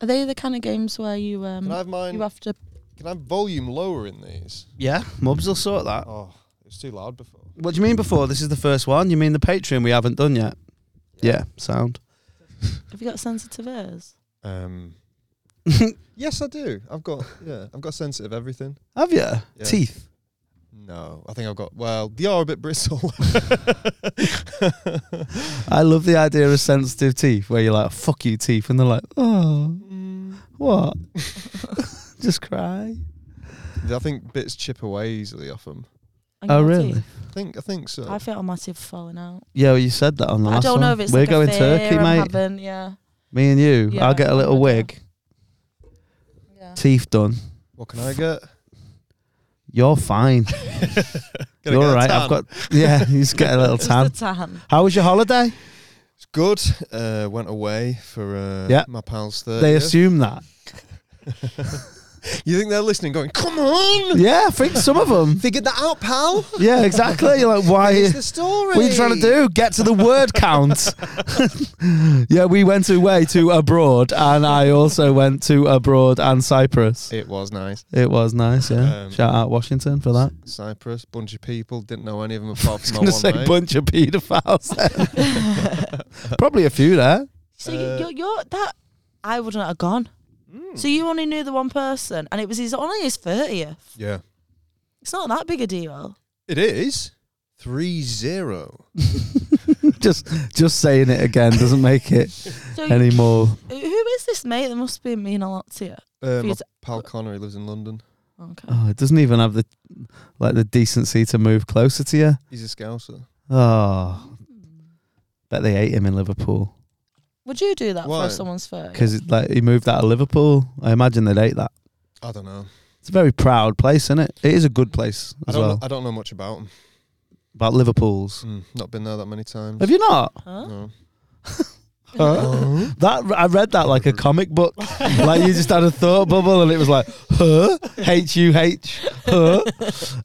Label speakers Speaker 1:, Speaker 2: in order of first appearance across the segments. Speaker 1: Are they the kind of games where you um
Speaker 2: Can I have mine?
Speaker 1: you have to?
Speaker 2: Can I have volume lower in these?
Speaker 3: Yeah, Mubs will sort that.
Speaker 2: Oh, it was too loud before.
Speaker 3: What do you mean before? This is the first one. You mean the Patreon we haven't done yet? Yeah, sound.
Speaker 1: Have you got sensitive ears?
Speaker 2: Um, yes, I do. I've got yeah, I've got sensitive everything.
Speaker 3: Have you?
Speaker 2: Yeah.
Speaker 3: Teeth.
Speaker 2: No, I think I've got. Well, they are a bit bristle.
Speaker 3: I love the idea of sensitive teeth where you're like, fuck you, teeth. And they're like, oh, what? Just cry.
Speaker 2: I think bits chip away easily off them.
Speaker 1: On
Speaker 3: Oh,
Speaker 1: your
Speaker 3: really?
Speaker 1: teeth?
Speaker 2: I think I think so.
Speaker 1: I feel my teeth are falling out.
Speaker 3: Yeah, well, you said that on the
Speaker 1: I
Speaker 3: last
Speaker 1: don't
Speaker 3: one.
Speaker 1: know if it's
Speaker 3: We're
Speaker 1: like
Speaker 3: going
Speaker 1: a fear
Speaker 3: Turkey,
Speaker 1: I'm
Speaker 3: mate.
Speaker 1: having, yeah,
Speaker 3: Me and you.
Speaker 1: Yeah,
Speaker 3: I'll get a little
Speaker 1: I'm gonna
Speaker 3: wig,
Speaker 1: yeah.
Speaker 3: teeth done.
Speaker 2: what can I get?
Speaker 3: You're fine.
Speaker 2: Gonna
Speaker 3: you're
Speaker 2: get a
Speaker 3: all right. I've
Speaker 2: tan.
Speaker 3: got, yeah, you just get a little
Speaker 1: Just the
Speaker 3: tan.
Speaker 1: tan.
Speaker 3: How was your holiday?
Speaker 2: It's good. Uh, went away for uh,
Speaker 3: Yeah.
Speaker 2: my pals.
Speaker 3: They
Speaker 2: 30th.
Speaker 3: assume that.
Speaker 2: You think they're listening? Going, come on,
Speaker 3: Yeah, I think some of them.
Speaker 2: figured that out, pal.
Speaker 3: Yeah, exactly. You're like, why?
Speaker 2: Here's the story.
Speaker 3: What are you trying to do? Get to the word count. yeah, we went away to abroad, and I also went to abroad and Cyprus.
Speaker 2: It was nice.
Speaker 3: It was nice, yeah.
Speaker 2: Um,
Speaker 3: Shout out Washington for that.
Speaker 2: Cyprus, bunch of people. Didn't know any of them apart
Speaker 3: I was
Speaker 2: from
Speaker 3: going
Speaker 2: my
Speaker 3: to
Speaker 2: one
Speaker 3: say
Speaker 2: mate.
Speaker 3: bunch of paedophiles. Probably a few there.
Speaker 1: So
Speaker 2: Uh,
Speaker 1: you you're, you're that I wouldn't have gone.
Speaker 2: Hmm.
Speaker 1: So you only knew the one person, and it was his only his thirtieth.
Speaker 2: yeah,
Speaker 1: It's not that big a deal.
Speaker 2: it is three zero.
Speaker 3: Just just saying it again doesn't make it
Speaker 1: So
Speaker 3: any more.
Speaker 1: who is this mate that must be mean a lot to you?
Speaker 2: Uh, my
Speaker 1: Please-
Speaker 2: pal Connor, he lives in London.
Speaker 1: Okay.
Speaker 3: Oh, it doesn't even have the like the decency to move closer to you.
Speaker 2: He's a scouser.
Speaker 3: Oh, bet they ate him in Liverpool
Speaker 1: Would you do that
Speaker 2: Why?
Speaker 1: for someone's thirtieth?
Speaker 3: because like he moved out of Liverpool. I imagine they'd ate that.
Speaker 2: I don't know.
Speaker 3: It's a very proud place, isn't it? It is a good place
Speaker 2: I
Speaker 3: as
Speaker 2: don't.
Speaker 3: well.
Speaker 2: Know, I don't know much about him.
Speaker 3: About Liverpool's.
Speaker 2: Mm, not been there that many times.
Speaker 3: Have you not?
Speaker 1: Huh?
Speaker 2: No. Uh,
Speaker 3: Huh? that I read that like a comic book. like you just had a thought bubble, and it was like, huh? H U H, huh?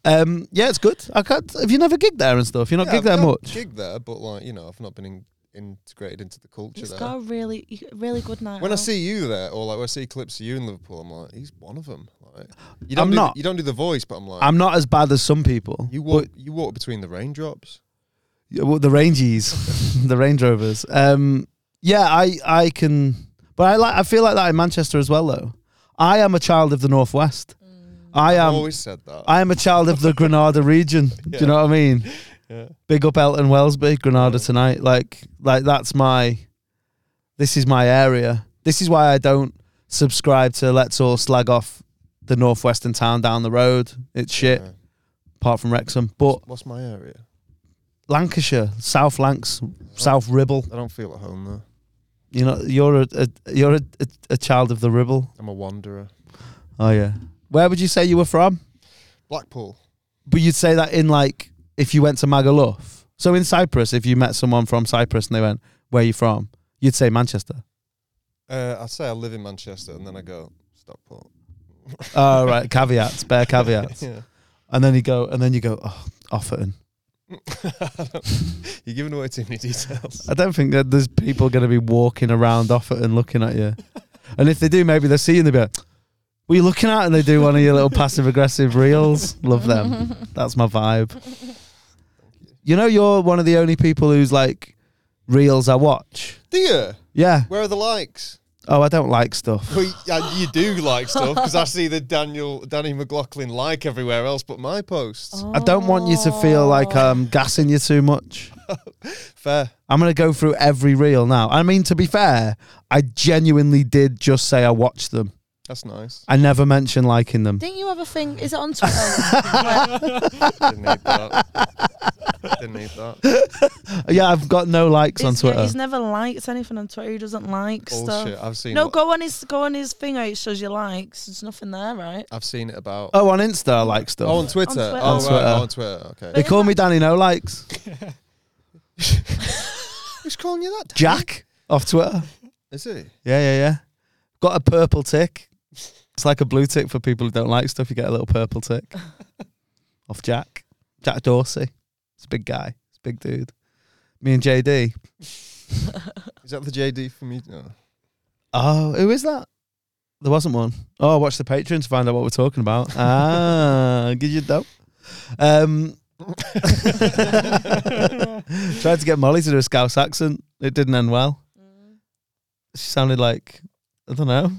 Speaker 3: Um, yeah, it's good. I can't. Have you never gigged there and stuff? You're not
Speaker 2: Yeah,
Speaker 3: gigged there
Speaker 2: I've done
Speaker 3: much.
Speaker 2: Gig there, but like you know, I've not been in, integrated into the culture
Speaker 1: It's
Speaker 2: there.
Speaker 1: got a really, you got a really good night.
Speaker 2: When I
Speaker 1: out.
Speaker 2: see you there, or like when I see clips of you in Liverpool, I'm like, he's one of them. Like, you
Speaker 3: I'm
Speaker 2: do the-
Speaker 3: not.
Speaker 2: you don't do the voice, but I'm like,
Speaker 3: I'm not as bad as some people.
Speaker 2: you walk. You walk between the raindrops.
Speaker 3: Yeah, well, the Rangies, the Range Rovers. Um, yeah, I I can, but I like. I feel like that in Manchester as well, though. I am a child of the northwest.
Speaker 2: Mm.
Speaker 3: I
Speaker 2: I've
Speaker 3: am.
Speaker 2: always said that.
Speaker 3: I am a child of the Granada region. Do you know what I mean?
Speaker 2: Yeah.
Speaker 3: Big up Elton Wellesby, Granada tonight. Like, like that's my. This is my area. This is why I don't subscribe to let's all slag off the northwestern town down the road. It's shit,
Speaker 2: Yeah.
Speaker 3: apart from Wrexham. But
Speaker 2: What's my area?
Speaker 3: Lancashire, South Lancs, South Ribble.
Speaker 2: I don't feel at home there.
Speaker 3: You know, you're a, a you're a, a, a child of the Ribble.
Speaker 2: I'm a wanderer.
Speaker 3: Oh yeah. Where would you say you were from?
Speaker 2: Blackpool.
Speaker 3: But you'd say that in like if you went to Magaluf. So in Cyprus, if you met someone from Cyprus and they went, "Where are you from?" You'd say Manchester.
Speaker 2: Uh, I'd say I live in Manchester, and then I go Stockport.
Speaker 3: Oh right, caveats, bare caveats.
Speaker 2: Yeah.
Speaker 3: And then you go, and then you go, oh, Offerton.
Speaker 2: You're giving away too many details.
Speaker 3: I don't think that there's people going to be walking around Offerton looking at you. And if they do, maybe they're seeing the bit. What are you looking at? And they do one of your little passive aggressive reels. Love them. That's my vibe. You know, you're one of the only people who's like reels I watch.
Speaker 2: Dear,
Speaker 3: Yeah.
Speaker 2: where are the likes?
Speaker 3: Oh, I don't like stuff.
Speaker 2: Well, yeah, you do like stuff because I see the Daniel Danny McLaughlin like everywhere else, but my posts.
Speaker 3: I don't want you to feel like
Speaker 1: Oh.
Speaker 3: I'm gassing you too much.
Speaker 2: Fair.
Speaker 3: I'm going to go through every reel now. I mean, to be fair, I genuinely did just say I watched them.
Speaker 2: That's nice.
Speaker 3: I never mentioned liking them.
Speaker 1: Didn't you have a thing? Is it on Twitter? where-
Speaker 2: Didn't need that. Didn't need that.
Speaker 3: Yeah, I've got no likes on
Speaker 1: he's, yeah,
Speaker 3: Twitter.
Speaker 1: he's never liked anything on Twitter. He doesn't like
Speaker 2: Bullshit.
Speaker 1: stuff.
Speaker 2: I've seen.
Speaker 1: No,
Speaker 2: it-
Speaker 1: go on his go on his thing. Where it shows your likes. There's nothing there, right?
Speaker 2: I've seen it about.
Speaker 3: Oh, on Insta, I like stuff.
Speaker 2: Oh, on Twitter.
Speaker 1: On Twitter.
Speaker 2: Oh,
Speaker 1: On
Speaker 2: right.
Speaker 3: Twitter.
Speaker 2: Oh, on Twitter. Okay.
Speaker 3: they call me Danny No Likes.
Speaker 2: Who's calling you that?
Speaker 3: Jack off Twitter.
Speaker 2: Is he?
Speaker 3: Yeah, yeah, yeah. Got a purple tick. It's like a blue tick for people who don't like stuff. You get a little purple tick off Jack. Jack Dorsey. It's a big guy. It's a big dude. Me and JD.
Speaker 2: Is that the JD from you? No.
Speaker 3: Oh, who is that? There wasn't one. Oh, watch the Patreon to find out what we're talking about. ah, good you though. Um, tried to get Molly to do a Scouse accent. It didn't end well. She sounded like I don't know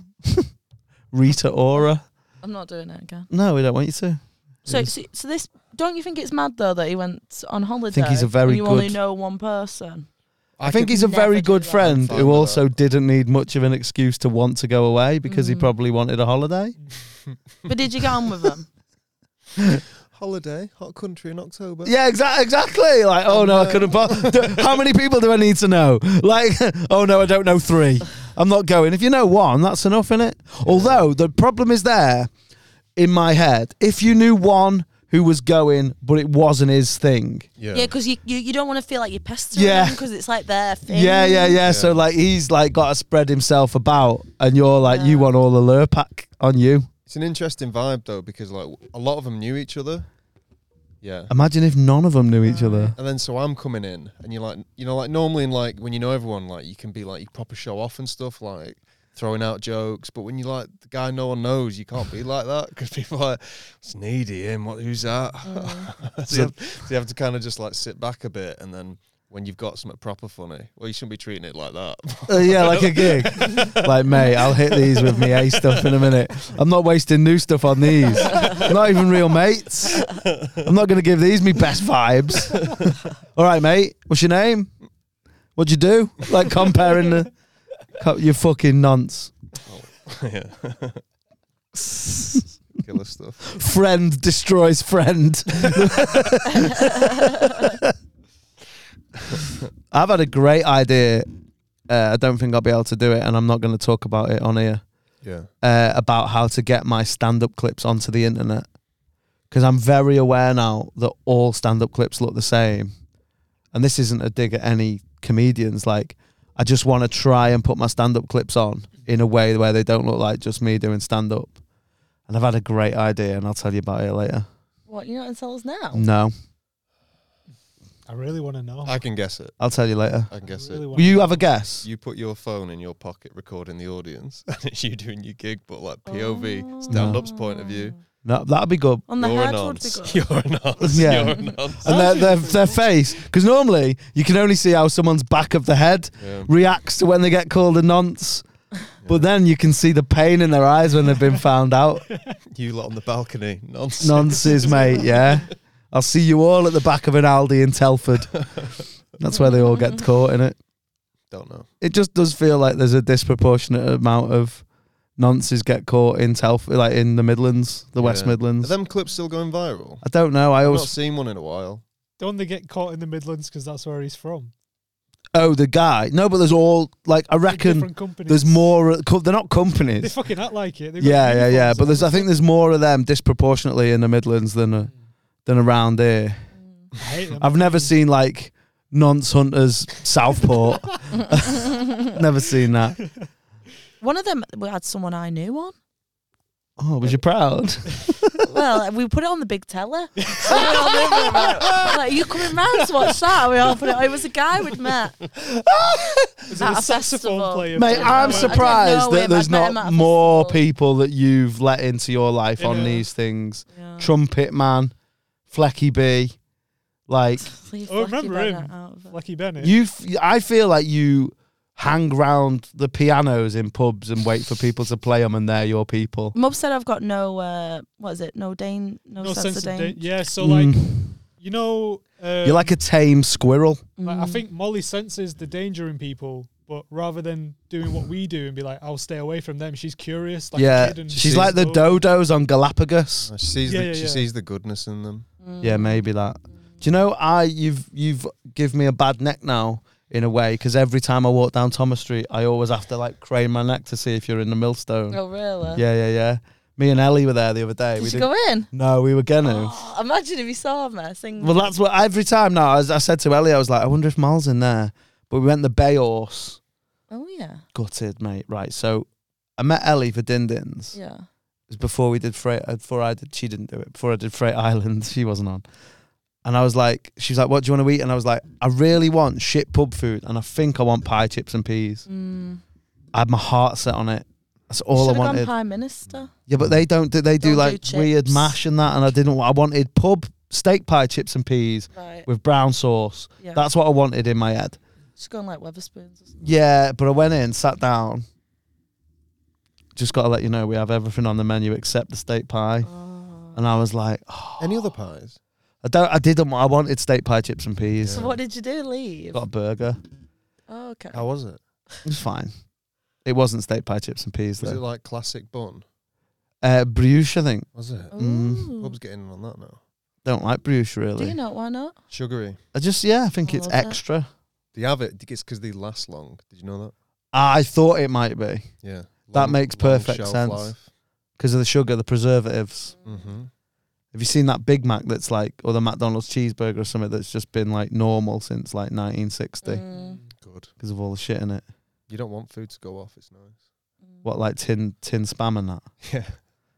Speaker 3: Rita Ora.
Speaker 1: I'm not doing it again.
Speaker 3: No, we don't want you to.
Speaker 1: So,
Speaker 3: Yes.
Speaker 1: so, so this don't you think it's mad though that he went on holiday?
Speaker 3: he's a very
Speaker 1: and you only
Speaker 3: good-
Speaker 1: know one person.
Speaker 3: I think
Speaker 2: could-
Speaker 3: he's a
Speaker 1: never
Speaker 3: very
Speaker 1: do
Speaker 3: good
Speaker 1: that.
Speaker 3: friend
Speaker 2: Find
Speaker 3: who
Speaker 2: it
Speaker 3: also
Speaker 2: out.
Speaker 3: didn't need much of an excuse to want to go away because he
Speaker 1: Mm.
Speaker 3: probably wanted a holiday.
Speaker 1: But did you get on with him?
Speaker 2: holiday, hot country in October.
Speaker 3: Yeah, exactly. Exactly. Like, oh
Speaker 2: And,
Speaker 3: no, I
Speaker 2: uh,
Speaker 3: couldn't. Po- d- how many people do I need to know? Like, oh no, I don't know three. I'm not going. If you know one, that's enough, is it? Although the problem is there in my head. If you knew one who was going, but it wasn't his thing.
Speaker 2: yeah.
Speaker 1: Yeah, because you, you you don't want to feel like you're pestering
Speaker 3: Yeah.
Speaker 1: yeah. because it's like their thing.
Speaker 3: Yeah, yeah, yeah, So
Speaker 2: Yeah.
Speaker 3: like, he's like got to spread himself about, and you're like, you
Speaker 1: Yeah.
Speaker 3: want all the lurpak on you.
Speaker 2: It's an interesting vibe though because like a lot of them knew each other. Yeah.
Speaker 3: Imagine if none of them knew each other.
Speaker 2: And then so I'm coming in, and you're like, you know, like normally in like when you know everyone, like you can be like you proper show off and stuff, like throwing out jokes. But when you like the guy no one knows, you can't be like that because people are like, it's needy him. What who's that? so, you have, so you have to kind of just like sit back a bit, and then when you've got something proper funny, well, you shouldn't be treating it like that.
Speaker 3: Uh, yeah, like a gig. like, mate, I'll hit these with me A stuff in a minute. I'm not wasting new stuff on these. not even real mates. I'm not going to give these me best vibes. All right, mate. What's your name? What'd you do? Like comparing the. co- You fucking nonce.
Speaker 2: yeah, killer stuff.
Speaker 3: Friend destroys friend. I've had a great idea. Uh, I don't think I'll be able to do it, and I'm not going to talk about it on here.
Speaker 2: Yeah,
Speaker 3: uh, about how to get my stand up clips onto the internet because I'm very aware now that all stand up clips look the same. And this isn't a dig at any comedians. Like, I just want to try and put my stand up clips on in a way where they don't look like just me doing stand up. And I've had a great idea, and I'll tell you about it later.
Speaker 1: What you not gonna tell us now?
Speaker 3: No,
Speaker 4: I really want to know.
Speaker 2: I can guess it.
Speaker 3: I'll tell you later.
Speaker 2: I can guess
Speaker 4: Oh. really
Speaker 2: it.
Speaker 4: wanna
Speaker 3: Will you
Speaker 4: know.
Speaker 3: have a guess?
Speaker 2: You put your phone in your pocket, recording the audience, and it's you doing your gig, but like POV,
Speaker 1: Oh.
Speaker 2: stand up's point of view.
Speaker 3: No, that'd be good.
Speaker 1: On the
Speaker 2: you're
Speaker 1: head
Speaker 2: a
Speaker 1: would be
Speaker 2: nonce.
Speaker 1: good.
Speaker 2: You're a nonce.
Speaker 3: Yeah.
Speaker 2: You're a nonce.
Speaker 3: And their, their, their face, because normally you can only see how someone's back of the head
Speaker 2: Yeah.
Speaker 3: reacts to when they get called a nonce. But then you can see the pain in their eyes when they've been found out.
Speaker 2: You lot on the balcony, nonce.
Speaker 3: Nonces, mate, yeah. I'll see you all at the back of an Aldi in Telford. That's where they all get caught in it.
Speaker 2: Don't know.
Speaker 3: It just does feel like there's a disproportionate amount of nonces get caught in Telford, like in the Midlands, the West
Speaker 2: Yeah. Are
Speaker 3: Midlands.
Speaker 2: them clips still going viral?
Speaker 3: I don't know. I
Speaker 2: I've not
Speaker 3: always
Speaker 2: seen one in a while.
Speaker 4: Don't they get caught in the Midlands because that's where he's from?
Speaker 3: oh the guy. No, but there's all like I
Speaker 4: The
Speaker 3: reckon
Speaker 4: different companies.
Speaker 3: there's more. co- They're not
Speaker 4: They
Speaker 3: companies.
Speaker 4: fucking act like it. They've got
Speaker 3: Yeah, yeah, yeah.
Speaker 4: uniforms
Speaker 3: But
Speaker 4: on
Speaker 3: there's I
Speaker 4: and
Speaker 3: think there's more of them disproportionately in the Midlands than uh, than around here.
Speaker 4: I hate them.
Speaker 3: I've never seen like nonce hunters Southport. never seen that.
Speaker 1: One of them we had someone I knew on.
Speaker 3: Oh, was you proud?
Speaker 1: Well, we put it on the big teller. We were all over about it. like, you coming round to watch that? We all put it. It was a guy we'd met.
Speaker 4: Is
Speaker 1: at
Speaker 4: it
Speaker 1: a
Speaker 4: a saxophone
Speaker 1: festival.
Speaker 4: player?
Speaker 3: Mate,
Speaker 1: don't
Speaker 3: I'm
Speaker 1: know.
Speaker 3: surprised
Speaker 1: I don't know
Speaker 3: that
Speaker 1: him.
Speaker 3: there's
Speaker 1: I've met him at
Speaker 3: not
Speaker 1: a
Speaker 3: more
Speaker 1: festival.
Speaker 3: people that you've let into your life on
Speaker 4: Yeah.
Speaker 3: these things.
Speaker 1: Yeah.
Speaker 3: Trumpet Man, Flecky B. Like
Speaker 1: Leave
Speaker 4: Oh,
Speaker 1: Lucky
Speaker 4: remember
Speaker 1: Bennett
Speaker 4: him.
Speaker 1: out of it.
Speaker 4: Lucky Bennett.
Speaker 3: you f- I feel like you hang round the pianos in pubs and wait for people to play them and they're your people.
Speaker 1: Mum said I've got no uh, what is it? No Dane, no,
Speaker 4: no
Speaker 1: sense, of Dane.
Speaker 4: da- Yeah, so like
Speaker 3: Mm.
Speaker 4: you know, um,
Speaker 3: You're like a tame squirrel.
Speaker 4: like, I
Speaker 1: Mm.
Speaker 4: think Molly senses the danger in people, but rather than doing what we do and be like, "I'll stay away from them," she's curious. Like a
Speaker 3: yeah.
Speaker 4: kid and
Speaker 3: She's like the
Speaker 4: Oh.
Speaker 3: dodos on Galapagos.
Speaker 2: Uh, She sees
Speaker 4: Yeah,
Speaker 2: the
Speaker 4: yeah,
Speaker 2: she
Speaker 4: yeah.
Speaker 2: sees the goodness in them.
Speaker 1: Mm.
Speaker 3: Yeah, maybe that. Do you know I you've you've give me a bad neck now in a way because every time I walk down Thomas Street, I always have to like crane my neck to see if you're in the millstone.
Speaker 1: Oh really?
Speaker 3: Yeah, yeah, yeah. Me and Ellie were there the other day.
Speaker 1: Did
Speaker 3: we
Speaker 1: you
Speaker 3: did.
Speaker 1: go in?
Speaker 3: no, we were gonna.
Speaker 1: Oh, imagine if you saw me sing.
Speaker 3: Well, that's what every time now. As I said to Ellie, I was like, I wonder if Mal's in there. But we went the Bay Horse,
Speaker 1: oh yeah,
Speaker 3: gutted, mate. Right, so I met Ellie for Dindins.
Speaker 1: yeah.
Speaker 3: It was before we did Freight. uh, Before I did, she didn't do it. Before I did Freight Island, she wasn't on. And I was like, she was like, "What do you want to eat?" And I was like, "I really want shit pub food, and I think I want pie, chips, and peas."
Speaker 1: Mm.
Speaker 3: I had my heart set on it, That's all I
Speaker 1: Should've
Speaker 3: wanted.
Speaker 1: Gone prime minister.
Speaker 3: Yeah, but they don't. Do, they do
Speaker 1: Don't do
Speaker 3: like weird
Speaker 1: chips.
Speaker 3: mash and that, and I didn't. wa- I wanted pub steak pie, chips and peas
Speaker 1: Right.
Speaker 3: with brown sauce.
Speaker 1: Yeah.
Speaker 3: That's what I wanted in my head.
Speaker 1: She's gone like Weatherspoons. Or something.
Speaker 3: Yeah, but I went in, sat down. Just got to let you know we have everything on the menu except the steak pie,
Speaker 1: Oh.
Speaker 3: and I was like,
Speaker 2: Any other pies?
Speaker 3: I don't. I didn't. wa- I wanted steak pie, chips and peas.
Speaker 1: So what did you do? Leave.
Speaker 3: Got a burger.
Speaker 1: Oh, okay.
Speaker 2: How was it?
Speaker 3: It was fine. It wasn't steak pie, chips and peas
Speaker 2: Was it
Speaker 3: though.
Speaker 2: like classic bun?
Speaker 3: Uh, brioche, I think.
Speaker 2: Was it?
Speaker 3: Mm.
Speaker 1: Ooh.
Speaker 2: Pub's getting in on that now.
Speaker 3: Don't like brioche
Speaker 1: Do
Speaker 3: really.
Speaker 1: you know why not?
Speaker 2: Sugary.
Speaker 3: I just yeah, I think
Speaker 1: I
Speaker 3: it's
Speaker 1: love that.
Speaker 3: extra.
Speaker 2: They have it. It's because they last long. Did you know that?
Speaker 3: I thought it might be.
Speaker 2: Yeah.
Speaker 3: That makes perfect sense. because of the sugar, the preservatives.
Speaker 2: Mm-hmm.
Speaker 3: Have you seen that Big Mac that's like, or the McDonald's cheeseburger or something that's just been like normal since like 1960
Speaker 1: Mm.
Speaker 2: Good.
Speaker 3: because of all the shit in it?
Speaker 2: You don't want food to go off. It's nice.
Speaker 3: What like tin tin spam and that?
Speaker 2: Yeah.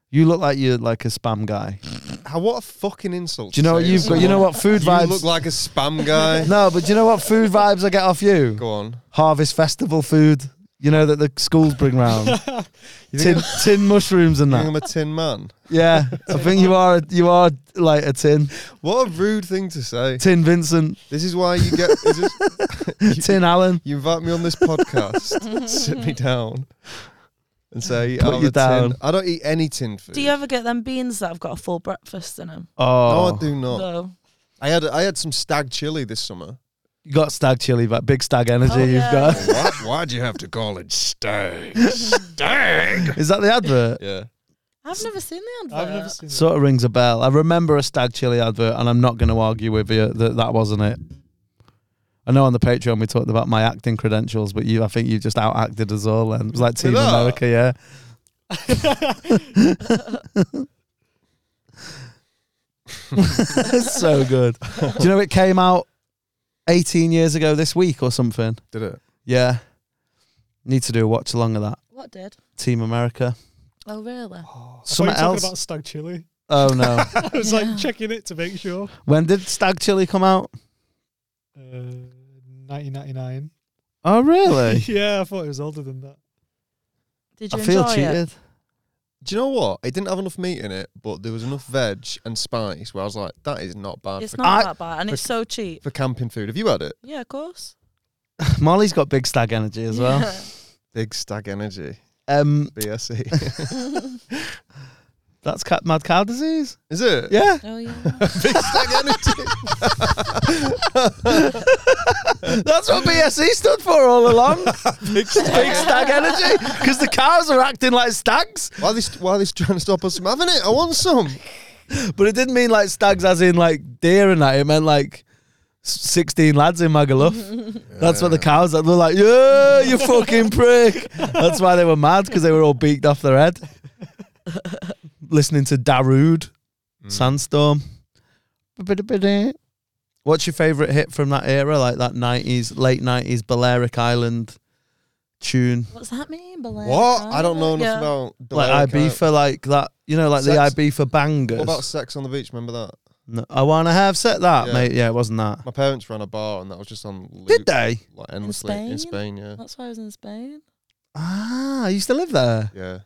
Speaker 3: You look like you're like a spam guy.
Speaker 2: How, what a fucking insult.
Speaker 3: Do you know what you've got? You know what food
Speaker 2: Food
Speaker 3: vibes?
Speaker 2: You look like a spam guy.
Speaker 3: no, but do you know what food vibes I get off you?
Speaker 2: Go on.
Speaker 3: Harvest festival food. You know that the schools bring round
Speaker 2: You think,
Speaker 3: tin
Speaker 2: I'm,
Speaker 3: tin mushrooms and
Speaker 2: you think I'm
Speaker 3: that.
Speaker 2: a tin man?
Speaker 3: Yeah, I think you are you are like a tin
Speaker 2: What a rude thing to say.
Speaker 3: tin Vincent,
Speaker 2: This is why you get. Is this, you-
Speaker 3: tin Alan.
Speaker 2: You invite me on this podcast, sit me down, and say,
Speaker 3: Put
Speaker 2: "I'm
Speaker 3: you
Speaker 2: a tin-
Speaker 3: down.
Speaker 2: I don't eat any tin food.
Speaker 1: Do you ever get them beans that have got a full breakfast in them?
Speaker 3: Oh,
Speaker 2: no, I do not.
Speaker 1: No.
Speaker 2: I had I had some stag chili this summer.
Speaker 3: You got stag chili, but big stag energy
Speaker 1: Oh,
Speaker 3: you've
Speaker 1: yeah.
Speaker 3: got.
Speaker 2: Why, why'd you have to call it stag? Stag.
Speaker 3: Is that the advert?
Speaker 2: Yeah.
Speaker 1: I've never seen the advert.
Speaker 4: I've never seen that.
Speaker 3: Sort of rings a bell. I remember a stag chili advert, and I'm not going to argue with you that that wasn't it. I know on the Patreon we talked about my acting credentials, but you, I think you just out acted us all. And it was like Team
Speaker 2: Did I?
Speaker 3: America, yeah. it's so good. Do you know it came out 18 years ago this week or something?
Speaker 2: Did it?
Speaker 3: Yeah. Need to do a watch along of that.
Speaker 1: What did?
Speaker 3: Team America.
Speaker 1: Oh, really?
Speaker 4: Oh,
Speaker 3: Something
Speaker 4: I thought you were
Speaker 3: else-
Speaker 4: talking about stag chili.
Speaker 3: Oh no.
Speaker 4: I was
Speaker 1: Yeah.
Speaker 4: like checking it to make sure.
Speaker 3: when did Stag Chili come out?
Speaker 4: Uh, 1999.
Speaker 3: Oh really?
Speaker 4: yeah, I thought it was older than that.
Speaker 1: Did you
Speaker 3: I feel
Speaker 1: enjoy it?
Speaker 3: cheated.
Speaker 2: Do you know what? It didn't have enough meat in it, but there was enough veg and spice where I was like, that is not bad
Speaker 1: It's
Speaker 2: for,
Speaker 1: not
Speaker 3: I-
Speaker 1: that bad, and it's so cheap.
Speaker 2: for camping food. Have you had it?
Speaker 1: Yeah, of course.
Speaker 3: Molly's got big stag energy as well.
Speaker 2: Big stag energy. E.
Speaker 3: Um,
Speaker 2: BSE.
Speaker 3: that's ca- mad cow disease.
Speaker 2: is it?
Speaker 3: Yeah,
Speaker 1: oh yeah.
Speaker 2: Big stag energy.
Speaker 3: that's what BSE stood for all along. big, stag energy, because the cows are acting like stags,
Speaker 2: why, are they, st- why are they trying to stop us from having it? I want some.
Speaker 3: but it didn't mean like stags as in like deer and that. It meant like. s- 16 lads in
Speaker 1: Mm-hmm.
Speaker 3: Magaluf. That's what the cows are. They're like, yeah, you fucking prick. That's why they were mad because they were all beaked off their head. Listening to Darude.
Speaker 4: Mm.
Speaker 3: Sandstorm. What's your favourite hit from that era, like that nineties, late nineties Balearic Island tune?
Speaker 1: What's that mean? Balearic
Speaker 2: What? I don't know enough
Speaker 1: Mm. Yeah.
Speaker 2: about Balearic
Speaker 3: Like Ibiza, like that, you know, like
Speaker 2: Sex-
Speaker 3: the Ibiza bangers.
Speaker 2: What about Sex on the Beach? Remember that?
Speaker 3: No, I wanna have set that,
Speaker 2: Yeah.
Speaker 3: mate. Yeah, it wasn't that.
Speaker 2: My parents ran a bar and that was just on loop,
Speaker 3: Did they?
Speaker 2: like endlessly in Spain.
Speaker 1: Spain?
Speaker 2: yeah,
Speaker 1: That's why I was in Spain.
Speaker 3: Ah, I used to live there.
Speaker 2: yeah,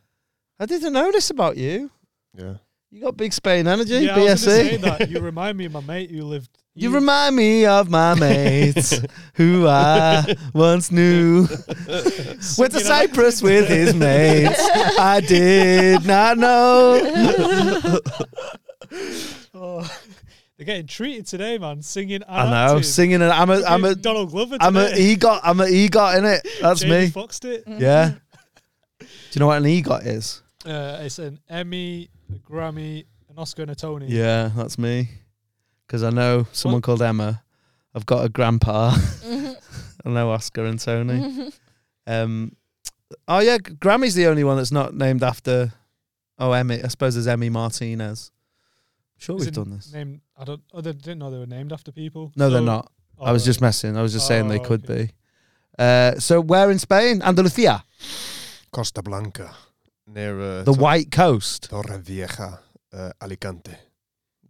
Speaker 3: I didn't know this about you.
Speaker 2: yeah.
Speaker 3: You got big Spain energy, E.
Speaker 4: yeah, I was gonna say
Speaker 3: BSE.
Speaker 4: that. You remind me of my mate who lived.
Speaker 3: You remind me of my mates who I once knew. Went to
Speaker 4: Singing about-
Speaker 3: Cyprus with his mates. I did not know.
Speaker 4: Oh, they're getting treated today, man. Singing.
Speaker 3: I know. Singing and I'm a I'm a
Speaker 4: Donald Glover. Today.
Speaker 3: I'm a egot I'm a egot in it. That's
Speaker 4: Jamie
Speaker 3: me.
Speaker 4: Foxed it.
Speaker 3: Yeah. Do you know what an egot is?
Speaker 4: Uh, it's an Emmy, a Grammy, an Oscar, and a Tony.
Speaker 3: Yeah, that's me. Because I know someone called Emma. I've got a grandpa. I know Oscar and Tony. um, oh yeah, G- Grammy's the only one that's not named after. Oh, Emmy. I suppose there's Emmy Martinez. sure,
Speaker 4: Is
Speaker 3: we've
Speaker 4: it
Speaker 3: done this.
Speaker 4: Named. I don't. Oh, they didn't know they were named after people.
Speaker 3: No, they're
Speaker 4: So-
Speaker 3: not.
Speaker 4: Oh,
Speaker 3: I was just
Speaker 4: right.
Speaker 3: messing. I was just saying they
Speaker 4: Oh,
Speaker 3: could
Speaker 4: okay.
Speaker 3: be. Uh, so where in Spain? Andalusia,
Speaker 2: Costa Blanca, near uh,
Speaker 3: the
Speaker 2: Tor-
Speaker 3: White Coast.
Speaker 2: Torrevieja, uh, Alicante,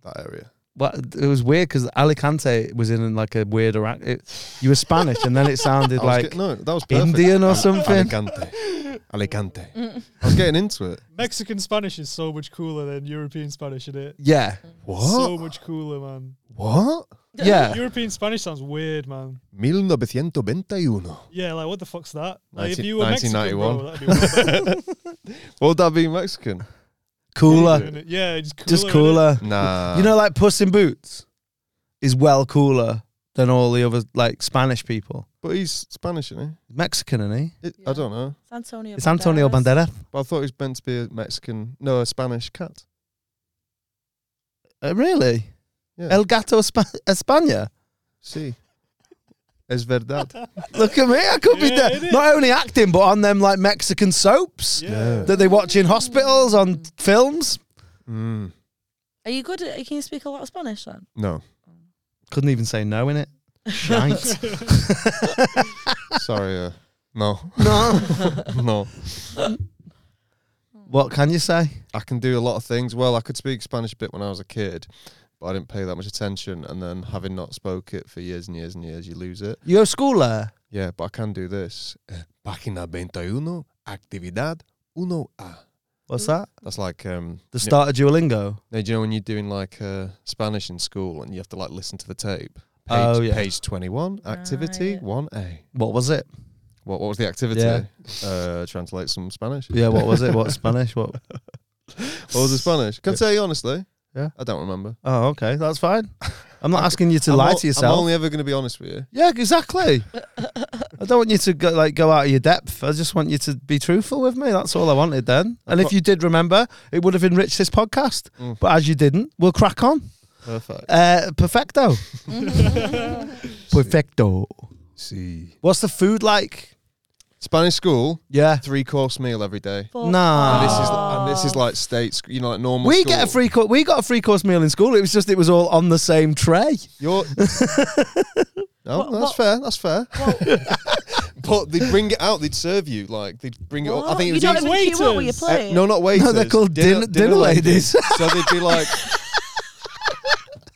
Speaker 2: that area.
Speaker 3: Well, it was weird because Alicante was in like a weirder act. It, you were Spanish, and then it sounded
Speaker 2: I was
Speaker 3: like
Speaker 2: get- no, that was perfect.
Speaker 3: Indian or
Speaker 2: Al-
Speaker 3: something.
Speaker 2: Alicante, Alicante. I was getting into it.
Speaker 4: Mexican Spanish is so much cooler than European Spanish, is it?
Speaker 3: Yeah,
Speaker 2: What?
Speaker 4: So much cooler, man.
Speaker 2: what?
Speaker 3: yeah.
Speaker 4: European Spanish sounds weird, man.
Speaker 2: 1921.
Speaker 4: Yeah, like what the fuck's that? Like, if
Speaker 2: Nineteen-
Speaker 4: you were Mexican, bro,
Speaker 2: 1991.
Speaker 4: that'd be weird.
Speaker 2: What would that be Mexican?
Speaker 3: Cooler,
Speaker 4: innit? Yeah, it's cooler.
Speaker 3: just
Speaker 4: innit?
Speaker 3: cooler.
Speaker 2: Nah.
Speaker 3: You know, like Puss in Boots is well cooler than all the other like Spanish people.
Speaker 2: but he's Spanish, isn't
Speaker 3: Mexican, isn't he?
Speaker 2: he? It,
Speaker 1: Yeah.
Speaker 2: I don't know.
Speaker 1: It's Antonio.
Speaker 3: It's Antonio
Speaker 1: Banderas.
Speaker 3: Banderas.
Speaker 2: But I thought he was meant to be a Mexican, no, a Spanish cat.
Speaker 3: Uh, really?
Speaker 2: Yeah.
Speaker 3: El Gato Spa- España.
Speaker 2: See, es verdad.
Speaker 3: Look at me, I could be
Speaker 4: Yeah,
Speaker 3: there.
Speaker 4: innit?
Speaker 3: Not only acting, but on them like Mexican soaps
Speaker 4: Yeah.
Speaker 3: that they watch in hospitals on films.
Speaker 2: Mm,
Speaker 1: Are you good? At, can you speak a lot of Spanish then?
Speaker 2: no,
Speaker 3: Couldn't even say no in it. Shite.
Speaker 2: sorry, uh, no,
Speaker 3: no.
Speaker 2: no.
Speaker 3: What can you say?
Speaker 2: I can do a lot of things. Well, I could speak Spanish a bit when I was a kid, but I didn't pay that much attention. And then, having not spoke it for years and years and years, you lose it.
Speaker 3: You go to school there.
Speaker 2: Yeah, but I can do this.
Speaker 3: Eh,
Speaker 2: Página 21, actividad 1A.
Speaker 3: What's that?
Speaker 2: That's like um,
Speaker 3: The
Speaker 2: you
Speaker 3: start of Duolingo.
Speaker 2: Know, no, do you know when you're doing like uh, Spanish in school and you have to like listen to the tape? Page,
Speaker 3: Oh, yeah.
Speaker 2: page 21, activity
Speaker 1: Right.
Speaker 2: 1A.
Speaker 3: What was it?
Speaker 2: What, what was the activity?
Speaker 3: Yeah.
Speaker 2: Uh, translate some Spanish.
Speaker 3: Yeah, what was it? What Spanish? What?
Speaker 2: What was the Spanish? Can I
Speaker 3: Yeah.
Speaker 2: tell you honestly?
Speaker 3: Yeah.
Speaker 2: I don't remember.
Speaker 3: Oh, okay, that's fine. I'm not asking you to
Speaker 2: I'm
Speaker 3: lie
Speaker 2: o-
Speaker 3: to yourself.
Speaker 2: I'm only ever going to be honest with you.
Speaker 3: yeah, exactly. I don't want you to go, like go out of your depth. I just want you to be truthful with me. That's all I wanted then. And if you did remember, it would have enriched this podcast.
Speaker 2: Mm.
Speaker 3: But as you didn't, we'll crack on.
Speaker 2: Perfect.
Speaker 3: Uh, perfecto. perfecto.
Speaker 2: See.
Speaker 3: What's the food like?
Speaker 2: Spanish school,
Speaker 3: Yeah.
Speaker 2: three course meal every day.
Speaker 1: Fuck
Speaker 3: Nah.
Speaker 2: And this is
Speaker 1: off.
Speaker 2: and this is like state, sc- you know, like normal.
Speaker 3: We
Speaker 2: school.
Speaker 3: get a free course. We got a free course meal in school. It was just it was all on the same tray.
Speaker 2: You're no,
Speaker 1: What-
Speaker 2: that's
Speaker 1: what-
Speaker 2: fair. That's fair.
Speaker 1: Well,
Speaker 2: But they'd bring it out. They'd serve you like they'd bring it. up. I
Speaker 1: what?
Speaker 2: think it
Speaker 1: you
Speaker 2: was
Speaker 1: don't
Speaker 2: easy-
Speaker 1: even queue up with your
Speaker 4: Waiters.
Speaker 2: Uh,
Speaker 1: plate.
Speaker 2: no, not waiters.
Speaker 3: No, they're called dinner, dinner, ladies.
Speaker 2: so they'd be like,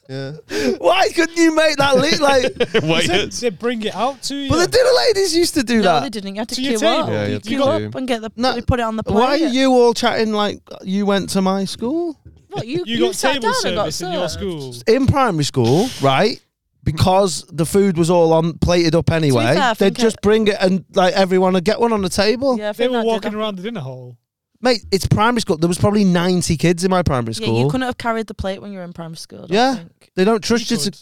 Speaker 2: yeah,
Speaker 3: Why couldn't you make that leak? Like,
Speaker 4: They said they bring it out to you.
Speaker 3: but the dinner ladies used to do
Speaker 1: No, they
Speaker 3: that.
Speaker 1: didn't. You had to
Speaker 4: To
Speaker 1: queue
Speaker 4: your
Speaker 1: up.
Speaker 4: table.
Speaker 2: Yeah, you
Speaker 1: you
Speaker 2: had to
Speaker 1: queue
Speaker 2: queue.
Speaker 1: up and get the.
Speaker 3: No,
Speaker 1: they put it on the plate.
Speaker 3: Why are you all chatting like you went to my school
Speaker 1: What you?
Speaker 4: you, got
Speaker 1: sat
Speaker 4: table
Speaker 1: down and got
Speaker 4: service in your
Speaker 1: served.
Speaker 4: school.
Speaker 3: in primary school, right? Because the food was all on plated up anyway,
Speaker 1: fair, I
Speaker 3: they'd
Speaker 1: think
Speaker 3: just
Speaker 1: it-
Speaker 3: bring it and like everyone would get one on the table.
Speaker 1: Yeah, I
Speaker 4: They
Speaker 1: think that
Speaker 4: were
Speaker 1: did
Speaker 4: walking
Speaker 1: happen.
Speaker 4: around the dinner hall.
Speaker 3: Mate, it's primary school. There was probably ninety kids in my primary
Speaker 1: Yeah, you
Speaker 3: school.
Speaker 1: couldn't have carried the plate when you were in primary school. I don't
Speaker 3: Yeah.
Speaker 1: think.
Speaker 3: they don't trust you,
Speaker 4: You
Speaker 3: to.
Speaker 4: could.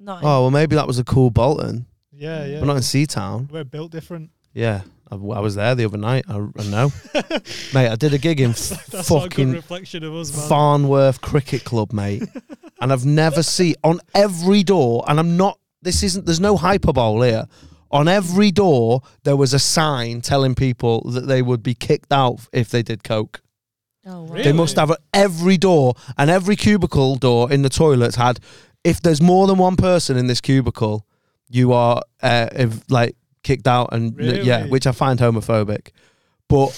Speaker 1: Not in-
Speaker 3: Oh well, maybe that was a cool Bolton.
Speaker 4: Yeah, yeah.
Speaker 3: We're not in Seatown.
Speaker 4: We're built different.
Speaker 3: Yeah, I, I was there the other night. I, I know, mate. I did a gig in
Speaker 4: That's not a good
Speaker 3: fucking
Speaker 4: reflection of us, man.
Speaker 3: Farnworth Cricket Club, mate. and I've never seen on every door, and I'm not, this isn't, there's no hyperbole here. On every door, there was a sign telling people that they would be kicked out if they did coke.
Speaker 1: Oh, wow.
Speaker 3: They
Speaker 4: Really?
Speaker 3: must have every door, and every cubicle door in the toilets had, if there's more than one person in this cubicle, you are uh, if, like kicked out, and yeah,
Speaker 4: Really?
Speaker 3: which I find homophobic. But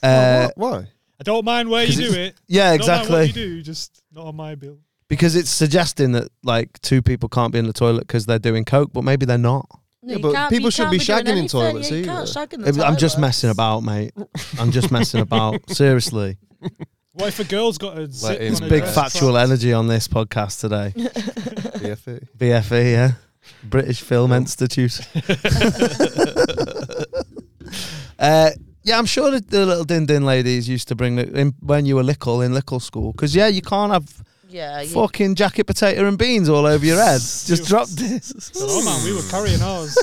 Speaker 2: Why-
Speaker 3: uh,
Speaker 2: why? why?
Speaker 4: I don't mind where you
Speaker 3: 'Cause
Speaker 4: do it.
Speaker 3: yeah,
Speaker 4: Don't mind
Speaker 3: exactly.
Speaker 4: what you do, just not on my bill.
Speaker 3: because it's suggesting that like two people can't be in the toilet because they're doing coke, but maybe they're not.
Speaker 1: No,
Speaker 2: Yeah,
Speaker 1: you
Speaker 2: but
Speaker 1: can't you
Speaker 2: people shouldn't
Speaker 1: can't
Speaker 2: be
Speaker 1: doing
Speaker 2: shagging in
Speaker 1: anything.
Speaker 2: toilets
Speaker 1: Yeah, you can't
Speaker 2: either.
Speaker 1: shag in the
Speaker 3: I'm just
Speaker 1: toilets.
Speaker 3: messing about, mate. I'm just messing about. Seriously,
Speaker 4: What if a girl's got a zip
Speaker 2: him
Speaker 4: on her
Speaker 3: big
Speaker 4: dress?
Speaker 3: factual energy on this podcast today.
Speaker 2: BFE.
Speaker 3: BFE, yeah, British Film Institute. uh, yeah, I'm sure the, the little din din ladies used to bring it in when you were little in little school. Because yeah, you can't have
Speaker 1: Yeah, Uh, you-
Speaker 3: fucking jacket potato and beans all over your head. Just drop this.
Speaker 4: Oh man, we were carrying ours.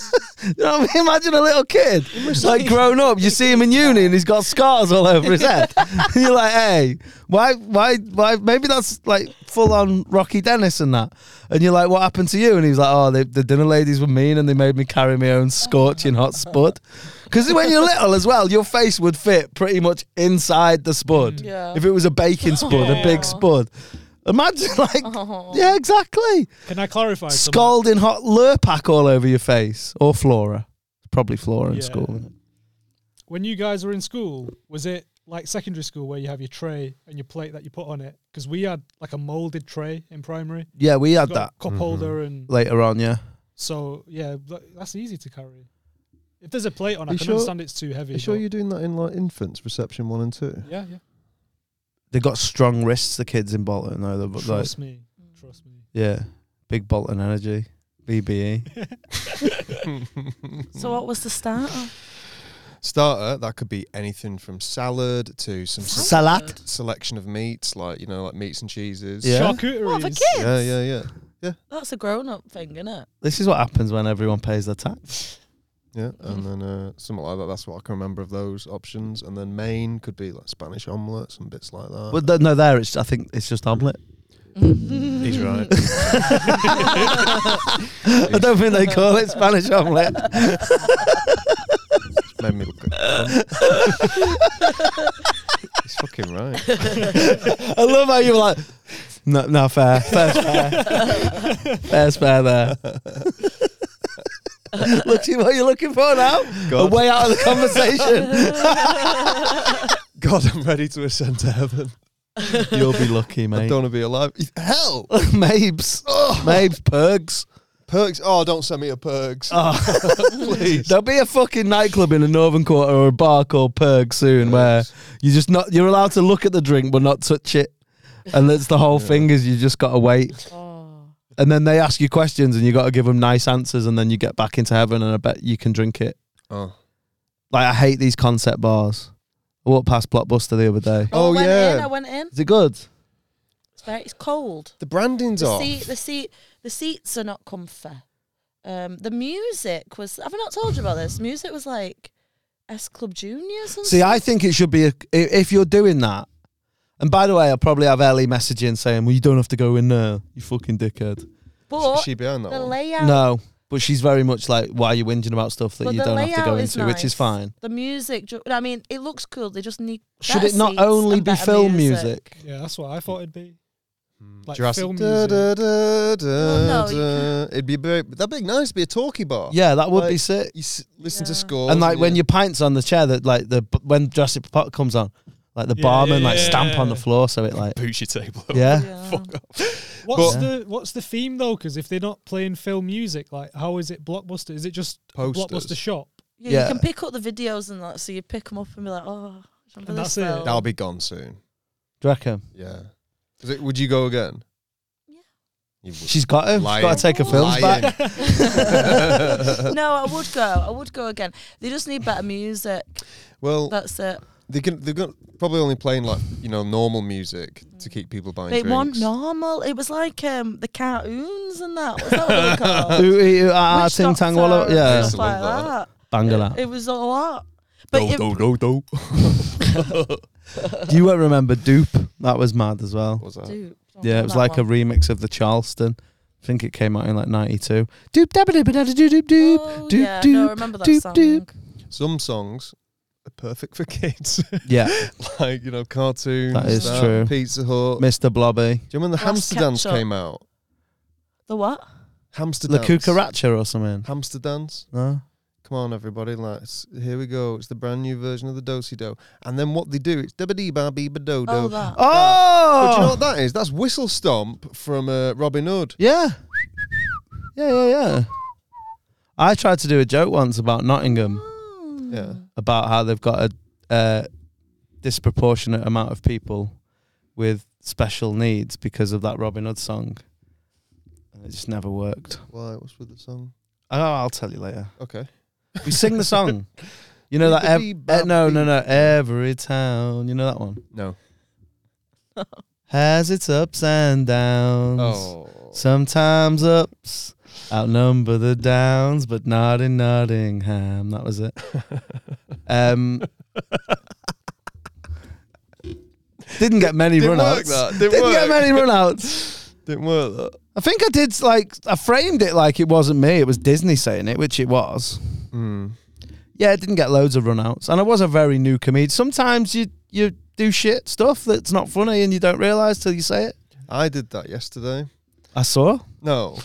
Speaker 3: You know what I mean? Imagine a little kid, like grown up. You see him in uni and he's got scars all over his head. And you're like, hey, why, why, why? Maybe that's like full on Rocky Dennis and that. And you're like, what happened to you? And he's like, oh, they, the dinner ladies were mean and they made me carry my own scorching hot spud. Because when you're little as well, your face would fit pretty much inside the spud.
Speaker 1: Yeah.
Speaker 3: If it was a baking spud, a
Speaker 4: Aw.
Speaker 3: big spud. Imagine like,
Speaker 1: Aw.
Speaker 3: yeah, exactly
Speaker 4: Can I clarify? something?
Speaker 3: scalding hot lurpak all over your face or flora probably flora in
Speaker 4: Yeah.
Speaker 3: school isn't it?
Speaker 4: When you guys were in school, was it like secondary school where you have your tray and your plate that you put on it. Because we had like a molded tray in primary.
Speaker 3: Yeah, we had
Speaker 4: Got a
Speaker 3: that
Speaker 4: cup
Speaker 2: Mhm.
Speaker 4: holder and
Speaker 3: later on. Yeah,
Speaker 4: so yeah, tha- that's easy to carry. If there's a plate on, I
Speaker 2: You
Speaker 4: can
Speaker 2: sure-
Speaker 4: understand it's too heavy.
Speaker 2: you sure
Speaker 4: but-
Speaker 2: you're doing that in like infants reception one and two?
Speaker 4: Yeah, yeah.
Speaker 3: they got strong wrists. The kids in Bolton, though. They're, like,
Speaker 4: Trust me, trust me.
Speaker 3: yeah, big Bolton energy, E. BBE.
Speaker 1: So what was the starter?
Speaker 2: Starter that could be anything from salad to some s-
Speaker 3: Salad.
Speaker 2: selection of meats, like you know, like meats and cheeses.
Speaker 3: Yeah.
Speaker 4: Charcuteries.
Speaker 1: What for kids?
Speaker 2: yeah, yeah, yeah.
Speaker 1: That's a grown-up thing, isn't it?
Speaker 3: This is what happens when everyone pays their tax.
Speaker 2: Yeah,
Speaker 1: Mm.
Speaker 2: and then uh, something like that. That's what I can remember of those options. And then main could be like Spanish omelets and bits like that.
Speaker 3: But th- no, there it's. I think it's just omelette. Mm-hmm.
Speaker 2: He's right.
Speaker 3: I don't think they call it Spanish omelette.
Speaker 2: Made me look. at He's fucking right.
Speaker 3: I love how you were like, no, no, fair, fair's fair, fair's fair there. Look, see what you're looking for now. A
Speaker 2: God.
Speaker 3: way out of the conversation.
Speaker 2: God, I'm ready to ascend to heaven.
Speaker 3: You'll be lucky,
Speaker 2: I
Speaker 3: mate.
Speaker 2: don't want to be alive. Hell,
Speaker 3: Mabes, Mabes, Pergs.
Speaker 2: perks. Oh, don't send me a perks,
Speaker 3: Oh,
Speaker 2: please.
Speaker 3: there'll be a fucking nightclub in the Northern Quarter or a bar called Perg soon, where you just not you're allowed to look at the drink but not touch it, and that's the whole thing. Is you just gotta wait.
Speaker 1: Oh.
Speaker 3: and then they ask you questions and you got to give them nice answers and then you get back into heaven and I bet you can drink it.
Speaker 2: Oh,
Speaker 3: Like I hate these concept bars. I walked past Blockbuster the other day.
Speaker 2: Oh,
Speaker 1: I went
Speaker 2: yeah.
Speaker 1: in, I went in.
Speaker 3: Is it good?
Speaker 1: It's very, it's cold.
Speaker 2: the branding's
Speaker 1: The
Speaker 2: off.
Speaker 1: seat, the seat, the seats are not comfy. Um, the music was. Have I not told you about this? Music was like S Club Junior. Something.
Speaker 3: See, I think it should be a, i- if you're doing that. And by the way, I'll probably have Ellie messaging saying, "Well, you don't have to go in there, you fucking dickhead."
Speaker 1: but
Speaker 2: Is she behind that
Speaker 1: the
Speaker 2: one.
Speaker 1: layout,
Speaker 3: No, but she's very much like, "Why are you whinging about stuff that
Speaker 1: But
Speaker 3: you
Speaker 1: the
Speaker 3: don't have to go
Speaker 1: layout is
Speaker 3: into?" Which is
Speaker 1: nice.
Speaker 3: fine.
Speaker 1: the music. ju- I mean, it looks cool. They just need.
Speaker 3: Should
Speaker 1: better
Speaker 3: it not
Speaker 1: seats
Speaker 3: only
Speaker 1: and
Speaker 3: be
Speaker 1: better
Speaker 3: film music?
Speaker 4: Yeah, that's what I thought it'd be. Like
Speaker 2: Hmm. Jurassic.
Speaker 4: film
Speaker 2: Da,
Speaker 4: music.
Speaker 2: da, da, da,
Speaker 1: Well, no, you
Speaker 2: da. It'd be very, that'd be nice. It'd be a talkie bar.
Speaker 3: Yeah, that would be
Speaker 2: Like-
Speaker 3: sick.
Speaker 2: You s- listen to
Speaker 1: Yeah.
Speaker 2: score.
Speaker 3: And like when your pint's on the chair, that like the when Jurassic Park comes on, like the
Speaker 4: Yeah,
Speaker 3: barman
Speaker 4: yeah,
Speaker 3: like stamp on the
Speaker 4: yeah.
Speaker 3: floor, so it like
Speaker 2: boots your table.
Speaker 3: yeah.
Speaker 4: What's
Speaker 3: But-
Speaker 4: the what's the theme though? Because if they're not playing film music, like how is it blockbuster? Is it just a blockbuster
Speaker 2: Posters.
Speaker 4: shop?
Speaker 1: Yeah,
Speaker 3: Yeah.
Speaker 1: you can pick up the videos and that, so you pick them up and be like, oh, remember
Speaker 4: And
Speaker 1: this
Speaker 4: that's it.
Speaker 1: film?
Speaker 2: That'll be gone soon.
Speaker 3: Do you reckon?
Speaker 2: Yeah. Is it, would you go again?
Speaker 1: Yeah.
Speaker 2: You would.
Speaker 3: She's got him. She's got
Speaker 2: Lying.
Speaker 3: to take her films
Speaker 2: Lying.
Speaker 3: back.
Speaker 1: no, I would go. I would go again. They just need better music.
Speaker 2: Well,
Speaker 1: That's it.
Speaker 2: they can, they're gonna, probably only playing like you know normal music to keep people buying.
Speaker 1: They
Speaker 2: drinks.
Speaker 1: weren't normal. It was like um, the cartoons and that. Was that what they were called?
Speaker 3: Ooh, ooh, ooh, ah,
Speaker 1: Witch
Speaker 3: ting tang
Speaker 1: Doctor
Speaker 3: wallow.
Speaker 1: and
Speaker 3: Yeah,
Speaker 1: stuff like
Speaker 2: Love
Speaker 1: that.
Speaker 3: banger
Speaker 1: It,
Speaker 3: that.
Speaker 1: it was a lot. But it,
Speaker 2: do, do.
Speaker 3: You won't remember Dupe. That was mad as well.
Speaker 2: What's that?
Speaker 1: Dude, don't
Speaker 3: Yeah,
Speaker 1: know
Speaker 3: it was
Speaker 1: that
Speaker 3: like a
Speaker 1: one.
Speaker 3: remix of the Charleston. I think it came out in like '92. Doop dabba dabba dabba doop doop doop.
Speaker 1: Oh,
Speaker 3: doop,
Speaker 1: yeah, no,
Speaker 3: doop,
Speaker 1: I remember that
Speaker 3: doop,
Speaker 1: song.
Speaker 3: doop.
Speaker 2: Some songs are perfect for kids,
Speaker 1: Oh.
Speaker 3: Yeah,
Speaker 2: like you know cartoons.
Speaker 3: That
Speaker 4: is
Speaker 3: true.
Speaker 2: Pizza Hut.
Speaker 3: Mr.
Speaker 2: Do
Speaker 3: Blobby,
Speaker 2: you remember when the
Speaker 1: Last
Speaker 2: hamster dance
Speaker 1: Ketchup.
Speaker 2: came out?
Speaker 1: The what?
Speaker 2: Hamster
Speaker 3: La
Speaker 2: dance.
Speaker 3: Cucaracha or something.
Speaker 2: Hamster dance.
Speaker 3: No,
Speaker 2: Come on, everybody! Let's here we go. It's the brand new version of the Dosey Do. And then what they do? It's deba dee ba bee ba do do.
Speaker 1: Oh, that.
Speaker 3: Oh,
Speaker 2: But do you know what that is? That's Whistle Stomp from uh, Robin Hood.
Speaker 3: Yeah. Yeah, yeah, yeah. I tried to do a joke once about Nottingham,
Speaker 1: Mm.
Speaker 2: Yeah.
Speaker 3: about how they've got a uh, disproportionate amount of people with special needs because of that Robin Hood song. And it just never worked.
Speaker 2: Why? What's with the song?
Speaker 3: Oh, I'll tell you later.
Speaker 2: Okay.
Speaker 3: We sing the song. You know that? Ev- eh, no, no, no. Every town. You know that one?
Speaker 2: No.
Speaker 3: Has its ups and downs.
Speaker 2: Oh.
Speaker 3: Sometimes ups outnumber the downs, but not in Nottingham. That was it. Um, didn't get many
Speaker 2: Didn't work
Speaker 3: runouts.
Speaker 2: that. Didn't,
Speaker 3: Didn't
Speaker 2: work.
Speaker 3: get many runouts.
Speaker 2: Didn't work that.
Speaker 3: I think I did like I framed it like it wasn't me. It was Disney saying it, which it was.
Speaker 2: Mm.
Speaker 3: Yeah, I didn't get loads of runouts, and I was a very new comedian. Sometimes you you do shit stuff that's not funny, and you don't realize till you say it.
Speaker 2: I did that yesterday.
Speaker 3: I saw.
Speaker 2: No.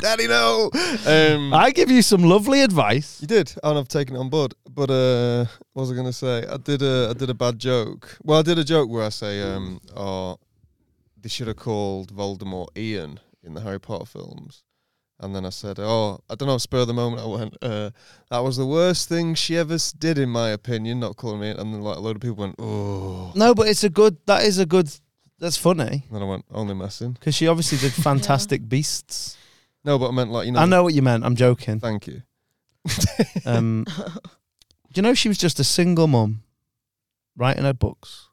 Speaker 2: Daddy, no. Um,
Speaker 3: I give you some lovely advice.
Speaker 2: you did, Um, and I've taken it on board. but uh, what was I gonna say? I did a I did a bad joke. Well, I did a joke where I say, um, oh, they should have called Voldemort Ian in the Harry Potter films. And then I said, "Oh, I don't know." Spur of the moment, I went, uh, "That was the worst thing she ever s- did, in my opinion." Not calling me, it. and then like a load of people went, "Oh."
Speaker 3: No, but it's a good. That is a good. That's funny
Speaker 2: And then I went, "Only messing."
Speaker 3: because she obviously did Fantastic Beasts.
Speaker 2: No, but I meant like you know.
Speaker 3: I know what you meant. I'm joking.
Speaker 2: Thank you.
Speaker 3: Um, do you know she was just a single mum writing her books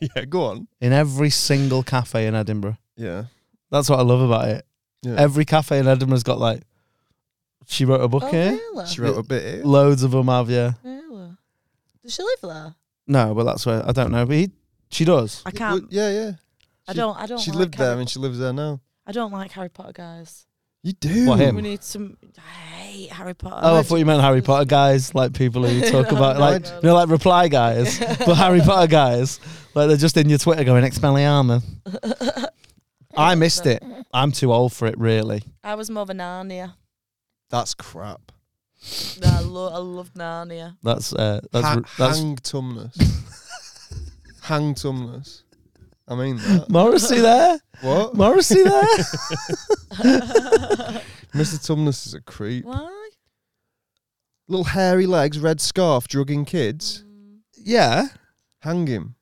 Speaker 2: yeah, go on.
Speaker 3: in every single cafe in Edinburgh?
Speaker 2: Yeah.
Speaker 3: That's what I love about it.
Speaker 2: Yeah.
Speaker 3: Every cafe in Edinburgh's got like she wrote a book
Speaker 1: Oh,
Speaker 3: here.
Speaker 1: really?
Speaker 2: she wrote a bit. Here.
Speaker 3: Loads of them have yeah.
Speaker 1: Really? Does she live there?
Speaker 3: No, but that's where I don't know. But he, she does.
Speaker 1: I can't.
Speaker 2: Yeah, yeah.
Speaker 1: I
Speaker 2: she-
Speaker 1: don't. I don't.
Speaker 2: She
Speaker 1: like
Speaker 2: lived there
Speaker 1: Harry-
Speaker 2: and she lives there now.
Speaker 1: I don't like Harry Potter guys.
Speaker 2: You do.
Speaker 3: What, him?
Speaker 1: We need some. I hate Harry Potter.
Speaker 3: Oh, I thought you meant Harry Potter guys, like people who talk about like you know, like reply guys, but Harry Potter guys, like they're just in your Twitter going Expelliarmus. I missed it. I'm too old for it, really.
Speaker 1: I was more of a Narnia.
Speaker 2: That's crap.
Speaker 1: No, I, lo- I loved Narnia.
Speaker 3: That's uh, that's
Speaker 2: Ha-
Speaker 3: that's
Speaker 2: hang tumnus. hang tumnus. I mean that.
Speaker 3: Morrissey there.
Speaker 2: what?
Speaker 3: Morrissey there.
Speaker 2: Mr. Tumnus is a creep.
Speaker 1: Why?
Speaker 2: Little hairy legs, red scarf, drugging kids.
Speaker 1: Mm.
Speaker 3: yeah.
Speaker 2: Hang him.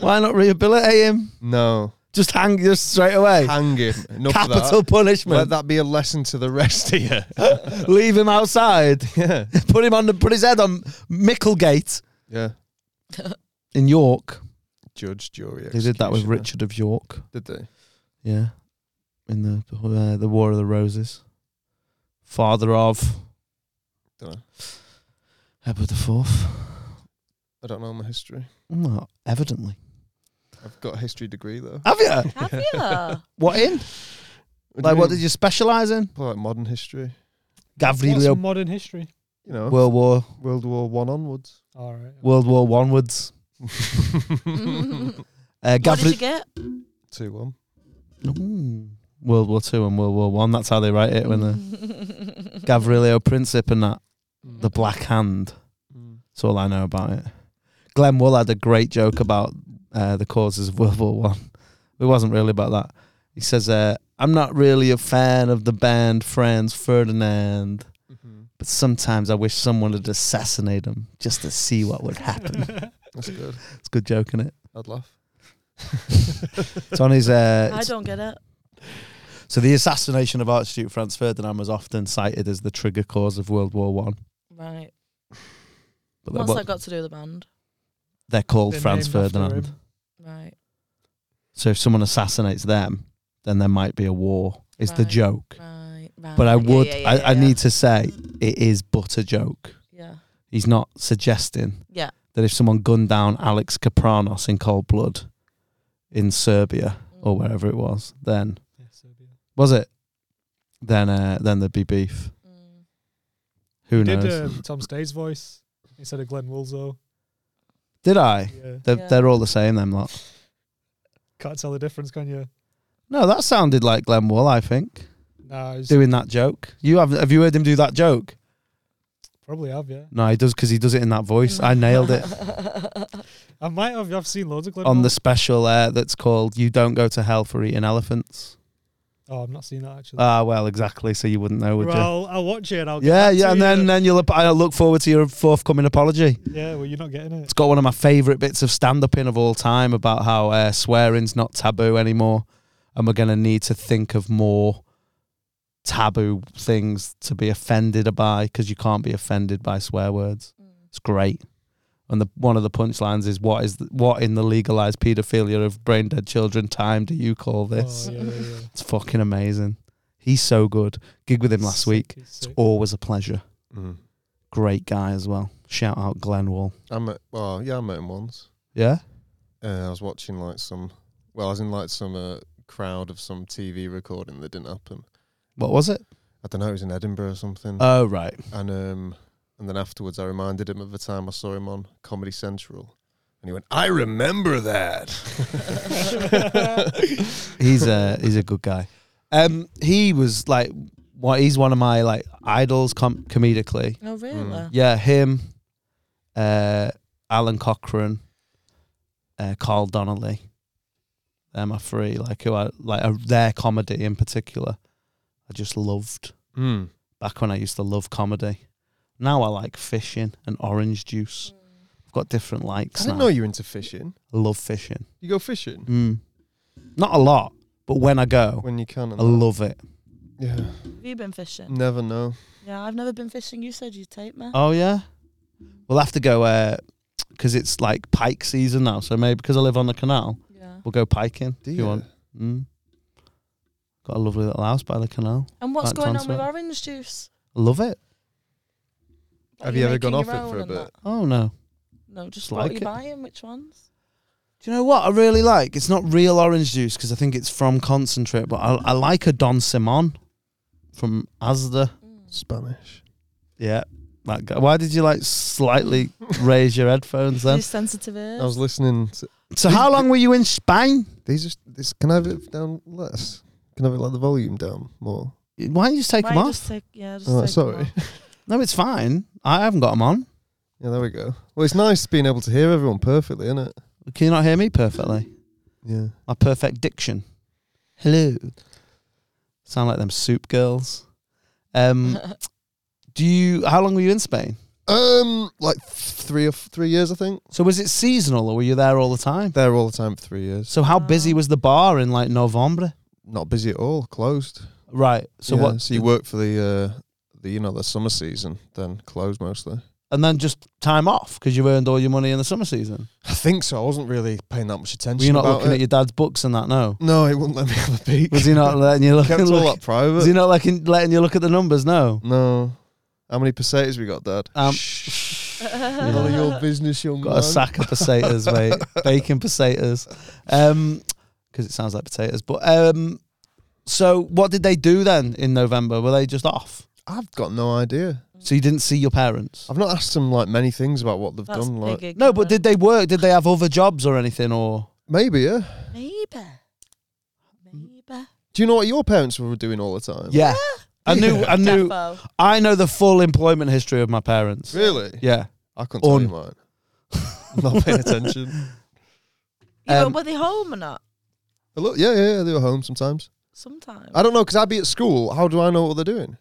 Speaker 3: Why not rehabilitate him?
Speaker 2: No.
Speaker 3: Just hang just straight away.
Speaker 2: Hang him. Enough of
Speaker 3: Capital
Speaker 2: that. Let
Speaker 3: punishment.
Speaker 2: that be a lesson to the rest of you.
Speaker 3: Leave him outside.
Speaker 2: yeah.
Speaker 3: Put him on the put his head on Micklegate
Speaker 2: Yeah.
Speaker 3: in York.
Speaker 2: Judge, jury.
Speaker 3: They did that with
Speaker 2: executioner.
Speaker 3: Richard of York.
Speaker 2: Did they?
Speaker 3: Yeah, in the uh, the War of the Roses, father of
Speaker 2: Dunno.
Speaker 3: Edward the Fourth.
Speaker 2: I don't know my history.
Speaker 3: No, evidently.
Speaker 2: I've got a history degree though.
Speaker 3: Have you?
Speaker 1: Have you?
Speaker 3: What in? Like, what did you specialise in?
Speaker 2: Probably like modern history.
Speaker 3: Gavrilo.
Speaker 4: What's modern history?
Speaker 2: You know,
Speaker 3: World War,
Speaker 2: World War One onwards.
Speaker 4: All right.
Speaker 3: World War Onewards. Uh,
Speaker 1: what did you
Speaker 3: Gavri-
Speaker 1: get?
Speaker 2: Two one.
Speaker 3: Ooh. World War Two and World War One. That's how they write it when
Speaker 1: Mm.
Speaker 3: the Gavrilo Princip and that the Black Hand.
Speaker 2: Mm.
Speaker 3: That's all I know about it. Glenn Wool had a great joke about uh, the causes of World War One. It wasn't really about that. He says, uh, "I'm not really a fan of the band Franz Ferdinand,
Speaker 2: Mhm.
Speaker 3: but sometimes I wish someone would assassinate him just to see what would happen."
Speaker 2: That's good.
Speaker 3: it's a good joke, is it?
Speaker 2: I'd laugh.
Speaker 3: It's on his. Uh,
Speaker 1: I
Speaker 3: it's-
Speaker 1: don't get it.
Speaker 3: so the assassination of Archduke Franz Ferdinand was often cited as the trigger cause of World War One.
Speaker 1: Right.
Speaker 3: But they're,
Speaker 1: What's
Speaker 3: what-
Speaker 1: that got to do with the band?
Speaker 3: they're called
Speaker 4: They're
Speaker 3: Franz
Speaker 4: named after
Speaker 3: Ferdinand.
Speaker 4: him.
Speaker 1: Right.
Speaker 3: So if someone assassinates them, then there might be a war. Is the
Speaker 1: Right.
Speaker 3: joke?
Speaker 1: Right. Right.
Speaker 3: But I
Speaker 1: Yeah,
Speaker 3: would,
Speaker 1: Yeah, yeah,
Speaker 3: I,
Speaker 1: yeah,
Speaker 3: I
Speaker 1: yeah.
Speaker 3: need to say, it is but a joke.
Speaker 1: Yeah.
Speaker 3: He's not suggesting
Speaker 1: Yeah.
Speaker 3: that if someone gunned down Alex Kapranos in cold blood in Serbia
Speaker 1: Mm.
Speaker 3: or wherever it was, then
Speaker 4: Yeah, Serbia.
Speaker 3: was it? Then, uh, then there'd be beef.
Speaker 1: Mm.
Speaker 3: Who
Speaker 4: Did
Speaker 3: knows?
Speaker 4: um, Tom Stade's voice instead of Glenn Woolzo?
Speaker 3: Did I?
Speaker 4: Yeah,
Speaker 3: They're,
Speaker 1: Yeah.
Speaker 3: they're all the same. Them lot.
Speaker 4: can't tell the difference, can you?
Speaker 3: No, that sounded like Glenn Wool. I think
Speaker 4: Nah, it's
Speaker 3: doing that joke. You have have you heard him do that joke?
Speaker 4: probably have. Yeah,
Speaker 3: No, he does because he does it in that voice.
Speaker 1: Mm.
Speaker 3: I nailed it
Speaker 4: I might have. I've seen loads of Glenn.
Speaker 3: on
Speaker 4: Wool-
Speaker 3: the special uh, that's called "You Don't Go to Hell for Eating Elephants."
Speaker 4: Oh, I've not seen that actually.
Speaker 3: Ah, well, exactly. So you wouldn't know, would you?
Speaker 4: well, I'll watch it. And I'll get
Speaker 3: yeah,
Speaker 4: back
Speaker 3: yeah,
Speaker 4: to
Speaker 3: and
Speaker 4: you.
Speaker 3: then then you'll. ap- I look forward to your forthcoming apology.
Speaker 4: yeah. Well, you're not getting it.
Speaker 3: It's got one of my favourite bits of stand-up in of all time about how uh, swearing's not taboo anymore, and we're gonna need to think of more taboo things to be offended by because you can't be offended by swear words.
Speaker 1: mm.
Speaker 3: It's great. And the one of the punchlines is what is the, what in the legalized paedophilia of brain dead children time do you call this?
Speaker 4: Oh, yeah, yeah, yeah.
Speaker 3: It's fucking amazing. He's so good. Gig with him last
Speaker 4: Sick,
Speaker 3: week.
Speaker 4: he's
Speaker 3: It's
Speaker 4: sick.
Speaker 3: always a pleasure.
Speaker 2: Mm.
Speaker 3: Great guy as well. Shout out Glenn Wall.
Speaker 2: I met. Well, yeah, I met him once.
Speaker 3: Yeah.
Speaker 2: Uh, I was watching like some. Well, I was in like some uh, crowd of some TV recording that didn't happen.
Speaker 3: What was it?
Speaker 2: I don't know. It was in Edinburgh or something.
Speaker 3: Oh right.
Speaker 2: and um, and then afterwards, I reminded him of the time I saw him on Comedy Central, and he went, "I remember that."
Speaker 3: uh, He's a he's a good guy. Um, he was like well, he's one of my like idols com- comedically.
Speaker 1: Oh, really?
Speaker 2: Mm.
Speaker 3: Yeah, him, uh, Alan Cochrane, uh, Carl Donnelly. They're my three. Like who I like uh, their comedy in particular. I just loved
Speaker 2: Mm.
Speaker 3: back when I used to love comedy. Now I like fishing and orange juice. I've got different likes.
Speaker 2: I didn't
Speaker 3: now.
Speaker 2: know you were into fishing.
Speaker 3: I love fishing.
Speaker 2: You go fishing
Speaker 3: Mm. Not a lot, but when I go,
Speaker 2: when you can. and
Speaker 3: I love it.
Speaker 2: that. Yeah.
Speaker 1: Have you been fishing?
Speaker 2: Never know.
Speaker 1: Yeah, I've never been fishing. You said you'd take me.
Speaker 3: Mm. Oh yeah, we'll have to go because it's like pike season now. So maybe because I live on the canal,
Speaker 1: Yeah.
Speaker 3: we'll go piking.
Speaker 2: Do
Speaker 3: if you
Speaker 2: you?
Speaker 3: want? Mm. Got a lovely little house by the canal.
Speaker 1: And what's
Speaker 3: Back to
Speaker 1: going on with
Speaker 3: Antwerp.
Speaker 1: orange juice?
Speaker 3: I love it.
Speaker 1: Like,
Speaker 2: Have
Speaker 1: you're
Speaker 2: you ever
Speaker 1: making
Speaker 2: gone off
Speaker 1: your
Speaker 2: it for a
Speaker 1: own and
Speaker 2: bit?
Speaker 1: that?
Speaker 3: Oh no.
Speaker 1: No, just
Speaker 3: Just
Speaker 1: what
Speaker 3: like
Speaker 1: are you
Speaker 3: it.
Speaker 1: buying? Which ones?
Speaker 3: Do you know what I really like? It's not real orange juice because I think it's from concentrate, but I, I like a Don Simon from Asda.
Speaker 2: Spanish.
Speaker 3: Yeah, that guy. Why did you like slightly raise your headphones
Speaker 1: Your
Speaker 3: then?
Speaker 1: sensitive ears.
Speaker 2: I was listening. To,
Speaker 3: So how long were you in Spain?
Speaker 2: these are this. Can I have it down less? Can I have it like the volume down more?
Speaker 3: Why don't you just take
Speaker 1: Why
Speaker 3: them
Speaker 1: you
Speaker 3: off?
Speaker 1: Just take, yeah, just
Speaker 2: Oh,
Speaker 1: take 'em
Speaker 2: sorry.
Speaker 1: off.
Speaker 3: no, it's fine. I haven't got them on.
Speaker 2: Yeah, there we go. Well, it's nice being able to hear everyone perfectly, isn't it?
Speaker 3: Can you not hear me perfectly?
Speaker 2: Yeah.
Speaker 3: My perfect diction. Hello. Sound like them soup girls. Um, do you? How long were you in Spain?
Speaker 2: Um, like th- three or f- three years, I think.
Speaker 3: So was it seasonal, or were you there all the time?
Speaker 2: There all the time for three years.
Speaker 3: So how
Speaker 1: Uh,
Speaker 3: busy was the bar in like November?
Speaker 2: Not busy at all. Closed.
Speaker 3: Right. So
Speaker 2: Yeah,
Speaker 3: what?
Speaker 2: So you work for the uh, the you know the summer season, then closed mostly.
Speaker 3: and then just time off because you earned all your money in the summer season.
Speaker 2: I think so. I wasn't really paying that much attention.
Speaker 3: Were you not
Speaker 2: about
Speaker 3: looking
Speaker 2: it.
Speaker 3: at your dad's books and that? No.
Speaker 2: No, it wouldn't let me have a peek.
Speaker 3: Was he not letting you look?
Speaker 2: kept
Speaker 3: look-
Speaker 2: all that private?
Speaker 3: was he not letting letting you look at the numbers? No.
Speaker 2: No. How many pesetas we got, Dad?
Speaker 3: Um,
Speaker 2: Shh.
Speaker 3: Yeah.
Speaker 2: None of your business, young
Speaker 3: Got
Speaker 2: man.
Speaker 3: a sack of potatoes, mate. Bacon potatoes, um, because it sounds like potatoes. But um, so what did they do then in November? Were they just off?
Speaker 2: I've got no idea.
Speaker 3: So you didn't see your parents?
Speaker 2: I've not asked them like many things about what they've
Speaker 1: That's
Speaker 2: done. Like
Speaker 1: big.
Speaker 3: No, but did they work? Did they have other jobs or anything? Or
Speaker 2: maybe, yeah.
Speaker 1: maybe,
Speaker 3: Mm.
Speaker 1: maybe.
Speaker 2: Do you know what your parents were doing all the time?
Speaker 3: yeah, I knew. I knew.
Speaker 1: Defo.
Speaker 3: I know the full employment history of my parents.
Speaker 2: Really?
Speaker 3: Yeah.
Speaker 2: I couldn't tell
Speaker 3: On.
Speaker 2: you mine. not paying attention.
Speaker 1: Yeah, but
Speaker 3: Um,
Speaker 1: were they home or not?
Speaker 2: But look, yeah, yeah, yeah, they were home sometimes.
Speaker 1: Sometimes.
Speaker 2: I don't know because I'd be at school. How do I know what they're doing?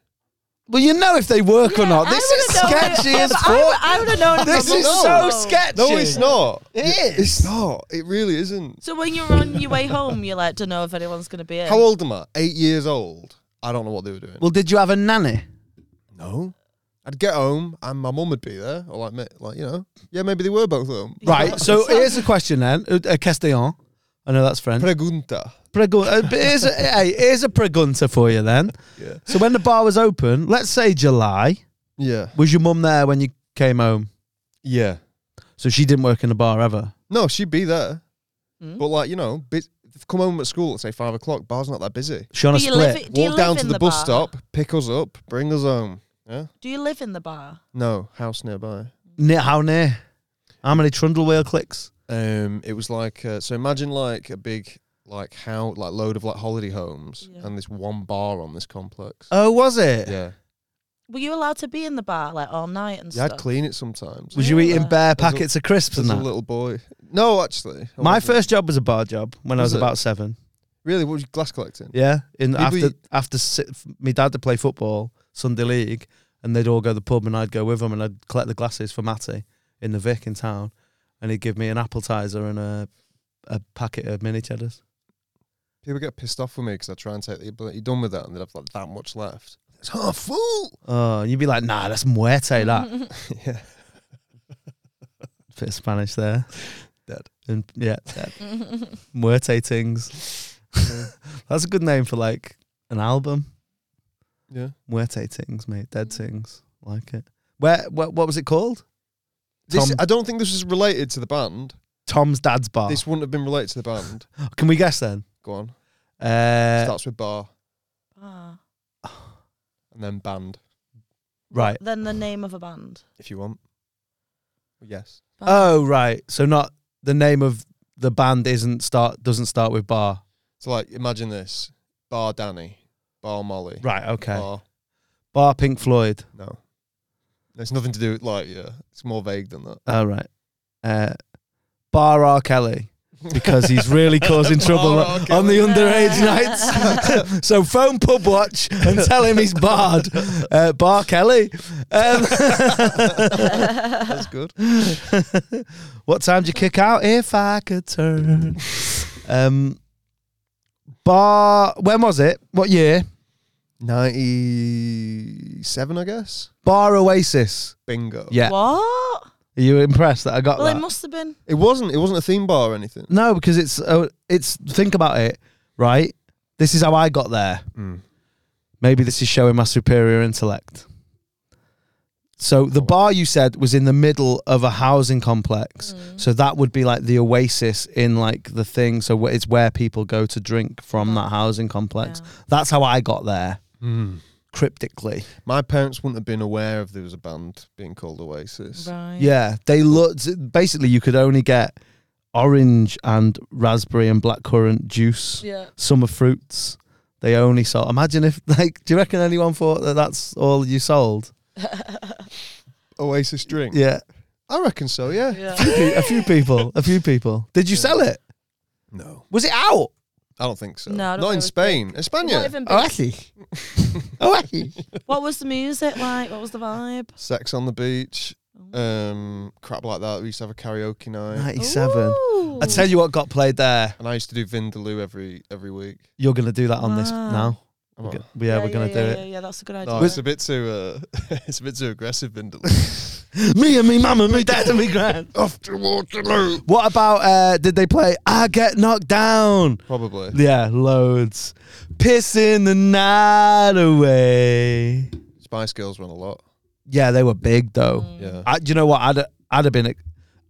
Speaker 3: Well, you know if they work
Speaker 1: Yeah,
Speaker 3: or not.
Speaker 1: I
Speaker 3: This is
Speaker 1: would've known it.
Speaker 3: sketchy
Speaker 1: Yeah,
Speaker 3: as
Speaker 1: but
Speaker 3: fuck.
Speaker 1: I would- I would've known it
Speaker 3: This
Speaker 1: from
Speaker 3: is
Speaker 1: the
Speaker 3: so
Speaker 1: know.
Speaker 3: sketchy.
Speaker 2: No, it's not.
Speaker 3: It
Speaker 2: Y-
Speaker 3: is.
Speaker 2: It's not. It really isn't.
Speaker 1: So when you're on your way home, you're like, don't know if anyone's going to be in.
Speaker 2: How old am I? Eight years old. I don't know what they were doing.
Speaker 3: Well, did you have a nanny?
Speaker 2: No. I'd get home and my mum would be there, or like, ma- like you know, yeah, maybe they were both of them.
Speaker 3: Right. So here's a question then. A a question. I know that's French.
Speaker 2: Pregunta.
Speaker 3: Pregun- uh, but here's, a, hey, here's a pregunta for you then.
Speaker 2: Yeah.
Speaker 3: So when the bar was open, let's say July,
Speaker 2: Yeah.
Speaker 3: was your mum there when you came home?
Speaker 2: Yeah.
Speaker 3: So she didn't work in the bar ever.
Speaker 2: No, she'd be there,
Speaker 1: Hmm?
Speaker 2: but like you know, bus- if come home at school at say five o'clock. Bar's not that busy.
Speaker 3: She on
Speaker 1: do
Speaker 3: a
Speaker 1: you live,
Speaker 3: split.
Speaker 1: i- do you
Speaker 2: Walk
Speaker 1: live
Speaker 2: down
Speaker 1: in
Speaker 2: to the, bus
Speaker 1: bar?
Speaker 2: stop, pick us up, bring us home. Yeah.
Speaker 1: Do you live in the bar?
Speaker 2: No house nearby.
Speaker 3: Near, how near? How many trundle wheel clicks?
Speaker 2: Um, it was like uh, so. Imagine like a big like how like load of like holiday homes
Speaker 1: Yeah.
Speaker 2: and this one bar on this complex.
Speaker 3: Oh, was it?
Speaker 2: yeah.
Speaker 1: Were you allowed to be in the bar like all night and
Speaker 2: Yeah, I'd
Speaker 1: stuff?
Speaker 2: clean it sometimes.
Speaker 3: Was you
Speaker 1: Really?
Speaker 3: eating
Speaker 2: There's
Speaker 3: bare
Speaker 2: a-
Speaker 3: packets of crisps
Speaker 2: As
Speaker 3: and
Speaker 2: a
Speaker 3: that?
Speaker 2: little boy. No, actually. I
Speaker 3: My
Speaker 2: wasn't.
Speaker 3: first job was a bar job when
Speaker 2: Was
Speaker 3: I was
Speaker 2: it?
Speaker 3: about seven.
Speaker 2: Really? What was you glass collecting?
Speaker 3: Yeah, in
Speaker 2: Did
Speaker 3: after
Speaker 2: we-
Speaker 3: after si- f- my dad to play football Sunday league, and they'd all go to the pub, and I'd go with them, and I'd collect the glasses for Matty in the Vic in town, and he'd give me an appetizer and a a packet of mini cheddars.
Speaker 2: People get pissed off with me because I try and take the but you're done with that and they'd have like that much left. It's oh fool.
Speaker 3: Oh, and you'd be like, nah, that's muerte, that
Speaker 2: yeah.
Speaker 3: bit of Spanish there.
Speaker 2: Dead.
Speaker 3: And yeah, dead. muerte things. that's a good name for like an album.
Speaker 2: Yeah.
Speaker 3: Muerte things, mate. Dead things. Like it. Where? What, what was it called?
Speaker 2: This,
Speaker 3: Tom- Ah.
Speaker 2: I don't think this was related to the band.
Speaker 3: Tom's dad's bar.
Speaker 2: This wouldn't have been related to the band.
Speaker 3: oh, Can we guess then?
Speaker 2: Go on.
Speaker 3: Uh,
Speaker 2: Starts with bar
Speaker 1: Ah.
Speaker 2: and then band,
Speaker 3: right.
Speaker 1: Then the name of a band.
Speaker 2: if you want. Yes.
Speaker 3: Oh, right. So not the name of the band isn't start doesn't start with bar.
Speaker 2: So like imagine this. Bar Danny. Bar Molly.
Speaker 3: Right, okay.
Speaker 2: Bar.
Speaker 3: Bar Pink Floyd.
Speaker 2: No. It's nothing to do with like yeah. It's more vague than that.
Speaker 3: All right. Uh, Bar R. Kelly. Because he's really causing trouble
Speaker 2: Bar R.
Speaker 3: on the
Speaker 2: Kelly.
Speaker 3: underage nights. so phone pub watch and tell him he's barred. Uh, Bar Kelly. Um,
Speaker 2: That's good.
Speaker 3: what time do you kick out? If I could turn. Um, bar. When was it? What year?
Speaker 2: Ninety-seven, I guess.
Speaker 3: Bar Oasis.
Speaker 2: Bingo.
Speaker 3: Yeah.
Speaker 1: What?
Speaker 3: Are you impressed that I got
Speaker 1: Well,
Speaker 3: that?
Speaker 1: it must have been.
Speaker 2: It wasn't. It wasn't a theme bar or anything.
Speaker 3: No, because it's uh, it's think about it, right? This is how I got there.
Speaker 2: Mm.
Speaker 3: Maybe this is showing my superior intellect. So the
Speaker 2: Oh.
Speaker 3: bar you said was in the middle of a housing complex.
Speaker 1: Mm.
Speaker 3: So that would be like the oasis in like the thing. So wh- it's where people go to drink from that housing complex.
Speaker 1: Yeah.
Speaker 3: That's how I got there cryptically.
Speaker 2: Mm. My parents wouldn't have been aware if there was a band being called Oasis.
Speaker 1: Right.
Speaker 3: Oh, Yeah, they looked basically you could only get orange and raspberry and blackcurrant juice.
Speaker 1: Yeah.
Speaker 3: summer fruits. They only sold. Imagine if, like, do you reckon anyone thought that that's all you sold?
Speaker 2: Oasis drink.
Speaker 3: Yeah,
Speaker 2: I reckon so. Yeah.
Speaker 3: a few,
Speaker 1: yeah.
Speaker 3: pe- a few people, a few people. Did you sell it?
Speaker 2: No,
Speaker 3: Was it out?
Speaker 2: I don't think so.
Speaker 1: No, I don't
Speaker 2: not
Speaker 1: think
Speaker 2: in
Speaker 1: it was
Speaker 2: Spain.
Speaker 1: It might have
Speaker 2: España.
Speaker 1: been big.
Speaker 3: Oh, actually. oh, actually.
Speaker 1: What was the music like? What was the vibe?
Speaker 2: Sex on the beach. Um, crap like that. We used to have a karaoke night,
Speaker 3: Ninety-seven.
Speaker 1: Ooh.
Speaker 3: I tell you what got played there.
Speaker 2: and I used to do Vindaloo every every week.
Speaker 3: You're gonna do that on this
Speaker 1: Wow.
Speaker 3: now.
Speaker 2: Come
Speaker 3: We're
Speaker 2: on.
Speaker 3: go- yeah, we're gonna
Speaker 1: Ah. yeah,
Speaker 3: do
Speaker 1: yeah,
Speaker 3: it.
Speaker 1: Yeah, yeah, that's a good idea.
Speaker 2: No, it's a bit too uh, it's a bit too aggressive Vindaloo.
Speaker 3: Me and me mum and me dad and me grand.
Speaker 2: After Waterloo.
Speaker 3: What about? uh Did they play? I get knocked down.
Speaker 2: Probably.
Speaker 3: Yeah, loads. Pissing the night away.
Speaker 2: Spice Girls run a lot.
Speaker 3: Yeah, they were big though.
Speaker 1: Mm,
Speaker 2: Yeah.
Speaker 3: I, do you know what? I'd I'd have been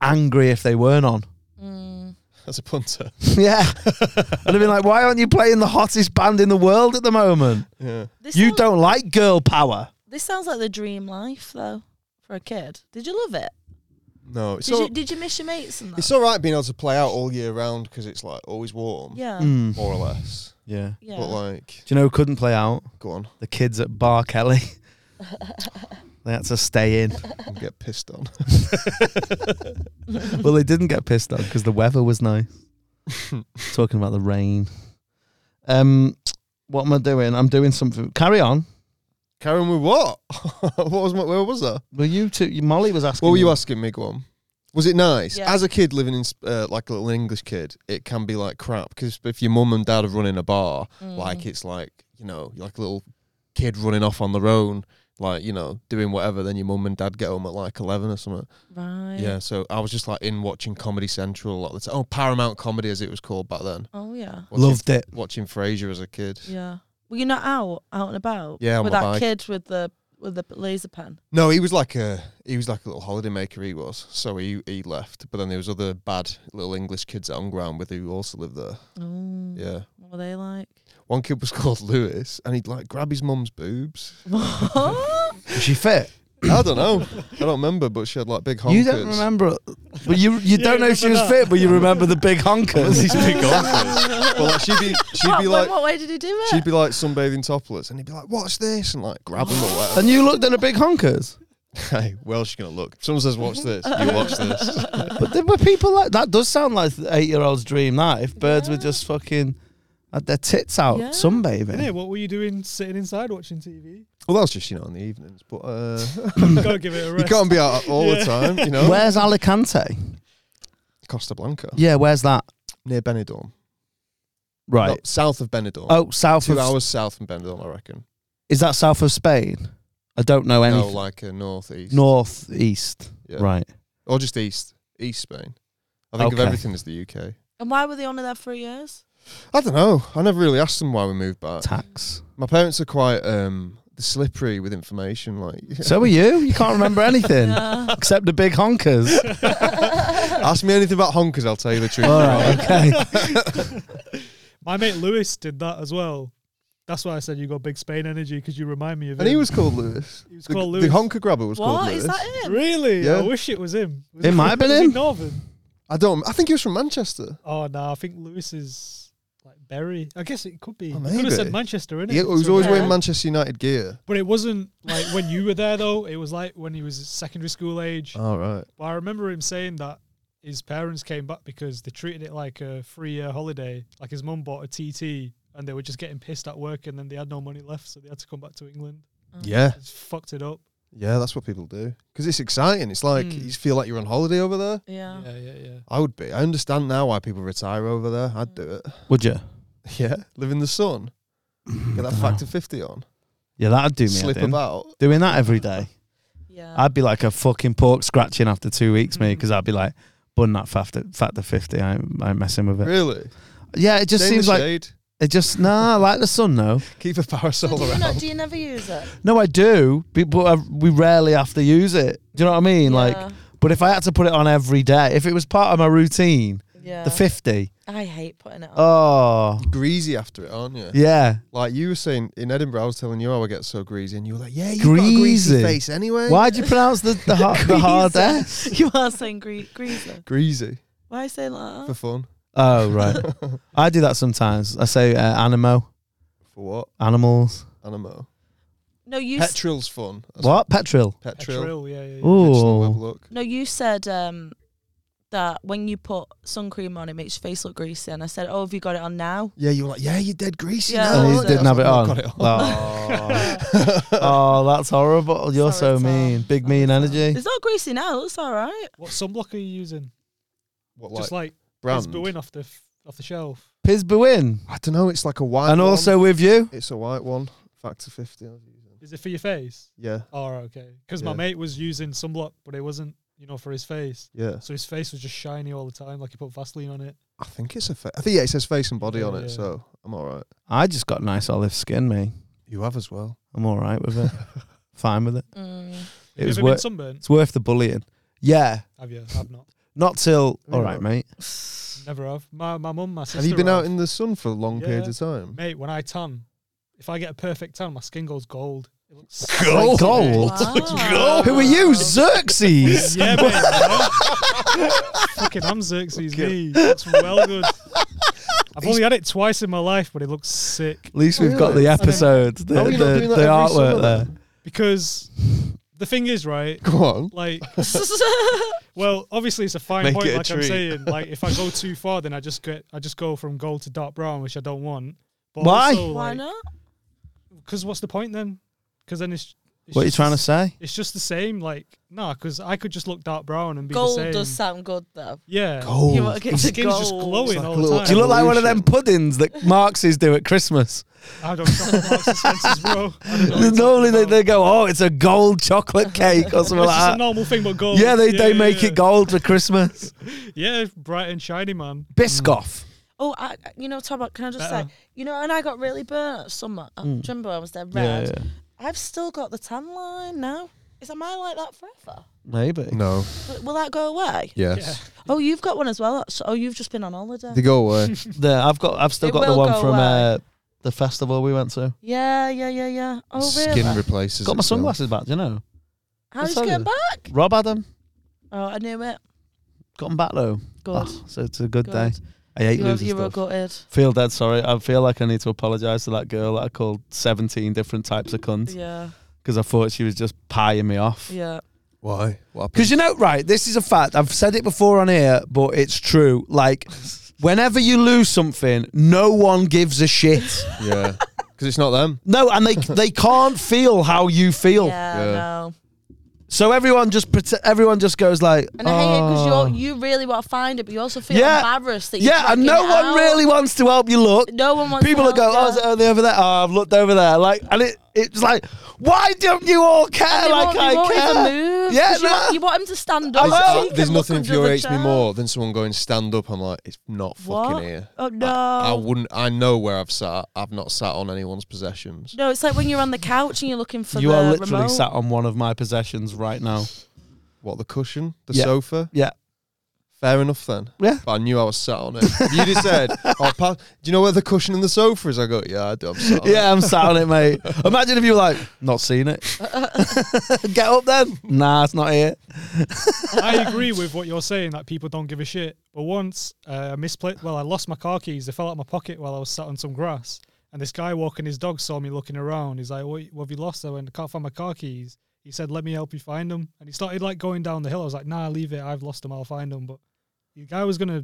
Speaker 3: angry if they weren't on.
Speaker 1: mm.
Speaker 2: As a punter.
Speaker 3: yeah, I'd have been like, why aren't you playing the hottest band in the world at the moment?
Speaker 2: Yeah.
Speaker 1: This
Speaker 3: You
Speaker 1: sounds-
Speaker 3: don't like girl power.
Speaker 1: This sounds like the dream life, though, for a kid. Did you love it?
Speaker 2: No, it's
Speaker 1: Did,
Speaker 2: all,
Speaker 1: you, did you miss your mates and that?
Speaker 2: it's all right being able to play out all year round because it's like always warm,
Speaker 1: yeah.
Speaker 3: Mm.
Speaker 2: more or less.
Speaker 3: Yeah.
Speaker 1: Yeah.
Speaker 2: But like,
Speaker 3: Do you know who couldn't play out?
Speaker 2: go on
Speaker 3: The kids at Bar Kelly. they had to stay in.
Speaker 2: and get pissed on.
Speaker 3: well, they didn't get pissed off because the weather was nice. Talking about the rain. Um, what am I doing? I'm doing something. Carry on.
Speaker 2: Karen, with what? what was my, where was that?
Speaker 3: Well, you two. Molly was asking.
Speaker 2: What were you
Speaker 3: me-
Speaker 2: asking me, Go on. Was it nice?
Speaker 1: Yeah.
Speaker 2: As a kid living in S- uh, like a little English kid, it can be like crap because if your mum and dad are running a bar,
Speaker 1: Mm.
Speaker 2: like it's like you know, you're like a little kid running off on their own, like you know, doing whatever. Then your mum and dad get home at like eleven or something.
Speaker 1: right.
Speaker 2: Yeah, so I was just like in watching Comedy Central a lot of the time. Oh, Paramount Comedy as it was called back then.
Speaker 1: Oh yeah.
Speaker 2: Watching,
Speaker 3: Loved it.
Speaker 2: watching Frasier as a kid.
Speaker 1: Yeah. Were you not out, out and about?
Speaker 2: Yeah, on
Speaker 1: With
Speaker 2: my
Speaker 1: that
Speaker 2: bike.
Speaker 1: kid with the with the laser pen.
Speaker 2: No, he was like a he was like a little holiday maker. He was so he he left, but then there was other bad little English kids at on ground with who also lived there.
Speaker 1: Oh.
Speaker 2: Yeah,
Speaker 1: What were they like?
Speaker 2: one kid was called Lewis, and he'd like grab his mum's boobs.
Speaker 1: What?
Speaker 3: Is she fit?
Speaker 2: I don't know, I don't remember, but she had like big honkers.
Speaker 3: You don't remember, but you you don't know if she was
Speaker 4: remember
Speaker 3: fit, but you remember the big honkers.
Speaker 2: these big honkers. but like she'd be she'd
Speaker 1: what,
Speaker 2: be
Speaker 1: what-
Speaker 2: like
Speaker 1: what way did he do it?
Speaker 2: she'd be like sunbathing topless, and he'd be like, "What's this?" and like grab them or whatever.
Speaker 3: and you looked at the big honkers.
Speaker 2: Hey, where she gonna look? Someone says, "Watch this." You watch this.
Speaker 3: But there were people like that. Does sound like eight year olds' dream night. If birds were
Speaker 1: Yeah.
Speaker 3: just fucking had their tits out
Speaker 1: Yeah.
Speaker 3: sunbathing.
Speaker 4: Yeah, what were you doing sitting inside watching TV?
Speaker 2: Well, that's just you know in the evenings, but uh,
Speaker 4: Gotta give it a
Speaker 2: you
Speaker 4: rest.
Speaker 2: can't be out all the time. You know,
Speaker 3: Where's Alicante?
Speaker 2: Costa Blanca
Speaker 3: Yeah, where's that?
Speaker 2: near Benidorm,
Speaker 3: Right.
Speaker 2: No, south of Benidorm.
Speaker 3: Oh, south
Speaker 2: two
Speaker 3: of
Speaker 2: hours south from Benidorm, I reckon.
Speaker 3: is that south of Spain? I don't know
Speaker 2: No,
Speaker 3: anything.
Speaker 2: like uh, northeast,
Speaker 3: North east.
Speaker 2: yeah.
Speaker 3: Right.
Speaker 2: or just east, east Spain. I think
Speaker 3: Okay.
Speaker 2: of everything as the UK.
Speaker 1: and why were they only there three years?
Speaker 2: I don't know. I never really asked them why we moved back.
Speaker 3: Tax.
Speaker 2: My parents are quite um, slippery with information. Like,
Speaker 3: So are you? You can't remember anything
Speaker 1: Yeah.
Speaker 3: except the big honkers.
Speaker 2: ask me anything about honkers, I'll tell you the truth.
Speaker 3: All right. Okay.
Speaker 4: My mate Lewis did that as well. That's why I said you got big Spain energy because you remind me of
Speaker 2: And he
Speaker 4: him.
Speaker 2: was called Lewis.
Speaker 4: He was
Speaker 2: the,
Speaker 4: called
Speaker 2: the
Speaker 4: Lewis.
Speaker 2: honker grabber was called
Speaker 1: what
Speaker 2: Lewis.
Speaker 1: is that? It?
Speaker 4: really.
Speaker 2: Yeah.
Speaker 4: I wish it was him. Was
Speaker 3: It might have been
Speaker 4: was he
Speaker 3: him.
Speaker 4: Northern.
Speaker 2: I don't. I think he was from Manchester.
Speaker 4: Oh no, I think Lewis is like Bury. I guess it could be.
Speaker 2: Oh,
Speaker 4: I could have
Speaker 2: maybe.
Speaker 4: said Manchester, innit?
Speaker 2: He was
Speaker 4: So-
Speaker 2: always
Speaker 1: Yeah.
Speaker 2: wearing Manchester United gear.
Speaker 4: But it wasn't like when you were there though. It was like when he was secondary school age.
Speaker 2: All right.
Speaker 4: But I remember him saying that his parents came back because they treated it like a three-year holiday. Like his mum bought a TT, and they were just getting pissed at work, and then they had no money left, so they had to come back to England.
Speaker 1: Oh.
Speaker 2: Yeah.
Speaker 4: It's fucked it up.
Speaker 2: Yeah, that's what people do. Because it's exciting. It's like
Speaker 4: Mm.
Speaker 2: you feel like you're on holiday over there.
Speaker 1: Yeah.
Speaker 4: Yeah, yeah, yeah.
Speaker 2: I would be. I understand now why people retire over there. I'd do it.
Speaker 3: Would you?
Speaker 2: Yeah. Live in the sun. Get that
Speaker 3: Dunno.
Speaker 2: factor 50 on.
Speaker 3: Yeah, that'd do Mm-hmm. me.
Speaker 2: Slip
Speaker 3: Slip about.
Speaker 2: about.
Speaker 3: Doing that every day.
Speaker 1: Yeah.
Speaker 3: I'd be like a fucking pork scratching after two weeks, mate,
Speaker 4: Mm.
Speaker 3: because I'd be like, bun that factor, factor 50. I ain't, I ain't messing with it.
Speaker 2: Really?
Speaker 3: Yeah, it just
Speaker 2: Stay in
Speaker 3: seems
Speaker 2: the
Speaker 3: like,
Speaker 2: shade.
Speaker 3: it just, nah, I like the sun, though.
Speaker 2: Keep a
Speaker 1: So
Speaker 2: parasol
Speaker 1: do you
Speaker 2: around.
Speaker 1: not? Do you never use it?
Speaker 3: No, I do, but- but I, we rarely have to use it. Do you know what I mean? Like,
Speaker 1: yeah.
Speaker 3: but if I had to put it on every day, if it was part of my routine,
Speaker 1: yeah.
Speaker 3: the 50,
Speaker 1: I hate putting it on.
Speaker 3: oh,
Speaker 2: greasy after it, aren't you?
Speaker 3: yeah.
Speaker 2: Like you were saying in Edinburgh, I was telling you how I get so greasy, and you were like, "Yeah, you got a
Speaker 3: Greasy?
Speaker 2: greasy face anyway."
Speaker 3: Why'd you pronounce the, the, har- the hard S?
Speaker 1: You are saying gre- greaser.
Speaker 2: Greasy
Speaker 1: Why are you saying like
Speaker 2: for
Speaker 1: that?
Speaker 2: fun.
Speaker 3: Oh, right. I do that sometimes. I say uh, animo,
Speaker 2: For what?
Speaker 3: animals.
Speaker 2: Animo.
Speaker 1: No, you s-
Speaker 2: Petril's fun. That's
Speaker 3: What? Oh. Petril.
Speaker 2: Petril.
Speaker 4: Trill, yeah, yeah. yeah.
Speaker 2: Original web
Speaker 3: Ooh.
Speaker 2: look.
Speaker 1: no, you said um, that when you put sun cream on, it makes your face look greasy. And I said, oh, have you got it on now?
Speaker 2: Yeah, you were like, "Yeah, you're dead greasy."
Speaker 1: Yeah.
Speaker 2: now,
Speaker 3: And he
Speaker 2: aren't you?"
Speaker 3: didn't have it
Speaker 2: I
Speaker 3: on.
Speaker 2: was like,
Speaker 3: Oh. Oh, that's horrible. You're
Speaker 1: Sorry, Tom.
Speaker 3: so mean. Big mean
Speaker 1: Sorry, Tom.
Speaker 3: energy.
Speaker 1: It's not greasy now. It looks all right.
Speaker 4: What sunblock are you using?
Speaker 2: What,
Speaker 4: Just
Speaker 2: like,
Speaker 4: like
Speaker 2: brand?
Speaker 4: Bisbuin off the f- off the shelf.
Speaker 3: Pisbuin.
Speaker 2: I don't know. It's like a white.
Speaker 3: And
Speaker 2: one.
Speaker 3: also with you.
Speaker 2: it's a white one. Factor fifty. I'll use it.
Speaker 4: Is it for your face?
Speaker 2: Yeah,
Speaker 4: Oh, right, okay. Because my
Speaker 2: Yeah.
Speaker 4: mate was using sunblock, but it wasn't, you know, for his face.
Speaker 2: yeah.
Speaker 4: So his face was just shiny all the time, like he put Vaseline on it.
Speaker 2: I think it's a. Fa- I think yeah, it says face and body
Speaker 4: Yeah,
Speaker 2: on it,
Speaker 4: yeah.
Speaker 2: so I'm all right.
Speaker 3: I just got nice olive skin, me.
Speaker 2: You have as well.
Speaker 3: I'm all right with it. Fine with it.
Speaker 1: Mm.
Speaker 3: It
Speaker 4: Have
Speaker 3: was
Speaker 4: you ever
Speaker 3: wor-
Speaker 4: been sunburned?
Speaker 3: it's worth the bullying. Yeah.
Speaker 4: Have you? I've not.
Speaker 3: Not till.
Speaker 2: Yeah.
Speaker 3: All right, mate.
Speaker 4: Never have. My my mum, my sister.
Speaker 2: Have you been out
Speaker 4: have.
Speaker 2: in the sun for long
Speaker 4: Yeah.
Speaker 2: periods of time?
Speaker 4: Mate, when I tan, if I get a perfect tan, my skin goes gold. It looks
Speaker 3: Gold? Gold? Who are you, Xerxes?
Speaker 4: yeah, mate. you know? Fucking, I'm Xerxes
Speaker 2: Fucking-
Speaker 4: me. Looks well good. I've only had it twice in my life, but it looks sick
Speaker 3: At least we've got
Speaker 2: Really?
Speaker 3: the episode, the,
Speaker 2: How are you not
Speaker 3: the,
Speaker 2: doing
Speaker 3: the
Speaker 2: that every summer
Speaker 3: artwork there.
Speaker 2: then?
Speaker 4: because the thing is, right?
Speaker 2: Go on.
Speaker 4: Like, well, obviously it's a fine
Speaker 2: Make
Speaker 4: point.
Speaker 2: it a
Speaker 4: Like I'm
Speaker 2: treat.
Speaker 4: saying, like if I go too far, then I just get I just go from gold to dark brown, which I don't want. But
Speaker 3: Why?
Speaker 1: Why not?
Speaker 4: Because what's the point then? Because then it's, it's
Speaker 3: What are you
Speaker 4: just
Speaker 3: trying
Speaker 4: the
Speaker 3: to say?
Speaker 4: It's just the same, like nah, because I could just look dark brown and be the
Speaker 1: Gold
Speaker 4: same. Oh.
Speaker 1: does sound good though.
Speaker 4: yeah,
Speaker 2: Gold.
Speaker 1: You want to
Speaker 4: My
Speaker 1: get to
Speaker 4: skin's just
Speaker 1: gold.
Speaker 4: glowing
Speaker 2: It's like
Speaker 4: all
Speaker 2: a
Speaker 4: the
Speaker 2: little-
Speaker 4: time.
Speaker 3: Do you look like one of them
Speaker 2: Evolution.
Speaker 3: puddings that Marxes do at Christmas?
Speaker 4: I don't shop at Marks and Spencer's, bro. I don't know what you're
Speaker 3: Normally they,
Speaker 4: talking
Speaker 3: they
Speaker 4: about.
Speaker 3: go, oh, it's a gold chocolate cake or something
Speaker 4: It's just a
Speaker 3: like that.
Speaker 4: normal thing, but gold.
Speaker 3: Yeah, they, they
Speaker 4: yeah,
Speaker 3: make
Speaker 4: yeah.
Speaker 3: it gold for Christmas.
Speaker 4: Yeah, bright and shiny, man.
Speaker 3: Biscoff.
Speaker 1: Oh, I, I- you know, Tom, can I just
Speaker 4: Better.
Speaker 1: say, you know, and I got really burnt at summer. Uh,
Speaker 4: Mm.
Speaker 1: Do you remember I was there red? I've still got the tan line now. Is am I like that forever?
Speaker 3: Maybe.
Speaker 2: No.
Speaker 1: Will- Will that go away?
Speaker 2: Yes.
Speaker 1: Oh, you've got one as well. That's- Oh, you've just been on holiday.
Speaker 2: They go away.
Speaker 3: Yeah, I've got. I've still
Speaker 1: It
Speaker 3: got the
Speaker 1: will
Speaker 3: one
Speaker 1: go
Speaker 3: from
Speaker 1: away.
Speaker 3: uh, the festival we went to.
Speaker 1: Yeah, yeah, yeah, yeah. Oh, really?
Speaker 2: Skin replaces.
Speaker 3: got my
Speaker 2: itself.
Speaker 3: sunglasses back. Do you know?
Speaker 1: How's
Speaker 3: I'll
Speaker 1: it
Speaker 3: tell
Speaker 1: going
Speaker 3: you.
Speaker 1: back?
Speaker 3: Rob had them.
Speaker 1: Oh, I knew it.
Speaker 3: Got them back though.
Speaker 1: Good.
Speaker 3: Oh, so it's a good,
Speaker 1: good.
Speaker 3: day. I hate
Speaker 1: You're,
Speaker 3: losing
Speaker 1: you're
Speaker 3: stuff.
Speaker 1: gutted.
Speaker 3: Feel dead sorry. I feel like I need to apologise to that girl that I called seventeen different types of cunt
Speaker 1: Yeah,
Speaker 3: because I thought she was just pieing me off.
Speaker 1: yeah.
Speaker 2: Why? What happened?
Speaker 3: Because you know, right? This is a fact. I've said it before on here, but it's true. Like, whenever you lose something, no one gives a shit.
Speaker 2: Yeah. Because it's not them.
Speaker 3: No, and they they can't feel how you feel.
Speaker 1: Yeah,
Speaker 2: Yeah.
Speaker 1: no.
Speaker 3: So everyone just prete- everyone just goes like,
Speaker 1: And I hate it
Speaker 3: "Oh."
Speaker 1: because you you really want to find it, but you also feel
Speaker 3: Yeah.
Speaker 1: embarrassed that you're
Speaker 3: yeah, and
Speaker 1: dragging
Speaker 3: no
Speaker 1: it
Speaker 3: one
Speaker 1: out.
Speaker 3: really wants to help you look.
Speaker 1: No one wants.
Speaker 3: People
Speaker 1: to
Speaker 3: that go, oh,
Speaker 1: help
Speaker 3: is
Speaker 1: you.
Speaker 3: it- are they over there? Oh, I've looked over there. Like, and it it's like, why don't you all care
Speaker 1: They
Speaker 3: like
Speaker 1: won't- they won't even
Speaker 3: I care?
Speaker 1: move,
Speaker 3: Yeah,
Speaker 1: 'cause you,
Speaker 3: no.
Speaker 1: want, you want him to stand
Speaker 3: I
Speaker 1: up.
Speaker 3: know.
Speaker 1: so he
Speaker 3: Oh,
Speaker 1: can
Speaker 2: There's
Speaker 1: look
Speaker 2: nothing
Speaker 1: under the
Speaker 2: infuriates me
Speaker 1: chair.
Speaker 2: more than someone going stand up. I'm like, it's not
Speaker 1: What?
Speaker 2: fucking here.
Speaker 1: Oh no!
Speaker 2: I wouldn't. I know where I've sat. I've not sat on anyone's possessions.
Speaker 1: no, it's like when you're on the couch and you're looking for
Speaker 3: You
Speaker 1: the
Speaker 3: are literally
Speaker 1: remote.
Speaker 3: sat on one of my possessions right now.
Speaker 2: What the cushion, the
Speaker 3: Yeah.
Speaker 2: sofa,
Speaker 3: Yeah.
Speaker 2: Fair enough then.
Speaker 3: Yeah.
Speaker 2: But I knew I was sat on it. You just said, oh, pa- "Do you know where the cushion and the sofa is?" I go, "Yeah, I do." I'm sat on it."
Speaker 3: Yeah, I'm sat on it, mate. Imagine if you were like, Oh. not seen it. Get up then. Nah, it's not here.
Speaker 4: I agree with what you're saying that people don't give a shit. But once uh, I misplaced, well, I lost my car keys. They fell out of my pocket while I was sat on some grass. And this guy walking his dog saw me looking around. He's like, "What, what have you lost?" I went, "I can't find my car keys." He said, "Let me help you find them." And he started like going down the hill. I was like, "Nah, leave it. I've lost them. I'll find them." But the guy was gonna.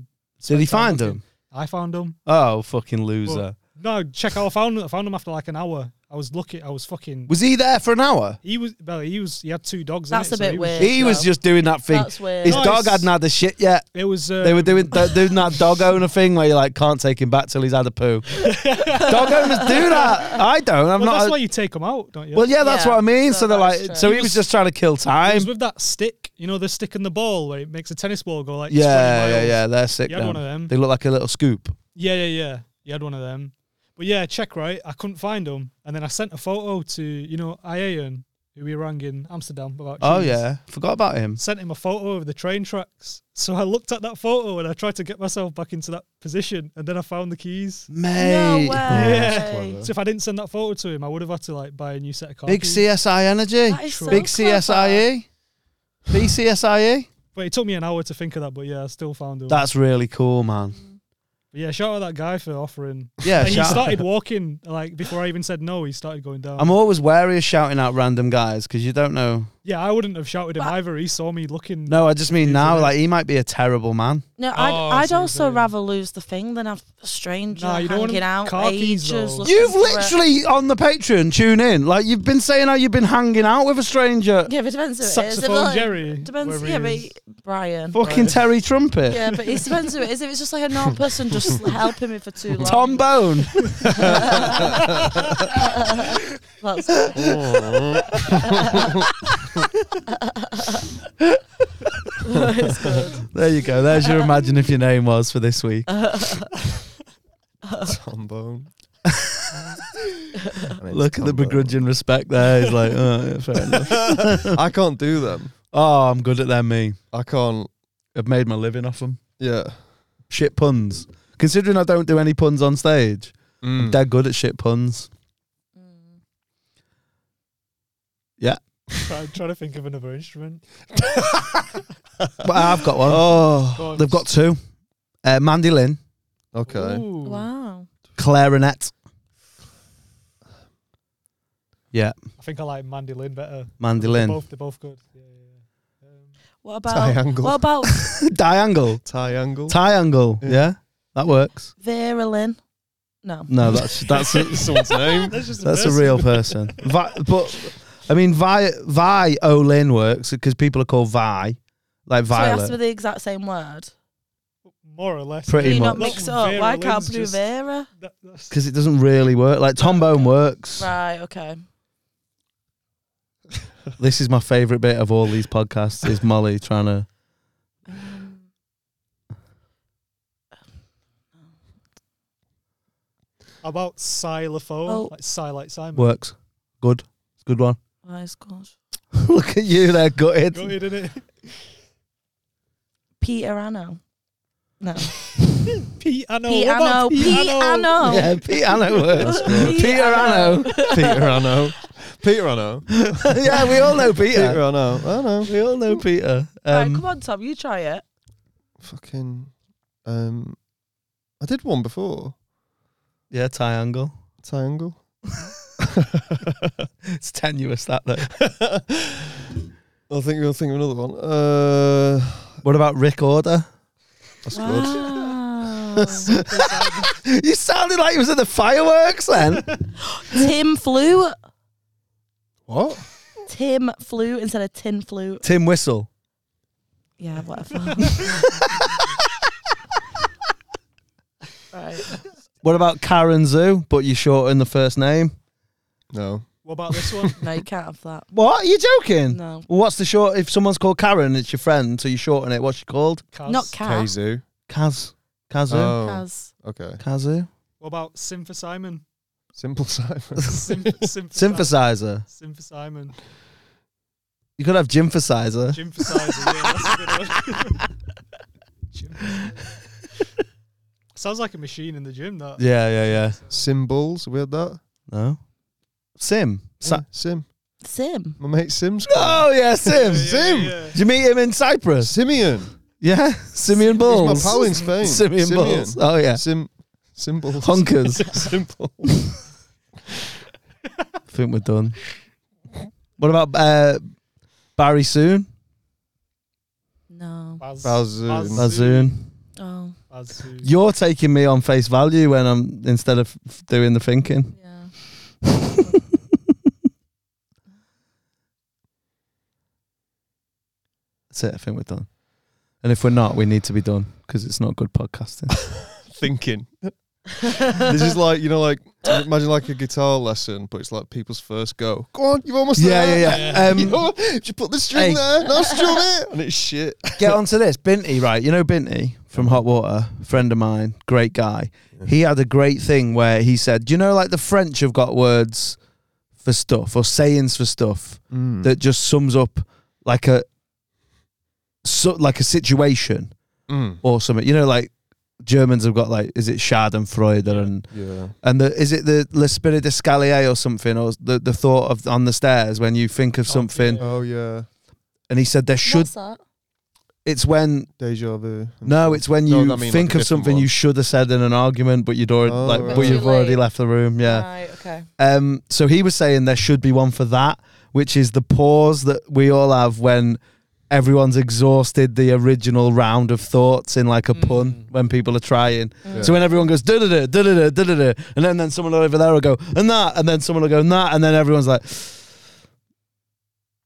Speaker 3: Did he
Speaker 4: spend time
Speaker 3: find
Speaker 4: looking.
Speaker 3: him?
Speaker 4: I found them.
Speaker 3: Oh, fucking loser.
Speaker 4: No, check out. I found them. I found them after like an hour. I was looking. I was fucking.
Speaker 3: Was he there for an hour?
Speaker 4: he was well. He was. He had two dogs.
Speaker 1: That's
Speaker 4: innit?
Speaker 1: a
Speaker 4: So
Speaker 1: bit
Speaker 4: he was-
Speaker 1: weird.
Speaker 3: He was
Speaker 1: though.
Speaker 3: just doing that thing.
Speaker 1: That's weird.
Speaker 3: His
Speaker 4: No,
Speaker 3: dog
Speaker 4: it's-
Speaker 3: hadn't had the shit yet.
Speaker 4: It was. Uh,
Speaker 3: They were doing they're doing that dog owner thing where you like can't take him back till he's had a poo. dog owners do that. I don't. I'm
Speaker 4: well,
Speaker 3: not.
Speaker 4: that's
Speaker 3: a-
Speaker 4: why you take them out, don't you?
Speaker 3: well, yeah, that's
Speaker 1: Yeah,
Speaker 3: what I mean.
Speaker 1: so
Speaker 3: So they're
Speaker 1: that's
Speaker 3: like,
Speaker 1: true.
Speaker 3: so he
Speaker 4: He
Speaker 3: was
Speaker 4: was-
Speaker 3: just trying to kill
Speaker 4: It
Speaker 3: time.
Speaker 4: was with that stick, you know, the stick and the ball where it makes a tennis ball go like 20
Speaker 3: Yeah,
Speaker 4: miles.
Speaker 3: yeah, yeah. They're sick.
Speaker 4: You had
Speaker 3: now.
Speaker 4: one of them.
Speaker 3: They look like a little scoop.
Speaker 4: Yeah, yeah, yeah. You had one of them. But yeah, check right. I couldn't find them, and then I sent a photo to you know Ian, who we rang in Amsterdam about.
Speaker 3: Oh
Speaker 4: cheese.
Speaker 3: yeah, forgot about him.
Speaker 4: Sent him a photo of the train tracks. So I looked at that photo and I tried to get myself back into that position, and then I found the keys.
Speaker 3: Mate,
Speaker 1: No way.
Speaker 2: that's clever.
Speaker 4: So if I didn't send that photo to him, I would have had to like buy a new set of car
Speaker 3: big
Speaker 4: keys.
Speaker 3: CSI energy,
Speaker 1: That is so
Speaker 3: big
Speaker 1: clever.
Speaker 2: E?
Speaker 3: CSIE, BCSIE.
Speaker 4: But it took me an hour to think of that. But yeah, I still found him.
Speaker 3: E. That's really cool, man.
Speaker 4: But yeah, shout out that guy for offering
Speaker 3: Yeah,
Speaker 4: Like, he
Speaker 3: shout-
Speaker 4: started walking like before I even said no. He started going down.
Speaker 3: I'm always wary of shouting out random guys because you don't know.
Speaker 4: yeah, I wouldn't have shouted him either. He saw me looking.
Speaker 3: No, I just mean
Speaker 4: He's
Speaker 3: now,
Speaker 4: a-
Speaker 3: like he might be a terrible man.
Speaker 1: No, I'd,
Speaker 4: Oh, I
Speaker 1: I'd
Speaker 4: see what you're
Speaker 1: also
Speaker 4: saying.
Speaker 1: rather lose the thing than have a stranger
Speaker 4: Nah, you don't want
Speaker 1: hanging out
Speaker 4: car keys,
Speaker 1: ages.
Speaker 4: though.
Speaker 1: looking
Speaker 3: You've
Speaker 1: for it.
Speaker 3: literally on the Patreon, tune in. Like you've been saying how you've been hanging out with a stranger.
Speaker 1: Yeah, but it depends who it is. If
Speaker 4: Saxophone
Speaker 1: like-
Speaker 4: Jerry.
Speaker 1: Depends.
Speaker 4: wherever
Speaker 1: Yeah,
Speaker 4: he is.
Speaker 1: but Brian.
Speaker 3: Fucking Terry Trumpet.
Speaker 1: Yeah, but it depends who it is. If it's just like a normal person just helping me for too long.
Speaker 3: Tom Bone.
Speaker 1: That's it's good.
Speaker 3: there you go. There's your imagine if your name was for this week.
Speaker 1: Uh,
Speaker 2: trombone. I mean,
Speaker 3: Look at the
Speaker 2: trombone.
Speaker 3: begrudging respect there. He's like, oh, yeah, fair enough.
Speaker 2: I can't do them.
Speaker 3: Oh, I'm good at them, me.
Speaker 2: I can't.
Speaker 3: I've made my living off them.
Speaker 2: Yeah.
Speaker 3: Shit puns. Considering I don't do any puns on stage, I'm
Speaker 4: Hmm.
Speaker 2: Mm.
Speaker 3: dead good at shit puns.
Speaker 1: Mm.
Speaker 4: Try- I'm trying to think of another instrument.
Speaker 3: But I've got one. Oh,
Speaker 4: Go on.
Speaker 3: they've got two. Uh, Mandy Lynn,
Speaker 2: Okay.
Speaker 4: Ooh.
Speaker 1: Wow.
Speaker 3: clarinet.
Speaker 4: I think I like Mandy Lynn better.
Speaker 3: Mandy
Speaker 4: They're
Speaker 3: Lynn.
Speaker 4: both, they're both good. Yeah, yeah, yeah. Um,
Speaker 1: What
Speaker 2: Tie
Speaker 1: about
Speaker 2: angle.
Speaker 1: what about
Speaker 3: Diangle.
Speaker 2: Tie angle.
Speaker 3: Triangle.
Speaker 2: Yeah.
Speaker 3: Yeah, that works.
Speaker 1: Vera Lynn? No.
Speaker 3: No, that's that's a,
Speaker 2: someone's name.
Speaker 4: that's just
Speaker 3: that's a
Speaker 4: person.
Speaker 3: real person. Vi, but I mean, Vi Vi Olin works because people are called Vi, like
Speaker 1: So I asked
Speaker 3: Violet.
Speaker 1: for the exact same word.
Speaker 4: More or less.
Speaker 1: Can
Speaker 3: Pretty
Speaker 1: you
Speaker 3: much.
Speaker 1: not mix it
Speaker 4: Not
Speaker 1: up?
Speaker 4: Vera
Speaker 1: Why can't
Speaker 4: Lynn's
Speaker 1: we do
Speaker 4: just-
Speaker 1: Vera?
Speaker 4: That, that's,
Speaker 3: because it doesn't really work. Like trombone works.
Speaker 1: Right, okay.
Speaker 3: This is my favorite bit of all these podcasts. Is Molly trying to?
Speaker 1: Um,
Speaker 4: about xylophone,
Speaker 1: Oh.
Speaker 4: like Psy like Simon.
Speaker 3: Works. Good. It's a good one.
Speaker 1: why is called
Speaker 3: Look at you there, gutted.
Speaker 4: Got it, innit?
Speaker 1: Peter Anno? No.
Speaker 4: Piano. what
Speaker 1: Piano.
Speaker 4: about Piano.
Speaker 1: Piano.
Speaker 3: Yeah, piano works. Peter Anno.
Speaker 2: Peter Anno. Peter Anno.
Speaker 3: yeah, we all know
Speaker 2: Peter
Speaker 3: Peter.
Speaker 2: Anno. I know.
Speaker 3: We all know Peter.
Speaker 1: right,
Speaker 3: Um,
Speaker 1: come on, Tom, you try it.
Speaker 2: Fucking. Um. I did one before.
Speaker 3: yeah, triangle.
Speaker 2: Tie angle.
Speaker 3: It's tenuous that though.
Speaker 2: I think we'll think of another one. Uh.
Speaker 3: What about Rick Order?
Speaker 2: That's good.
Speaker 1: Wow.
Speaker 3: you sounded like you was at the fireworks then.
Speaker 1: Tim Flew.
Speaker 2: What?
Speaker 1: Tim Flew instead of Tin Flute.
Speaker 3: Tim Whistle.
Speaker 1: Yeah, whatever. right.
Speaker 3: What about Karen Zoo? But you shorten the first name.
Speaker 2: No.
Speaker 4: What about this one?
Speaker 1: No, you can't have that.
Speaker 3: What? Are you joking?
Speaker 1: No.
Speaker 3: Well, What's the short? If someone's called Karen, it's your friend, so you shorten it. What's she called?
Speaker 4: Kaz.
Speaker 1: Not cat.
Speaker 2: Kazoo.
Speaker 3: Kaz. Kazu.
Speaker 2: Oh.
Speaker 1: Kaz.
Speaker 2: Okay.
Speaker 3: Kazu.
Speaker 4: What about Sim for Simon?
Speaker 2: Simple Simon.
Speaker 4: Sim, sim for Simon.
Speaker 3: Synthesizer.
Speaker 4: Sim for Simon.
Speaker 3: You could have Jimphasizer.
Speaker 4: Synthesizer, yeah, that's a good one. Sounds like a machine in the gym. That
Speaker 3: Yeah, yeah, yeah.
Speaker 2: Symbols, we had that.
Speaker 3: No. Sim. Sa-
Speaker 2: Yeah, Sim.
Speaker 1: Sim.
Speaker 2: My mate Sim's.
Speaker 3: oh yeah, Sim.
Speaker 4: Yeah, yeah,
Speaker 2: Zoom.
Speaker 4: yeah.
Speaker 3: Did you meet him in Cyprus?
Speaker 2: Simeon.
Speaker 3: Yeah, Simeon
Speaker 2: My
Speaker 3: Bulls.
Speaker 2: pal in Spain.
Speaker 3: Simeon Bulls. Oh yeah,
Speaker 2: Sim. Symbols.
Speaker 3: honkers.
Speaker 2: Simple.
Speaker 3: I think we're done. What about uh, Barry Soon?
Speaker 1: No.
Speaker 4: Baz-
Speaker 2: Bazoon.
Speaker 3: Bazoon.
Speaker 1: Oh,
Speaker 4: Bazoon.
Speaker 3: You're taking me on face value when I'm instead of f- doing the thinking.
Speaker 1: yeah.
Speaker 3: That's it. I think we're done. And if we're not, we need to be done because it's not good podcasting.
Speaker 2: Thinking. this is like you know, like imagine like a guitar lesson, but it's like people's first go. Go on, you've almost
Speaker 3: yeah,
Speaker 2: there.
Speaker 3: yeah,
Speaker 2: You
Speaker 3: yeah. Um,
Speaker 2: know, if you put the string
Speaker 3: Hey.
Speaker 2: there, now strum it, and it's shit.
Speaker 3: get onto this. Binty, right? You know Binty from Hot Water, friend of mine, great guy. He had a great thing where he said, "Do you know, like the French have got words for stuff or sayings for stuff."
Speaker 2: Mm.
Speaker 4: Hmm.
Speaker 3: that just sums up like a so, like a situation
Speaker 2: Mm.
Speaker 3: or something. You know, like Germans have got like is it Schadenfreude and
Speaker 2: Yeah.
Speaker 3: and the, is it the Le Spirit de Scalier or something or the the thought of on the stairs when you think of
Speaker 4: Oh,
Speaker 3: something.
Speaker 4: yeah.
Speaker 2: Oh yeah.
Speaker 3: And he said there should
Speaker 1: What's that?
Speaker 3: it's when
Speaker 2: Deja vu.
Speaker 3: no it's when
Speaker 2: No,
Speaker 3: you
Speaker 2: that mean like
Speaker 3: think
Speaker 2: a
Speaker 3: of
Speaker 2: different
Speaker 3: something
Speaker 2: one.
Speaker 3: you should have said in an argument but you'd already
Speaker 2: Oh,
Speaker 3: like
Speaker 2: right.
Speaker 3: but
Speaker 2: Too
Speaker 3: you've already
Speaker 1: late.
Speaker 3: left the room yeah.
Speaker 1: Right, okay.
Speaker 3: Um, so he was saying there should be one for that, which is the pause that we all have when everyone's exhausted the original round of thoughts in like a
Speaker 4: Mm.
Speaker 3: pun when people are trying.
Speaker 1: Mm.
Speaker 2: Yeah.
Speaker 3: So when everyone goes da da da da da da da da, and then then someone over there will go and that, and then someone will go and that, and then everyone's like.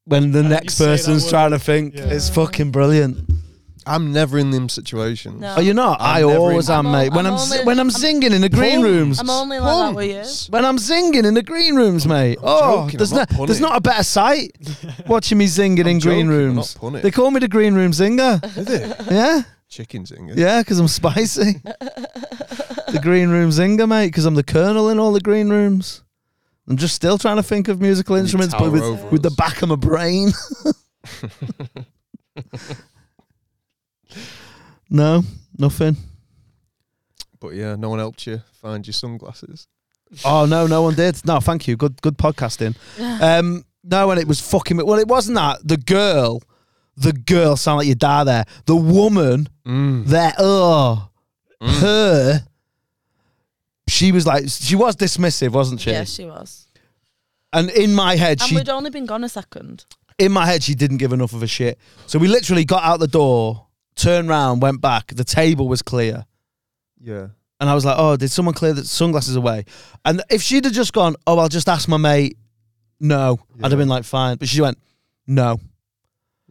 Speaker 3: When the
Speaker 4: And you
Speaker 3: next
Speaker 4: say that
Speaker 3: person's
Speaker 4: word.
Speaker 3: trying to think,
Speaker 4: Yeah.
Speaker 3: it's fucking brilliant.
Speaker 2: I'm never in them situations.
Speaker 1: No.
Speaker 3: Are Oh, you not? i
Speaker 2: I'm never
Speaker 3: always
Speaker 2: in-
Speaker 3: am,
Speaker 1: I'm
Speaker 3: mate.
Speaker 1: al-
Speaker 3: When I'm,
Speaker 1: I'm
Speaker 3: si-
Speaker 1: only-
Speaker 3: when I'm,
Speaker 1: I'm-
Speaker 3: singing in the green
Speaker 2: Puns.
Speaker 3: rooms,
Speaker 1: I'm only like that with you.
Speaker 2: Puns.
Speaker 3: when I'm singing in the green rooms, mate. oh,
Speaker 2: joking,
Speaker 3: there's
Speaker 2: I'm
Speaker 3: not
Speaker 2: not
Speaker 3: there's
Speaker 2: punning.
Speaker 3: not a better sight watching me singing
Speaker 2: I'm
Speaker 3: in
Speaker 2: joking,
Speaker 3: green
Speaker 2: I'm
Speaker 3: rooms.
Speaker 2: not punning.
Speaker 3: They call me the green room singer.
Speaker 2: Is it?
Speaker 3: yeah,
Speaker 2: Chicken singer.
Speaker 3: yeah, because I'm spicy. the green room singer, mate, because I'm the colonel in all the green rooms. I'm just still trying to think of musical
Speaker 2: You
Speaker 3: instruments, but
Speaker 2: tower
Speaker 3: with,
Speaker 2: over
Speaker 3: with the
Speaker 2: us.
Speaker 3: back of my brain. no, nothing.
Speaker 2: But yeah, no one helped you find your sunglasses.
Speaker 3: Oh no, no one did. No, thank you. Good, good podcasting. Um, no, and it was fucking. Well, it wasn't that. The girl, the girl, sound like your dad there. The woman
Speaker 2: Mm.
Speaker 3: there. Oh, her. She was like, she was dismissive, wasn't she?
Speaker 1: Yes, she was.
Speaker 3: And in my head,
Speaker 1: And
Speaker 3: she,
Speaker 1: we'd only been gone a second.
Speaker 3: in my head, she didn't give enough of a shit. So we literally got out the door, turned round, went back. The table was clear.
Speaker 2: Yeah.
Speaker 3: And I was like, oh, did someone clear the sunglasses away? And if she'd have just gone, oh, I'll just ask my mate, no, I'd
Speaker 2: Yeah.
Speaker 3: have been like, fine. But she went, no.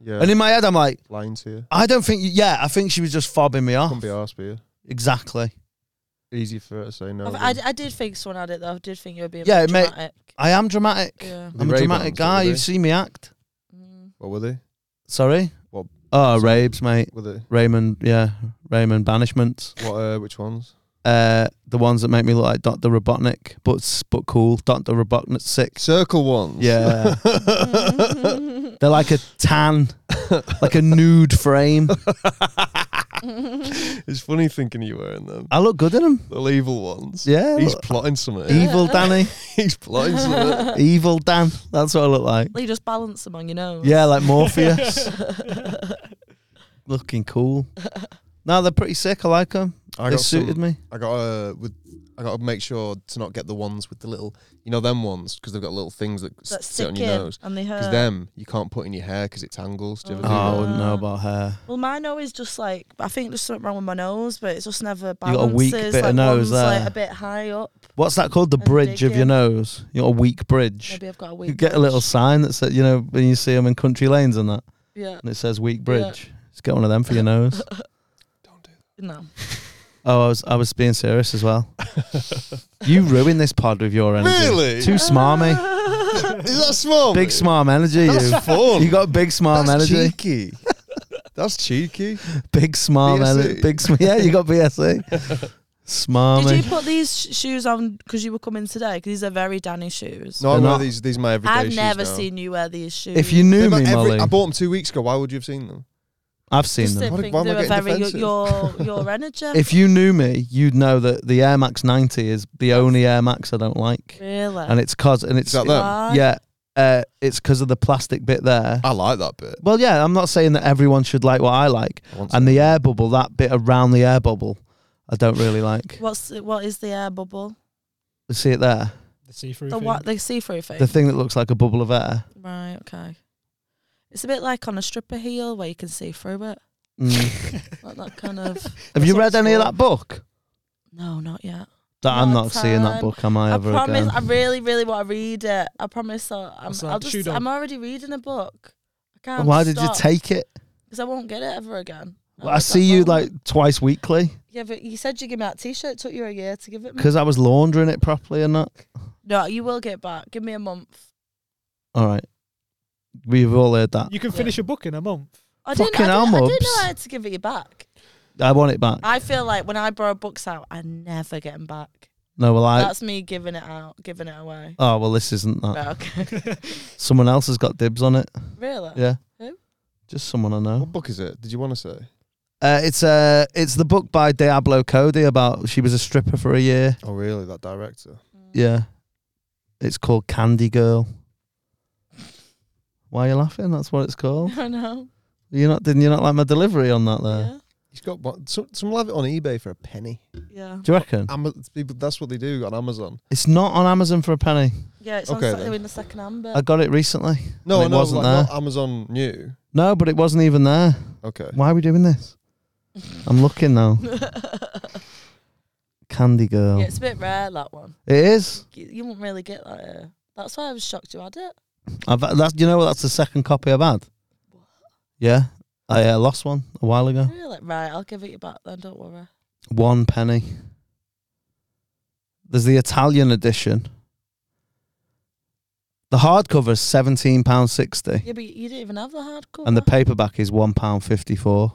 Speaker 2: Yeah.
Speaker 3: And in my head, I'm like,
Speaker 2: Lying to you.
Speaker 3: I don't think, you, yeah, I think she was just fobbing me off.
Speaker 2: Couldn't be arsed with
Speaker 3: Exactly.
Speaker 2: you. Easy for her to say no.
Speaker 1: I, I,
Speaker 2: than-
Speaker 1: I did think someone had it though. I did think you were being
Speaker 3: Oh, Yeah,
Speaker 1: yeah,
Speaker 3: it may-
Speaker 1: dramatic.
Speaker 3: I am dramatic.
Speaker 1: Yeah.
Speaker 2: The
Speaker 3: I'm a
Speaker 2: rave
Speaker 3: dramatic
Speaker 2: arms,
Speaker 3: guy.
Speaker 2: what were
Speaker 3: You've
Speaker 2: they?
Speaker 3: seen me act.
Speaker 1: Mm.
Speaker 2: What were they?
Speaker 3: Sorry?
Speaker 2: What-
Speaker 3: Oh,
Speaker 2: sorry.
Speaker 3: Rabes, mate.
Speaker 2: Were they?
Speaker 3: Raymond, yeah. Raymond Banishments.
Speaker 2: What? Uh, which ones?
Speaker 3: Uh, the ones that make me look like Dr. Robotnik, but, s- but cool. Dr. Robotnik sick.
Speaker 2: Circle ones.
Speaker 3: Yeah. They're like a tan, like a nude frame.
Speaker 2: It's funny thinking you were in them.
Speaker 3: I look good in them.
Speaker 2: The evil ones.
Speaker 3: Yeah.
Speaker 2: He's
Speaker 3: look-
Speaker 2: plotting something.
Speaker 3: evil Danny.
Speaker 2: He's plotting something.
Speaker 3: evil Dan. That's what I look like.
Speaker 1: you just balance among your nose.
Speaker 3: Yeah, like Morpheus. Looking cool. No, they're pretty sick. I like them.
Speaker 2: I
Speaker 3: They
Speaker 2: got some-
Speaker 3: suited me.
Speaker 2: I got uh, with I got to make sure to not get the ones with the little, you know, them ones because they've got little things that, s-
Speaker 1: That
Speaker 2: sit on
Speaker 1: stick
Speaker 2: your
Speaker 1: in Uh,
Speaker 2: nose.
Speaker 1: and they hurt.
Speaker 2: Because them you can't put in your hair because it tangles. Do you ever
Speaker 3: Oh,
Speaker 2: do that?
Speaker 3: I wouldn't know about hair.
Speaker 1: Well, mine always just like I think there's something wrong with my nose, but it's just never
Speaker 3: got a
Speaker 1: balances.
Speaker 3: weak bit
Speaker 1: like
Speaker 3: of nose
Speaker 1: one's
Speaker 3: there.
Speaker 1: like a bit high up.
Speaker 3: What's that called? The
Speaker 1: And
Speaker 3: bridge of your
Speaker 1: digging.
Speaker 3: nose. You got a weak bridge.
Speaker 1: Maybe I've got a weak.
Speaker 3: You get a little
Speaker 1: bridge.
Speaker 3: sign that says, you know, when you see them in country lanes and that,
Speaker 1: Yeah.
Speaker 3: and it says weak bridge. Just get one of them for your nose.
Speaker 1: No.
Speaker 3: Oh, I was I was being serious as well. you ruin this pod with your energy.
Speaker 2: Really?
Speaker 3: Too smarmy.
Speaker 2: Is that small?
Speaker 3: Big smarm energy.
Speaker 2: That's
Speaker 3: you.
Speaker 2: fun.
Speaker 3: You got big smarm
Speaker 2: That's
Speaker 3: energy.
Speaker 2: cheeky. That's cheeky.
Speaker 3: Big smarm
Speaker 2: BSE.
Speaker 3: energy. Big sm- Yeah, you got E. BSE.
Speaker 1: Did
Speaker 3: Smarmy.
Speaker 1: you put these sh- shoes on because you were coming today? 'Cause these are very Danny shoes.
Speaker 2: No, I
Speaker 3: They're
Speaker 2: wear
Speaker 3: not-
Speaker 2: these. These are my everyday
Speaker 1: I've
Speaker 2: shoes
Speaker 1: never
Speaker 2: now.
Speaker 1: seen you wear these shoes.
Speaker 3: If you knew
Speaker 2: They've got
Speaker 3: me,
Speaker 2: every-
Speaker 3: Molly,
Speaker 2: I bought them two weeks ago. Why would you have seen them?
Speaker 3: I've seen
Speaker 1: Just
Speaker 3: them.
Speaker 1: don't
Speaker 2: Why do-
Speaker 1: think
Speaker 2: why
Speaker 1: they
Speaker 2: am I
Speaker 1: were
Speaker 2: getting
Speaker 1: very
Speaker 2: defensive?
Speaker 1: your your energy.
Speaker 3: If you knew me, you'd know that the Air Max 90 is the only Air Max I don't like,
Speaker 1: really,
Speaker 3: and it's cause and it's
Speaker 2: that them?
Speaker 1: Why?
Speaker 3: yeah, uh, it's because of the plastic bit there.
Speaker 2: I like that bit.
Speaker 3: Well, yeah, I'm not saying that everyone should like what I like,
Speaker 2: I want
Speaker 3: and
Speaker 2: some.
Speaker 3: the air bubble, that bit around the air bubble, I don't really like.
Speaker 1: What's what is the air bubble?
Speaker 3: You see it there,
Speaker 4: The see-through.
Speaker 1: The
Speaker 4: thing.
Speaker 1: what the see-through thing.
Speaker 3: the thing that looks like a bubble of air.
Speaker 1: right, okay. It's a bit like on a stripper heel where you can see through it.
Speaker 3: Mm.
Speaker 1: Like that kind of.
Speaker 3: Have you
Speaker 1: what
Speaker 3: read
Speaker 1: it's
Speaker 3: any of
Speaker 1: called.
Speaker 3: that book?
Speaker 1: No, not yet.
Speaker 3: That I'm
Speaker 1: Not
Speaker 3: not seeing that
Speaker 1: time.
Speaker 3: book. Am I
Speaker 1: I
Speaker 3: ever
Speaker 1: promise.
Speaker 3: again?
Speaker 1: I really, really want to read it. I promise. I'll, I'm,
Speaker 4: What's that?
Speaker 1: I'll just.
Speaker 4: Shoe dog?
Speaker 1: I'm already reading a book. I can't.
Speaker 3: Why did you take it?
Speaker 1: Because I won't get it ever again.
Speaker 3: I
Speaker 1: was
Speaker 3: see
Speaker 1: that long.
Speaker 3: you like twice weekly
Speaker 1: Yeah, but you said you gave me that T-shirt. It took you a year to give it me.
Speaker 3: because I was laundering it properly and that.
Speaker 1: No, you will get it back. Give me a month.
Speaker 3: All right, we've all heard that.
Speaker 4: You can finish a book in a month.
Speaker 1: I
Speaker 3: Fucking
Speaker 1: didn't, I didn't, I didn't know
Speaker 3: almonds.
Speaker 1: I had to give it you back.
Speaker 3: I want it back.
Speaker 1: I feel like when I borrow books out, I never get them back.
Speaker 3: No, well, I.
Speaker 1: That's me giving it out, giving it away.
Speaker 3: Oh well, this isn't that.
Speaker 1: But okay,
Speaker 3: Someone else has got dibs on it.
Speaker 1: really?
Speaker 3: Yeah.
Speaker 1: Who?
Speaker 3: Just someone I know.
Speaker 2: What book is it? Did you want to say?
Speaker 3: Uh, it's uh, it's the book by Diablo Cody about she was a stripper for a year.
Speaker 2: Oh, really? That director?
Speaker 1: Mm.
Speaker 3: Yeah, it's called Candy Girl. Why are you laughing? That's what it's called.
Speaker 1: I know.
Speaker 3: You not didn't you not like my delivery on that there?
Speaker 2: He's got one. Some, some will have it on eBay for a penny.
Speaker 3: Hmm.
Speaker 1: yeah, yeah,
Speaker 3: Do you reckon?
Speaker 2: Ama- people, that's what they do on Amazon.
Speaker 3: It's not on Amazon for a penny.
Speaker 1: yeah. It's
Speaker 2: Okay,
Speaker 1: on Saturday
Speaker 2: then.
Speaker 1: in the second hand, but
Speaker 3: I got it recently.
Speaker 2: No,
Speaker 3: And it
Speaker 2: I know,
Speaker 3: wasn't
Speaker 2: like,
Speaker 3: there.
Speaker 2: Not Amazon new.
Speaker 3: No, but it wasn't even there.
Speaker 2: Okay.
Speaker 3: Why are we doing this? I'm looking now. Candy Girl.
Speaker 1: yeah, it's a bit rare that one.
Speaker 3: It is.
Speaker 1: You, you won't really get that. Here. That's why I was shocked you had it.
Speaker 3: I've that's you know what? That's the second copy I've had. Yeah, I uh, lost one a while ago.
Speaker 1: Really? Right, I'll give it you back then. Don't worry.
Speaker 3: One penny. There's the Italian edition. The hardcover is seventeen pound sixty,
Speaker 1: Yeah, but you didn't even have the hardcover.
Speaker 3: and the paperback is one pound fifty four.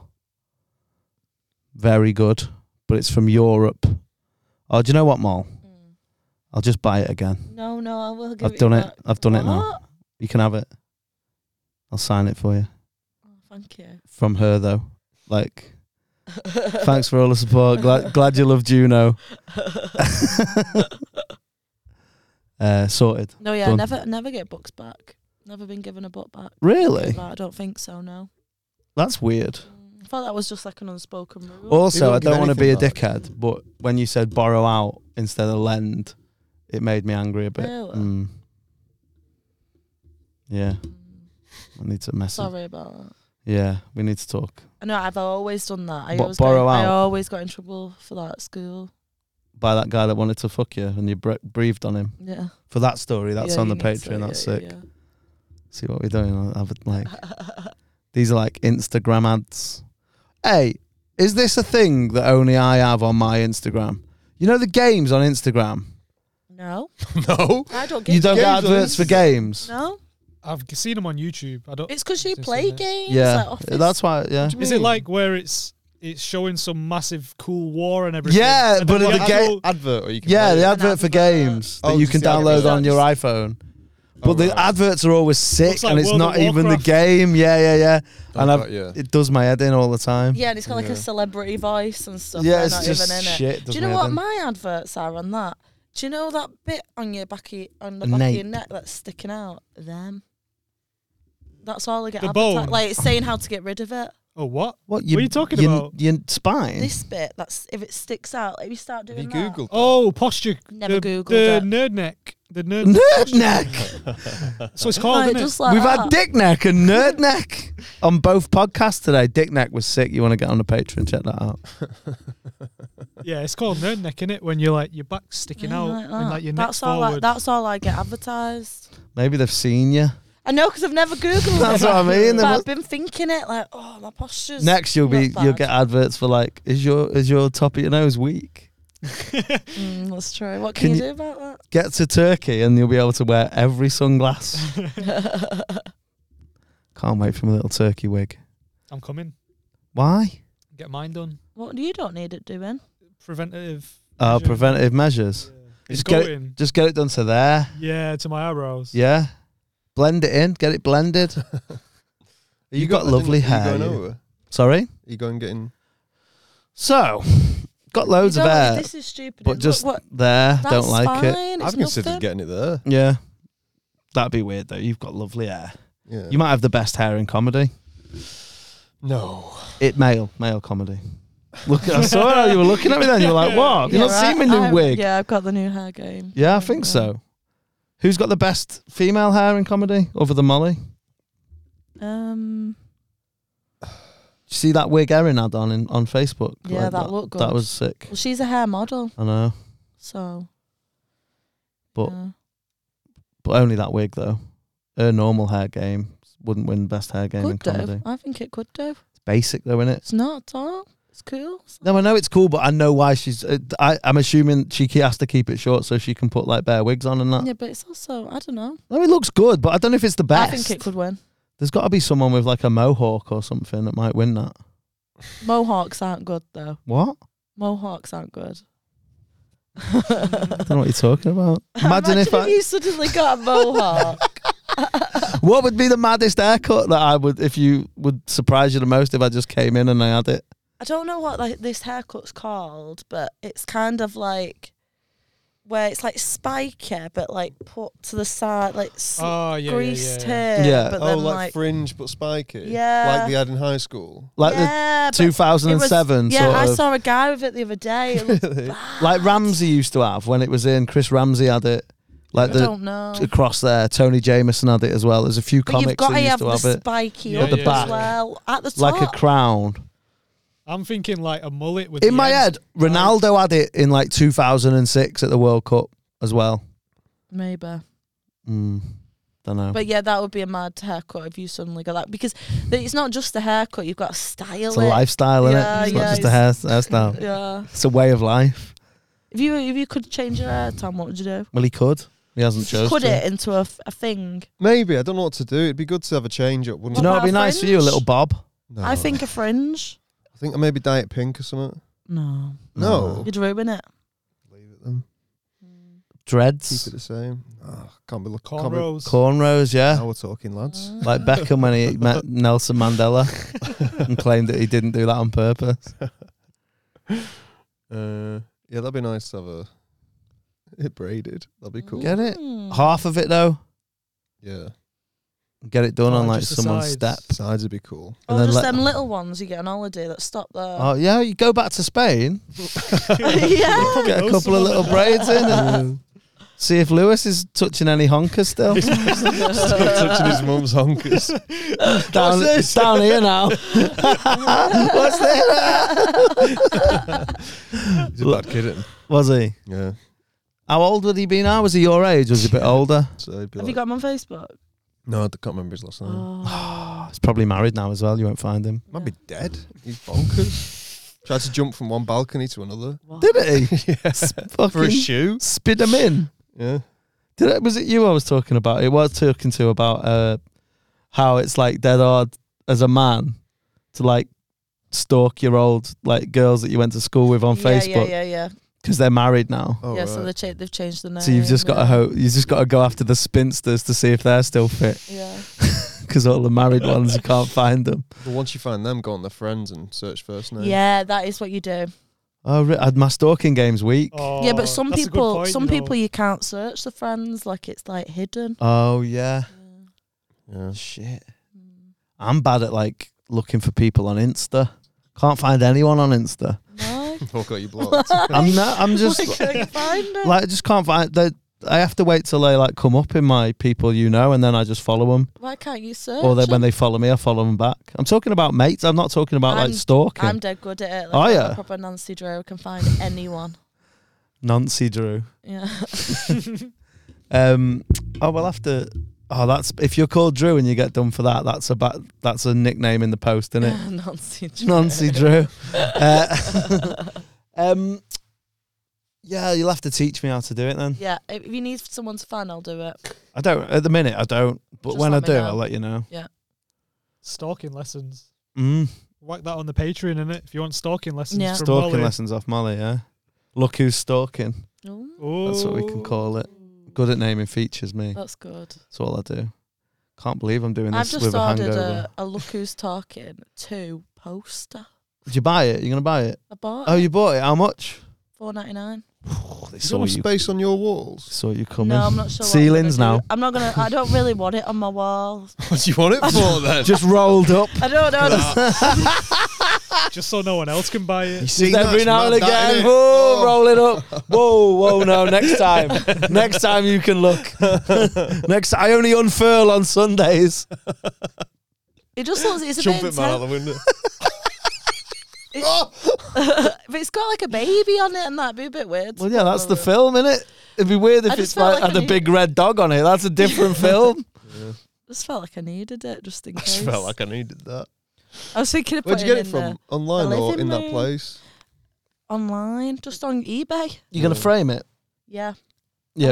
Speaker 3: Very good, but it's from Europe. Oh, do you know what, Mal?
Speaker 1: Mm.
Speaker 3: I'll just buy it again.
Speaker 1: No, no, I will give
Speaker 3: I've
Speaker 1: it.
Speaker 3: done
Speaker 1: you
Speaker 3: it.
Speaker 1: Back.
Speaker 3: I've done it now.
Speaker 1: What?
Speaker 3: You can have it. I'll sign it for you.
Speaker 1: Oh, thank you.
Speaker 3: From her though, like Thanks for all the support. Glad, glad you love Juno. uh, sorted.
Speaker 1: No, yeah, I
Speaker 3: Done.
Speaker 1: never, never get books back. Never been given a book back.
Speaker 3: Really?
Speaker 1: But I don't think so. No.
Speaker 3: That's weird.
Speaker 1: Mm, I thought that was just like an unspoken rule.
Speaker 3: Also,
Speaker 2: don't
Speaker 3: I
Speaker 2: give
Speaker 3: don't want to be a
Speaker 2: anything back.
Speaker 3: dickhead, but when you said borrow out instead of lend, it made me angry a bit.
Speaker 1: Really?
Speaker 3: Mm. Yeah,
Speaker 1: Mm,
Speaker 3: I need to message.
Speaker 1: Sorry about that.
Speaker 3: Yeah, we need to talk.
Speaker 1: I know I've always done that. I
Speaker 3: What,
Speaker 1: always
Speaker 3: borrow
Speaker 1: got, I
Speaker 3: out?
Speaker 1: always got in trouble for that at school.
Speaker 3: By that guy that wanted to fuck you and you bre- breathed on him.
Speaker 1: Yeah.
Speaker 3: For that story, that's
Speaker 1: Yeah,
Speaker 3: on
Speaker 1: you
Speaker 3: the
Speaker 1: need
Speaker 3: Patreon.
Speaker 1: to,
Speaker 3: that's
Speaker 1: yeah,
Speaker 3: sick. See what we're doing. I- I've like These are like Instagram ads. Hey, is this a thing that only I have on my Instagram? You know the games on
Speaker 1: yeah.
Speaker 3: Instagram?
Speaker 1: No,
Speaker 2: no.
Speaker 1: I don't get
Speaker 3: You don't get
Speaker 2: games on
Speaker 3: adverts for
Speaker 2: Instagram?
Speaker 3: games.
Speaker 1: No,
Speaker 4: I've g- seen them on YouTube. I don't.
Speaker 1: it's because you
Speaker 4: It's just
Speaker 1: play
Speaker 4: in there.
Speaker 1: games.
Speaker 3: Yeah.
Speaker 1: like
Speaker 3: That's why yeah.
Speaker 2: you
Speaker 4: Is
Speaker 2: mean?
Speaker 4: it like where it's it's showing some massive cool war and everything?
Speaker 3: Yeah,
Speaker 4: and
Speaker 3: but
Speaker 4: then
Speaker 3: in the
Speaker 4: actual-
Speaker 3: game-
Speaker 2: Advert or you can
Speaker 3: Yeah,
Speaker 2: play
Speaker 3: the
Speaker 2: it.
Speaker 1: an
Speaker 3: advert for
Speaker 1: advert.
Speaker 3: games that
Speaker 2: Oh,
Speaker 3: you
Speaker 2: just
Speaker 3: can
Speaker 2: the
Speaker 3: download
Speaker 1: advert.
Speaker 3: on your iPhone. But
Speaker 2: Oh,
Speaker 3: the
Speaker 2: right.
Speaker 3: adverts are always sick
Speaker 4: Looks like
Speaker 3: and it's
Speaker 4: World of
Speaker 3: not even the
Speaker 4: Warcraft.
Speaker 3: game. Yeah, yeah, yeah.
Speaker 2: Oh,
Speaker 3: and I've-
Speaker 2: right, yeah.
Speaker 3: It does my head in all the time.
Speaker 1: Yeah, and it's got like
Speaker 2: Yeah.
Speaker 1: a celebrity voice and stuff.
Speaker 3: Yeah,
Speaker 1: They're
Speaker 3: it's
Speaker 1: not
Speaker 3: just
Speaker 1: even in it.
Speaker 3: shit.
Speaker 1: Do you know
Speaker 3: does my
Speaker 1: what
Speaker 3: head in.
Speaker 1: my adverts are on that? Do you know that bit on your back of, on the
Speaker 3: A
Speaker 1: back of
Speaker 3: nape.
Speaker 1: your neck that's sticking out? Them. That's all I get.
Speaker 4: The
Speaker 1: advertised.
Speaker 4: bone.
Speaker 1: Like it's saying how to get rid of it.
Speaker 4: Oh what?
Speaker 3: What,
Speaker 4: are you talking
Speaker 3: your,
Speaker 4: about?
Speaker 3: Your spine?
Speaker 1: This bit that's if it sticks out, if you start
Speaker 2: Have
Speaker 1: doing
Speaker 2: you
Speaker 1: that-
Speaker 2: Googled?
Speaker 4: Oh posture.
Speaker 1: Never
Speaker 4: the,
Speaker 1: Googled
Speaker 4: the
Speaker 1: it.
Speaker 4: nerd neck. The nerd.
Speaker 3: Nerd neck!
Speaker 4: So it's
Speaker 1: No,
Speaker 4: called. innit?
Speaker 1: just like
Speaker 3: Oh, We've
Speaker 1: that.
Speaker 3: had Dick Neck and Nerd Neck on both podcasts today. Dick Neck was sick. You want to get on the Patreon? Check that out.
Speaker 4: Yeah, it's called nerd neck, innit? When you're like your back's sticking
Speaker 1: Yeah,
Speaker 4: out
Speaker 1: like
Speaker 4: and
Speaker 1: that.
Speaker 4: like your neck
Speaker 1: that's all. I,
Speaker 4: forward.
Speaker 1: that's all I get advertised.
Speaker 3: Maybe they've seen you.
Speaker 1: I know because I've never googled
Speaker 3: That's
Speaker 1: it.
Speaker 3: what I mean. They
Speaker 1: But I've
Speaker 3: must-
Speaker 1: been thinking it like, oh, my posture's
Speaker 3: Next, you'll be
Speaker 1: not
Speaker 3: you'll
Speaker 1: bad.
Speaker 3: get adverts for like is your is your top of your nose weak?
Speaker 1: Mm, that's true. What can,
Speaker 3: Can
Speaker 1: you, do about that?
Speaker 3: Get to Turkey and you'll be able to wear every sunglass. Can't wait for my little turkey wig.
Speaker 4: I'm coming.
Speaker 3: Why?
Speaker 4: Get mine done.
Speaker 1: What you don't need it doing.
Speaker 4: Preventative.
Speaker 3: Uh,
Speaker 4: measure.
Speaker 3: preventative measures.
Speaker 4: Yeah.
Speaker 3: Just
Speaker 4: It's
Speaker 3: get it-
Speaker 4: going.
Speaker 3: Just get it done to there.
Speaker 4: Yeah, to my eyebrows.
Speaker 3: Yeah. Blend it in. Get it blended.
Speaker 2: You
Speaker 3: got lovely
Speaker 2: you
Speaker 3: hair,
Speaker 2: going
Speaker 3: you.
Speaker 2: over?
Speaker 3: Sorry.
Speaker 2: Are you going getting?
Speaker 3: So, got loads
Speaker 1: You
Speaker 3: of
Speaker 1: know what?
Speaker 3: air,
Speaker 1: This is stupid.
Speaker 3: but
Speaker 1: Look
Speaker 3: just
Speaker 1: what-
Speaker 3: there.
Speaker 1: that's
Speaker 3: Don't like it.
Speaker 1: fine, it's
Speaker 2: I've considered
Speaker 1: nothing.
Speaker 2: getting it there.
Speaker 3: Yeah, that'd be weird though. You've got lovely hair.
Speaker 2: Yeah.
Speaker 3: You might have the best hair in comedy.
Speaker 2: no.
Speaker 3: It male male comedy. Look, I saw how you were looking at me then. You were like, "What? Have you
Speaker 1: Yeah,
Speaker 3: not
Speaker 1: right?
Speaker 3: seen my new
Speaker 1: I-
Speaker 3: wig?"
Speaker 1: Yeah, I've got the new hair game.
Speaker 3: Yeah, I think so. Who's got the best female hair in comedy other than Molly? Do
Speaker 1: Um,
Speaker 3: you see that wig Erin had on in, on Facebook?
Speaker 1: Yeah, that looked good.
Speaker 3: That was sick.
Speaker 1: well, she's a hair model,
Speaker 3: I know,
Speaker 1: so.
Speaker 3: But-
Speaker 1: yeah.
Speaker 3: but only that wig though. Her normal hair game wouldn't win best hair game in
Speaker 1: could
Speaker 3: comedy.
Speaker 1: do. I think it could do.
Speaker 3: It's basic though, isn't it?
Speaker 1: It's not at all. It's cool.
Speaker 3: No, I know it's cool, but I know why she's. Uh, I, I'm assuming she ke- has to keep it short so she can put like bare wigs on and that.
Speaker 1: Yeah, but it's also I don't know.
Speaker 3: No, it looks good, but I don't know if it's the best.
Speaker 1: I think it could win.
Speaker 3: There's got to be someone with like a mohawk or something that might win that.
Speaker 1: Mohawks aren't good though.
Speaker 3: What?
Speaker 1: Mohawks aren't good.
Speaker 3: I don't know what you're talking about.
Speaker 1: Imagine,
Speaker 3: Imagine if I.
Speaker 1: you suddenly got a mohawk.
Speaker 3: What would be the maddest haircut that I would, if you would surprise you the most if I just came in and I had it?
Speaker 1: I don't know what like this haircut's called, but it's kind of like where it's like spiky, but like put to the side, like s-
Speaker 4: Oh, yeah, yeah, yeah,
Speaker 1: greased
Speaker 4: yeah.
Speaker 1: hair.
Speaker 3: Yeah.
Speaker 1: But
Speaker 2: oh,
Speaker 1: then
Speaker 2: like,
Speaker 1: like,
Speaker 2: fringe but spiky.
Speaker 1: Yeah.
Speaker 2: Like they had in high school.
Speaker 3: Like
Speaker 1: yeah,
Speaker 3: the
Speaker 1: but it was-
Speaker 3: 2007
Speaker 1: Yeah,
Speaker 3: sort
Speaker 1: I
Speaker 3: of.
Speaker 1: saw a guy with it the other day. It looked bad.
Speaker 3: like Ramsey used to have when it was in. Chris Ramsey had it. Like
Speaker 1: I
Speaker 3: the
Speaker 1: don't know.
Speaker 3: across there. Tony Jameson had it as well. There's a few
Speaker 1: But
Speaker 3: comics
Speaker 1: you've got to
Speaker 3: that
Speaker 1: have the
Speaker 3: used to have it.
Speaker 1: spiky
Speaker 4: Yeah,
Speaker 1: up
Speaker 3: yeah, yeah.
Speaker 1: as well at the top.
Speaker 3: Like a crown.
Speaker 4: I'm thinking like a mullet with
Speaker 3: In
Speaker 4: the
Speaker 3: my head,
Speaker 4: ends.
Speaker 3: Ronaldo had it in like 2006 at the World Cup as well. Oh.
Speaker 1: Maybe.
Speaker 3: Mm, don't know.
Speaker 1: But yeah, that would be a mad haircut if you suddenly got that because th- it's not just a haircut. You've got to style
Speaker 3: It's
Speaker 1: it.
Speaker 3: a lifestyle, innit?
Speaker 1: Yeah,
Speaker 3: It's
Speaker 1: yeah,
Speaker 3: not just a hair, hairstyle.
Speaker 1: Yeah.
Speaker 3: It's a way of life.
Speaker 1: If you if you could change your hair, Tom, what would you do?
Speaker 3: Well, he could. He hasn't chosen.
Speaker 1: Put it into a, f- a thing.
Speaker 2: Maybe I don't know what to do. It'd be good to have a change up,
Speaker 3: Do you
Speaker 2: wouldn't
Speaker 1: What
Speaker 3: know
Speaker 1: about
Speaker 3: it'd be
Speaker 1: a
Speaker 3: nice for you? A
Speaker 1: fringe?
Speaker 3: little bob.
Speaker 2: it? No.
Speaker 1: I think a fringe.
Speaker 2: I think maybe diet pink or something.
Speaker 1: No,
Speaker 2: No.
Speaker 1: you'd ruin it.
Speaker 2: Leave it then. Keep it
Speaker 3: Dreads.
Speaker 2: the same. Oh, can't be looking.
Speaker 4: cornrows.
Speaker 3: Cornrows, yeah.
Speaker 2: Now we're talking, lads.
Speaker 3: Like Beckham when he met Nelson Mandela and claimed that he didn't do that on purpose.
Speaker 2: Uh, yeah, that'd be nice to have a it braided. That'd be cool.
Speaker 3: Yeah. Get it?
Speaker 1: Mm.
Speaker 3: Half of it, though,
Speaker 2: Yeah,
Speaker 3: get it done
Speaker 4: Oh,
Speaker 3: on like
Speaker 4: just the
Speaker 3: someone's step.
Speaker 4: sides.
Speaker 2: sides would be cool.
Speaker 1: Or
Speaker 3: and then
Speaker 1: Oh, just
Speaker 3: let-
Speaker 1: them little ones you get on holiday that stop there.
Speaker 3: Oh, yeah, you go back to Spain,
Speaker 1: yeah.
Speaker 3: get a
Speaker 4: knows
Speaker 3: couple of
Speaker 4: someone
Speaker 3: little braids in, and see if Lewis is touching any honkers still.
Speaker 2: Still touching his mum's honkers.
Speaker 3: down, it's down here now. What's that?
Speaker 2: He's a bad kid. isn't
Speaker 3: Was he?
Speaker 2: he? Yeah.
Speaker 3: How old would he be now? Was he your age? Was he a bit older?
Speaker 2: So he'd be
Speaker 1: Have you
Speaker 2: like,
Speaker 1: got him on Facebook?
Speaker 2: no, I can't remember his last name.
Speaker 1: Oh.
Speaker 3: He's probably married now as well. You won't find him.
Speaker 2: Might be dead. He's bonkers. Tried to jump from one balcony to another
Speaker 1: Wow.
Speaker 3: Did he?
Speaker 2: yeah. for a
Speaker 3: Fucking
Speaker 2: shoe.
Speaker 3: spit him in.
Speaker 2: Yeah.
Speaker 3: Did it, was it you I was talking about? It was talking to about uh, how it's like dead hard as a man to like stalk your old like girls that you went to school with on
Speaker 1: yeah,
Speaker 3: Facebook
Speaker 1: Yeah, yeah, yeah.
Speaker 3: because they're married now.
Speaker 2: Oh,
Speaker 1: yeah,
Speaker 2: right.
Speaker 1: so they cha- they've changed the name.
Speaker 3: So you've just got
Speaker 1: yeah.
Speaker 3: to hope. You just got to go after the spinsters to see if they're still fit
Speaker 1: Yeah.
Speaker 3: because all the married ones you can't find them.
Speaker 2: But once you find them, go on their friends and search first name.
Speaker 1: yeah, that is what you do.
Speaker 3: Oh, re- had my stalking game's weak. Oh,
Speaker 4: Oh,
Speaker 1: yeah, but some
Speaker 4: that's a good
Speaker 1: people,
Speaker 4: point,
Speaker 1: some
Speaker 4: you know.
Speaker 1: people, you can't search the friends. Like it's like hidden.
Speaker 3: Oh, yeah. Oh,
Speaker 2: Yeah.
Speaker 3: Shit.
Speaker 1: Mm.
Speaker 3: I'm bad at like looking for people on Insta. Can't find anyone on Insta.
Speaker 1: No.
Speaker 2: Or got you blocked.
Speaker 3: I'm not. I'm just
Speaker 1: like, I can't find it.
Speaker 3: like I just can't find. They, I have to wait till they like come up in my people you know, and then I just follow them.
Speaker 1: Why can't you search?
Speaker 3: Or they,
Speaker 1: them?
Speaker 3: when they follow me, I follow them back. I'm talking about mates. I'm not talking about
Speaker 1: I'm-
Speaker 3: like stalking.
Speaker 1: I'm dead good at it. Like,
Speaker 3: Are
Speaker 1: I'm
Speaker 3: ya?
Speaker 1: a Proper Nancy Drew can find anyone.
Speaker 3: Nancy Drew.
Speaker 1: Yeah.
Speaker 3: Um. Oh well, after. Oh, that's if you're called Drew and you get done for that. That's a ba- That's a nickname in the post, isn't it?
Speaker 1: Nancy Drew.
Speaker 3: Nancy Drew. Uh, um. Yeah, you'll have to teach me how to do it then.
Speaker 1: Yeah. If if you need someone's fan, I'll do it.
Speaker 3: I don't at the minute. I don't, but
Speaker 1: Just
Speaker 3: when I
Speaker 1: let me
Speaker 3: do,
Speaker 1: know.
Speaker 3: I'll let you know.
Speaker 4: stalking lessons.
Speaker 3: Mm.
Speaker 4: Whack that on the Patreon, innit? If you want stalking lessons
Speaker 1: Yeah.
Speaker 4: from
Speaker 3: Stalking
Speaker 4: Molly.
Speaker 3: lessons off Molly. Yeah, look who's stalking.
Speaker 1: Ooh,
Speaker 3: That's what we can
Speaker 4: Ooh.
Speaker 3: call it. Good at naming features, me.
Speaker 1: that's good.
Speaker 3: That's all I do. Can't believe I'm doing
Speaker 1: I've
Speaker 3: this
Speaker 1: just
Speaker 3: with a
Speaker 1: ordered
Speaker 3: hangover.
Speaker 1: a, a Look Who's Talking 2 coaster.
Speaker 3: Did you buy it? You're gonna buy it?
Speaker 1: I bought
Speaker 3: Oh,
Speaker 1: it.
Speaker 3: you bought it? How much?
Speaker 1: Four ninety nine.
Speaker 3: Oh, they
Speaker 2: Is there enough space on your walls?
Speaker 3: Saw you coming.
Speaker 1: No, I'm not sure. what I'm gonna
Speaker 3: Ceilings
Speaker 1: do.
Speaker 3: now.
Speaker 1: I'm not gonna. I don't really want it on my wall.
Speaker 2: What do you want it for then?
Speaker 3: Just rolled up.
Speaker 1: I don't know.
Speaker 4: just so no one else can buy it.
Speaker 2: see,
Speaker 3: every
Speaker 2: that's
Speaker 3: now and
Speaker 2: mad, that,
Speaker 3: again.
Speaker 2: innit?
Speaker 3: Whoa, roll it up. Whoa, whoa, no. Next time. Next time you can look. Next, I only unfurl on Sundays.
Speaker 1: it just looks. It's a bit
Speaker 2: Trumpet man out
Speaker 1: intense.
Speaker 2: the window.
Speaker 1: But it's got like a baby on it, and that'd be a bit weird.
Speaker 3: Well, yeah, that's the film, innit? It'd be weird if
Speaker 1: I just
Speaker 3: it's
Speaker 1: felt
Speaker 3: like,
Speaker 1: like
Speaker 3: had
Speaker 1: I
Speaker 3: a
Speaker 1: need-
Speaker 3: big red dog on it. That's a different film.
Speaker 1: Just felt like I needed it, just in
Speaker 2: I
Speaker 1: case.
Speaker 2: just felt like I needed that.
Speaker 1: I was thinking of
Speaker 2: Where'd you
Speaker 1: putting
Speaker 2: get it
Speaker 1: in
Speaker 2: from?
Speaker 1: there.
Speaker 2: Online
Speaker 1: the
Speaker 2: or
Speaker 1: living
Speaker 2: in that
Speaker 1: room.
Speaker 2: place?
Speaker 1: online, just on eBay.
Speaker 3: You're gonna
Speaker 2: Yeah.
Speaker 3: frame it.
Speaker 1: Yeah,
Speaker 3: Yeah,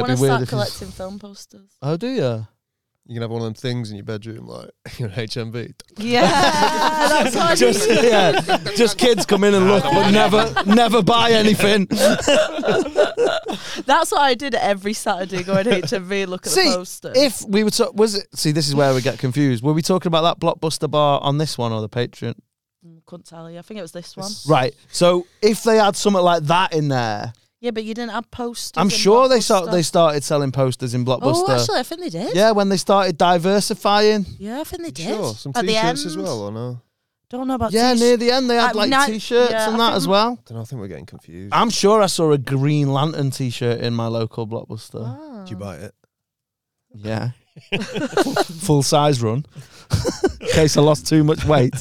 Speaker 1: I
Speaker 3: it'd
Speaker 1: want
Speaker 3: be
Speaker 1: to
Speaker 3: weird
Speaker 1: start
Speaker 3: if. it's-
Speaker 1: collecting film posters.
Speaker 3: Oh, do you?
Speaker 2: You can have one of them things in your bedroom, like you know, HMV.
Speaker 1: Yeah, that's what I
Speaker 3: Just
Speaker 1: need.
Speaker 3: yeah, just kids come in and look, but never, never buy anything.
Speaker 1: That's what I did every Saturday, going HMV, look at
Speaker 3: See,
Speaker 1: the poster.
Speaker 3: If we were, to, was it? See, this is where we get confused. Were we talking about that blockbuster bar on this one or the Patreon?
Speaker 1: Mm, Couldn't tell you. I think it was this one.
Speaker 3: Right. So if they had something like that in there,
Speaker 1: Yeah, but you didn't have posters.
Speaker 3: I'm
Speaker 1: in
Speaker 3: sure they start,
Speaker 1: Blockbuster.
Speaker 3: they started selling posters in Blockbuster.
Speaker 1: Oh, actually, I think they did. Yeah,
Speaker 3: yeah, when they started diversifying.
Speaker 1: I think they did.
Speaker 2: Sure, some
Speaker 1: At the
Speaker 2: t-shirts as
Speaker 1: end.
Speaker 2: well, or no?
Speaker 1: Don't know about
Speaker 3: Yeah,
Speaker 1: t-shirts.
Speaker 3: near the end they had
Speaker 1: At
Speaker 3: like
Speaker 1: night-
Speaker 3: t-shirts
Speaker 1: yeah,
Speaker 3: and
Speaker 1: I
Speaker 3: that
Speaker 1: think
Speaker 3: as
Speaker 1: we-
Speaker 3: well.
Speaker 2: Then I think we're getting confused.
Speaker 3: I'm sure I saw a Green Lantern t-shirt in my local Blockbuster.
Speaker 1: Wow.
Speaker 2: Do you buy it?
Speaker 3: Yeah. Full size run. In case I lost too much weight.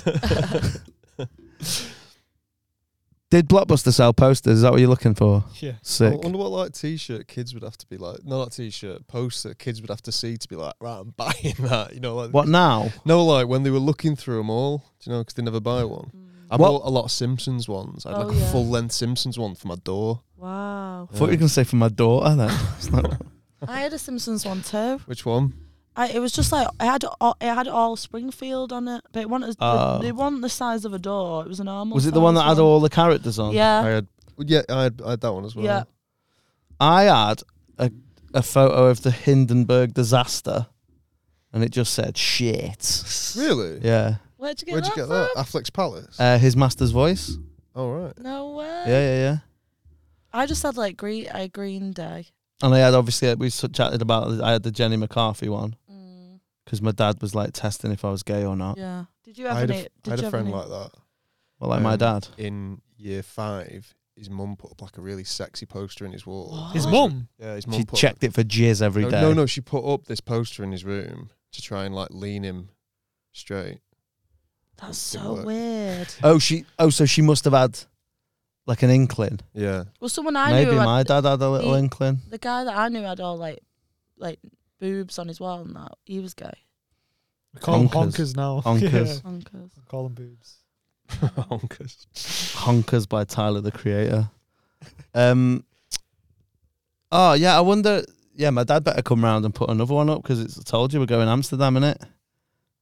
Speaker 3: Did Blockbuster sell posters? Is that what you're looking for?
Speaker 4: Yeah.
Speaker 3: Sick.
Speaker 2: I wonder what like t-shirt kids would have to be like. No, not t-shirt poster kids would have to see to be like, right, I'm buying that. You know, like
Speaker 3: What now?
Speaker 2: No, like when they were looking through them all, do you know, because they never buy one.
Speaker 1: Mm,
Speaker 2: I
Speaker 3: What-
Speaker 2: bought a lot of Simpsons ones. I had
Speaker 1: Oh,
Speaker 2: like a
Speaker 1: yeah.
Speaker 2: full length Simpsons one for my door,
Speaker 1: Wow.
Speaker 3: I thought you were going to say for my daughter then. It's not-
Speaker 1: I had a Simpsons one too.
Speaker 2: Which one?
Speaker 1: I, it was just like I had all, it had all Springfield on it, but it wasn't.
Speaker 3: Oh.
Speaker 2: Ah.
Speaker 1: Uh, it wasn't the size of a door. It was an normal.
Speaker 3: was it the one that
Speaker 1: size
Speaker 3: had all the characters on?
Speaker 2: I
Speaker 1: Yeah,
Speaker 2: had. Yeah, I had, I had that one as well.
Speaker 1: Yeah.
Speaker 3: I had a, a photo of the Hindenburg disaster and it just said shit.
Speaker 2: Really?
Speaker 3: Yeah.
Speaker 1: where'd you get
Speaker 2: Where'd
Speaker 1: that?
Speaker 2: you get that?
Speaker 1: from?
Speaker 2: Affleck's Palace.
Speaker 3: Uh, his master's voice.
Speaker 2: All right.
Speaker 1: No way.
Speaker 3: Yeah, yeah, yeah.
Speaker 1: I just had like green, uh, Green Day.
Speaker 3: And I had obviously, we s- chatted about, I had the Jenny McCarthy one.
Speaker 1: Mm,
Speaker 3: because my dad was like testing if I was gay or not.
Speaker 1: yeah. Did you
Speaker 2: I
Speaker 1: have
Speaker 2: had, a
Speaker 1: any?
Speaker 2: f- I
Speaker 1: did
Speaker 2: had
Speaker 1: you
Speaker 2: a
Speaker 1: have
Speaker 2: friend
Speaker 1: any?
Speaker 2: like that
Speaker 3: Well, like my
Speaker 2: Um,
Speaker 3: dad.
Speaker 2: in year five. His mum put up like a really sexy poster in his wall.
Speaker 1: What?
Speaker 4: His
Speaker 1: Oh.
Speaker 4: mum.
Speaker 2: Yeah, his mum
Speaker 3: She
Speaker 2: put up-
Speaker 3: checked it for jizz every
Speaker 2: no,
Speaker 3: day.
Speaker 2: No, no, she put up this poster in his room to try and like lean him straight.
Speaker 1: That's
Speaker 2: Didn't
Speaker 1: so
Speaker 2: work.
Speaker 1: weird.
Speaker 3: Oh, she. Oh, so she must have had like an inkling.
Speaker 2: Yeah.
Speaker 1: Well, someone I
Speaker 3: Maybe
Speaker 1: knew, had-
Speaker 3: my dad had a little
Speaker 1: he-
Speaker 3: inkling.
Speaker 1: the guy that I knew had all like, like boobs on his wall and that. He was gay.
Speaker 4: We call them
Speaker 3: Honkers.
Speaker 4: honkers now.
Speaker 3: Honkers.
Speaker 4: Yeah.
Speaker 1: Bonkers.
Speaker 4: I call them boobs.
Speaker 2: Honkers.
Speaker 3: Honkers by Tyler the Creator. Um. Oh yeah, I wonder. Yeah, my dad better come round and put another one up because it's I told you we're going Amsterdam in it.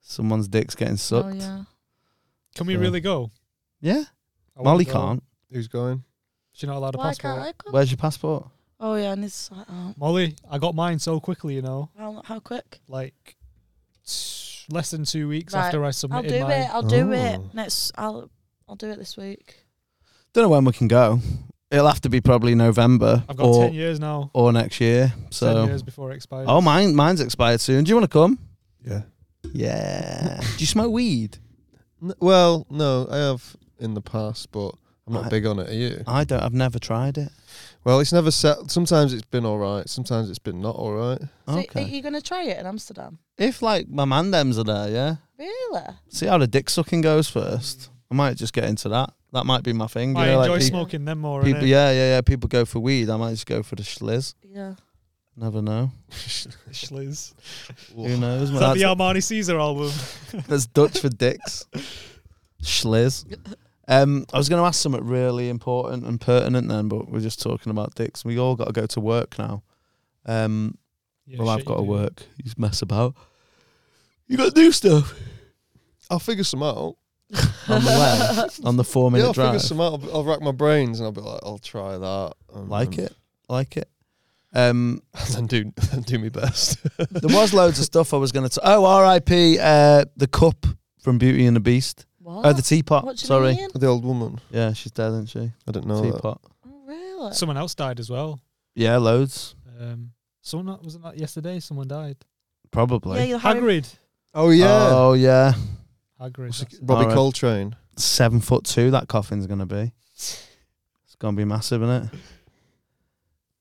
Speaker 3: Someone's dick's getting
Speaker 1: Oh
Speaker 3: sucked.
Speaker 1: yeah.
Speaker 4: Can we
Speaker 3: Yeah.
Speaker 4: really go?
Speaker 3: yeah.
Speaker 4: I wanna
Speaker 3: Molly
Speaker 4: go.
Speaker 3: can't.
Speaker 2: Who's going?
Speaker 4: She's not allowed a
Speaker 1: Why can't
Speaker 4: passport.
Speaker 1: I come?
Speaker 3: Where's your passport?
Speaker 1: Oh yeah, and it's like, oh,
Speaker 4: Molly, I got mine so quickly, you know,
Speaker 1: how how quick?
Speaker 4: like s- less than two weeks
Speaker 1: Right.
Speaker 4: after I
Speaker 1: I'll
Speaker 4: submitted
Speaker 1: do
Speaker 4: mine.
Speaker 1: it. I'll do it
Speaker 2: Oh.
Speaker 1: next. I'll I'll do it this week.
Speaker 3: Don't know when we can go. It'll have to be probably November
Speaker 4: I've got
Speaker 3: or,
Speaker 4: ten years now.
Speaker 3: or next year. So
Speaker 4: ten years before it expires.
Speaker 3: Oh, mine, mine's expired soon. Do you want to come?
Speaker 2: Yeah.
Speaker 3: Yeah. Do you smoke weed?
Speaker 2: N- well, no, I have in the past, but I'm not
Speaker 3: I-
Speaker 2: big on it. Are you?
Speaker 3: I don't. I've never tried it.
Speaker 2: Well, it's never set. Sometimes it's been all right. Sometimes it's been not all right.
Speaker 1: So
Speaker 3: Okay.
Speaker 1: are you gonna try it in Amsterdam?
Speaker 3: if like my man dems are there, yeah.
Speaker 1: Really?
Speaker 3: See how the dick sucking goes first. I might just get into that. That might be my thing. you
Speaker 4: I
Speaker 3: know, like
Speaker 4: enjoy
Speaker 3: pe-
Speaker 4: smoking them more.
Speaker 3: people,
Speaker 4: innit?
Speaker 3: yeah, yeah, yeah. People go for weed. I might just go for the schliz.
Speaker 1: Yeah.
Speaker 3: Never know.
Speaker 4: Schliz.
Speaker 3: Who knows?
Speaker 4: Is that
Speaker 3: man?
Speaker 4: the Armani Caesar album?
Speaker 3: That's, that's Dutch for dicks. schliz. Um, I was going to ask something really important and pertinent then, but we're just talking about dicks. We all got to go to work now. Um,
Speaker 4: Yeah,
Speaker 3: well, I've
Speaker 4: shit,
Speaker 3: got to
Speaker 4: you do.
Speaker 3: work. You mess about. You got new stuff
Speaker 2: I'll figure some out.
Speaker 3: on the way on the four
Speaker 2: Yeah,
Speaker 3: minute
Speaker 2: I'll figure
Speaker 3: drive.
Speaker 2: some out. I'll, be- I'll rack my brains and I'll be like, I'll try that. And
Speaker 3: Like
Speaker 2: then-
Speaker 3: it, like it. Um,
Speaker 2: And then do then do my best.
Speaker 3: there was loads of stuff I was going to. Oh, R.I.P. Uh, the cup from Beauty and the Beast.
Speaker 1: What?
Speaker 3: Oh, the teapot.
Speaker 1: What do you
Speaker 3: Sorry.
Speaker 1: mean?
Speaker 2: The old woman.
Speaker 3: Yeah, she's dead, isn't she?
Speaker 2: I didn't know that.
Speaker 3: teapot.
Speaker 1: Oh, really?
Speaker 4: Someone else died as well.
Speaker 3: Yeah, loads.
Speaker 4: Um, someone wasn't that yesterday? Someone died.
Speaker 3: Probably.
Speaker 1: yeah, you're Harry,
Speaker 4: Hagrid.
Speaker 2: Oh yeah,
Speaker 3: Oh yeah.
Speaker 4: Hagrid.
Speaker 2: What's it-
Speaker 4: that's it.
Speaker 2: Robbie
Speaker 3: Alright.
Speaker 2: Coltrane.
Speaker 3: Seven foot two. That coffin's gonna be. It's gonna be massive, isn't it?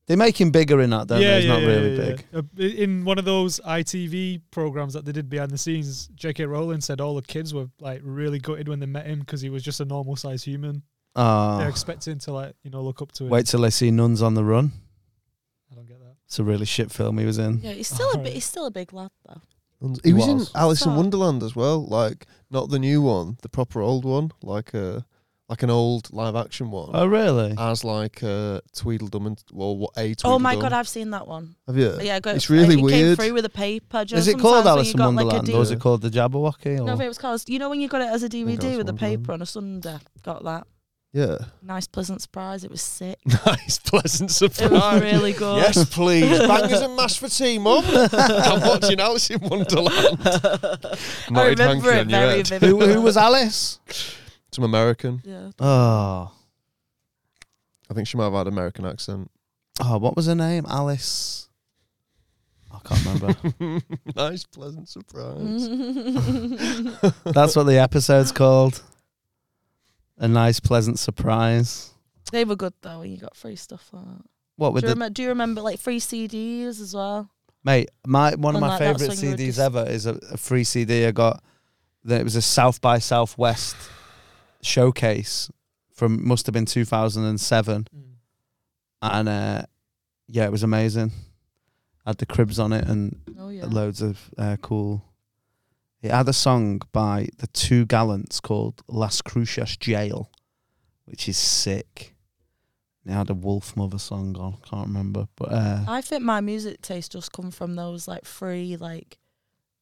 Speaker 3: They make him bigger in that, don't they? He's not really
Speaker 4: yeah,
Speaker 3: big.
Speaker 4: yeah. Uh, i- In one of those ITV programs that they did behind the scenes, J.K. Rowling said all the kids were like really gutted when they met him because he was just a normal sized human.
Speaker 3: Ah.
Speaker 4: They're expecting to like you know look up to him.
Speaker 3: Wait till they see Nuns on the Run.
Speaker 4: I don't get that.
Speaker 3: It's a really shit film he was in.
Speaker 1: Yeah, he's still a bit.
Speaker 4: Alright.
Speaker 1: He's still a big lad though.
Speaker 2: He
Speaker 3: He
Speaker 2: was in
Speaker 3: was.
Speaker 2: Alice in
Speaker 1: So-
Speaker 2: Wonderland as well. Like not the new one, the proper old one, like a like an old live action one.
Speaker 3: Oh really?
Speaker 2: as like uh, Tweedledum and well, what a Tweedledum.
Speaker 1: Oh my god, I've seen that one.
Speaker 2: have you?
Speaker 1: Yeah, go,
Speaker 2: It's really
Speaker 1: it Came
Speaker 2: weird.
Speaker 1: through with a paper. Do you
Speaker 3: Is
Speaker 1: know
Speaker 3: it
Speaker 1: sometimes
Speaker 3: called
Speaker 1: when
Speaker 3: Alice
Speaker 1: you
Speaker 3: in
Speaker 1: got,
Speaker 3: Wonderland
Speaker 1: Like, a
Speaker 3: or
Speaker 1: D-
Speaker 3: is it called the Jabberwocky? Or?
Speaker 1: no, it was called. You know when you got it as a DVD
Speaker 2: Alice
Speaker 1: with a
Speaker 2: Wonderland.
Speaker 1: paper on a Sunday. Got that.
Speaker 2: Yeah,
Speaker 1: Nice, pleasant surprise. It was sick.
Speaker 2: nice pleasant
Speaker 1: It was Oh, really good.
Speaker 2: Yes, please. Bangers and mash for tea, mum. I'm watching Alice in Wonderland.
Speaker 1: I
Speaker 2: Knotted
Speaker 1: remember it
Speaker 2: hanky on your
Speaker 1: very
Speaker 2: head.
Speaker 1: vividly.
Speaker 3: who, who was Alice?
Speaker 2: Some American.
Speaker 1: Yeah.
Speaker 3: Oh.
Speaker 2: I think she might have had American accent.
Speaker 3: oh, what was her name? Alice. I can't remember.
Speaker 2: nice pleasant surprise.
Speaker 1: Mm. That's
Speaker 3: That's what the episode's called. A nice, pleasant surprise.
Speaker 1: They were good though when you got free stuff like that.
Speaker 3: What with
Speaker 1: do,
Speaker 3: the
Speaker 1: you remem- do you remember like free CDs as well?
Speaker 3: mate? My one of my
Speaker 1: Unlike that
Speaker 3: favorite
Speaker 1: song you were
Speaker 3: CDs
Speaker 1: just-
Speaker 3: ever is a, a free CD I got. That it was a South by Southwest showcase from must have been 2007,
Speaker 1: Mm.
Speaker 3: and uh, yeah, it was amazing. Had the cribs on it and
Speaker 1: Oh yeah.
Speaker 3: loads of uh, cool. It had a song by the Two Gallants called Las Cruces Jail, which is sick. It had a Wolf Mother song on, can't remember, but uh,
Speaker 1: I think my music taste just come from those like free like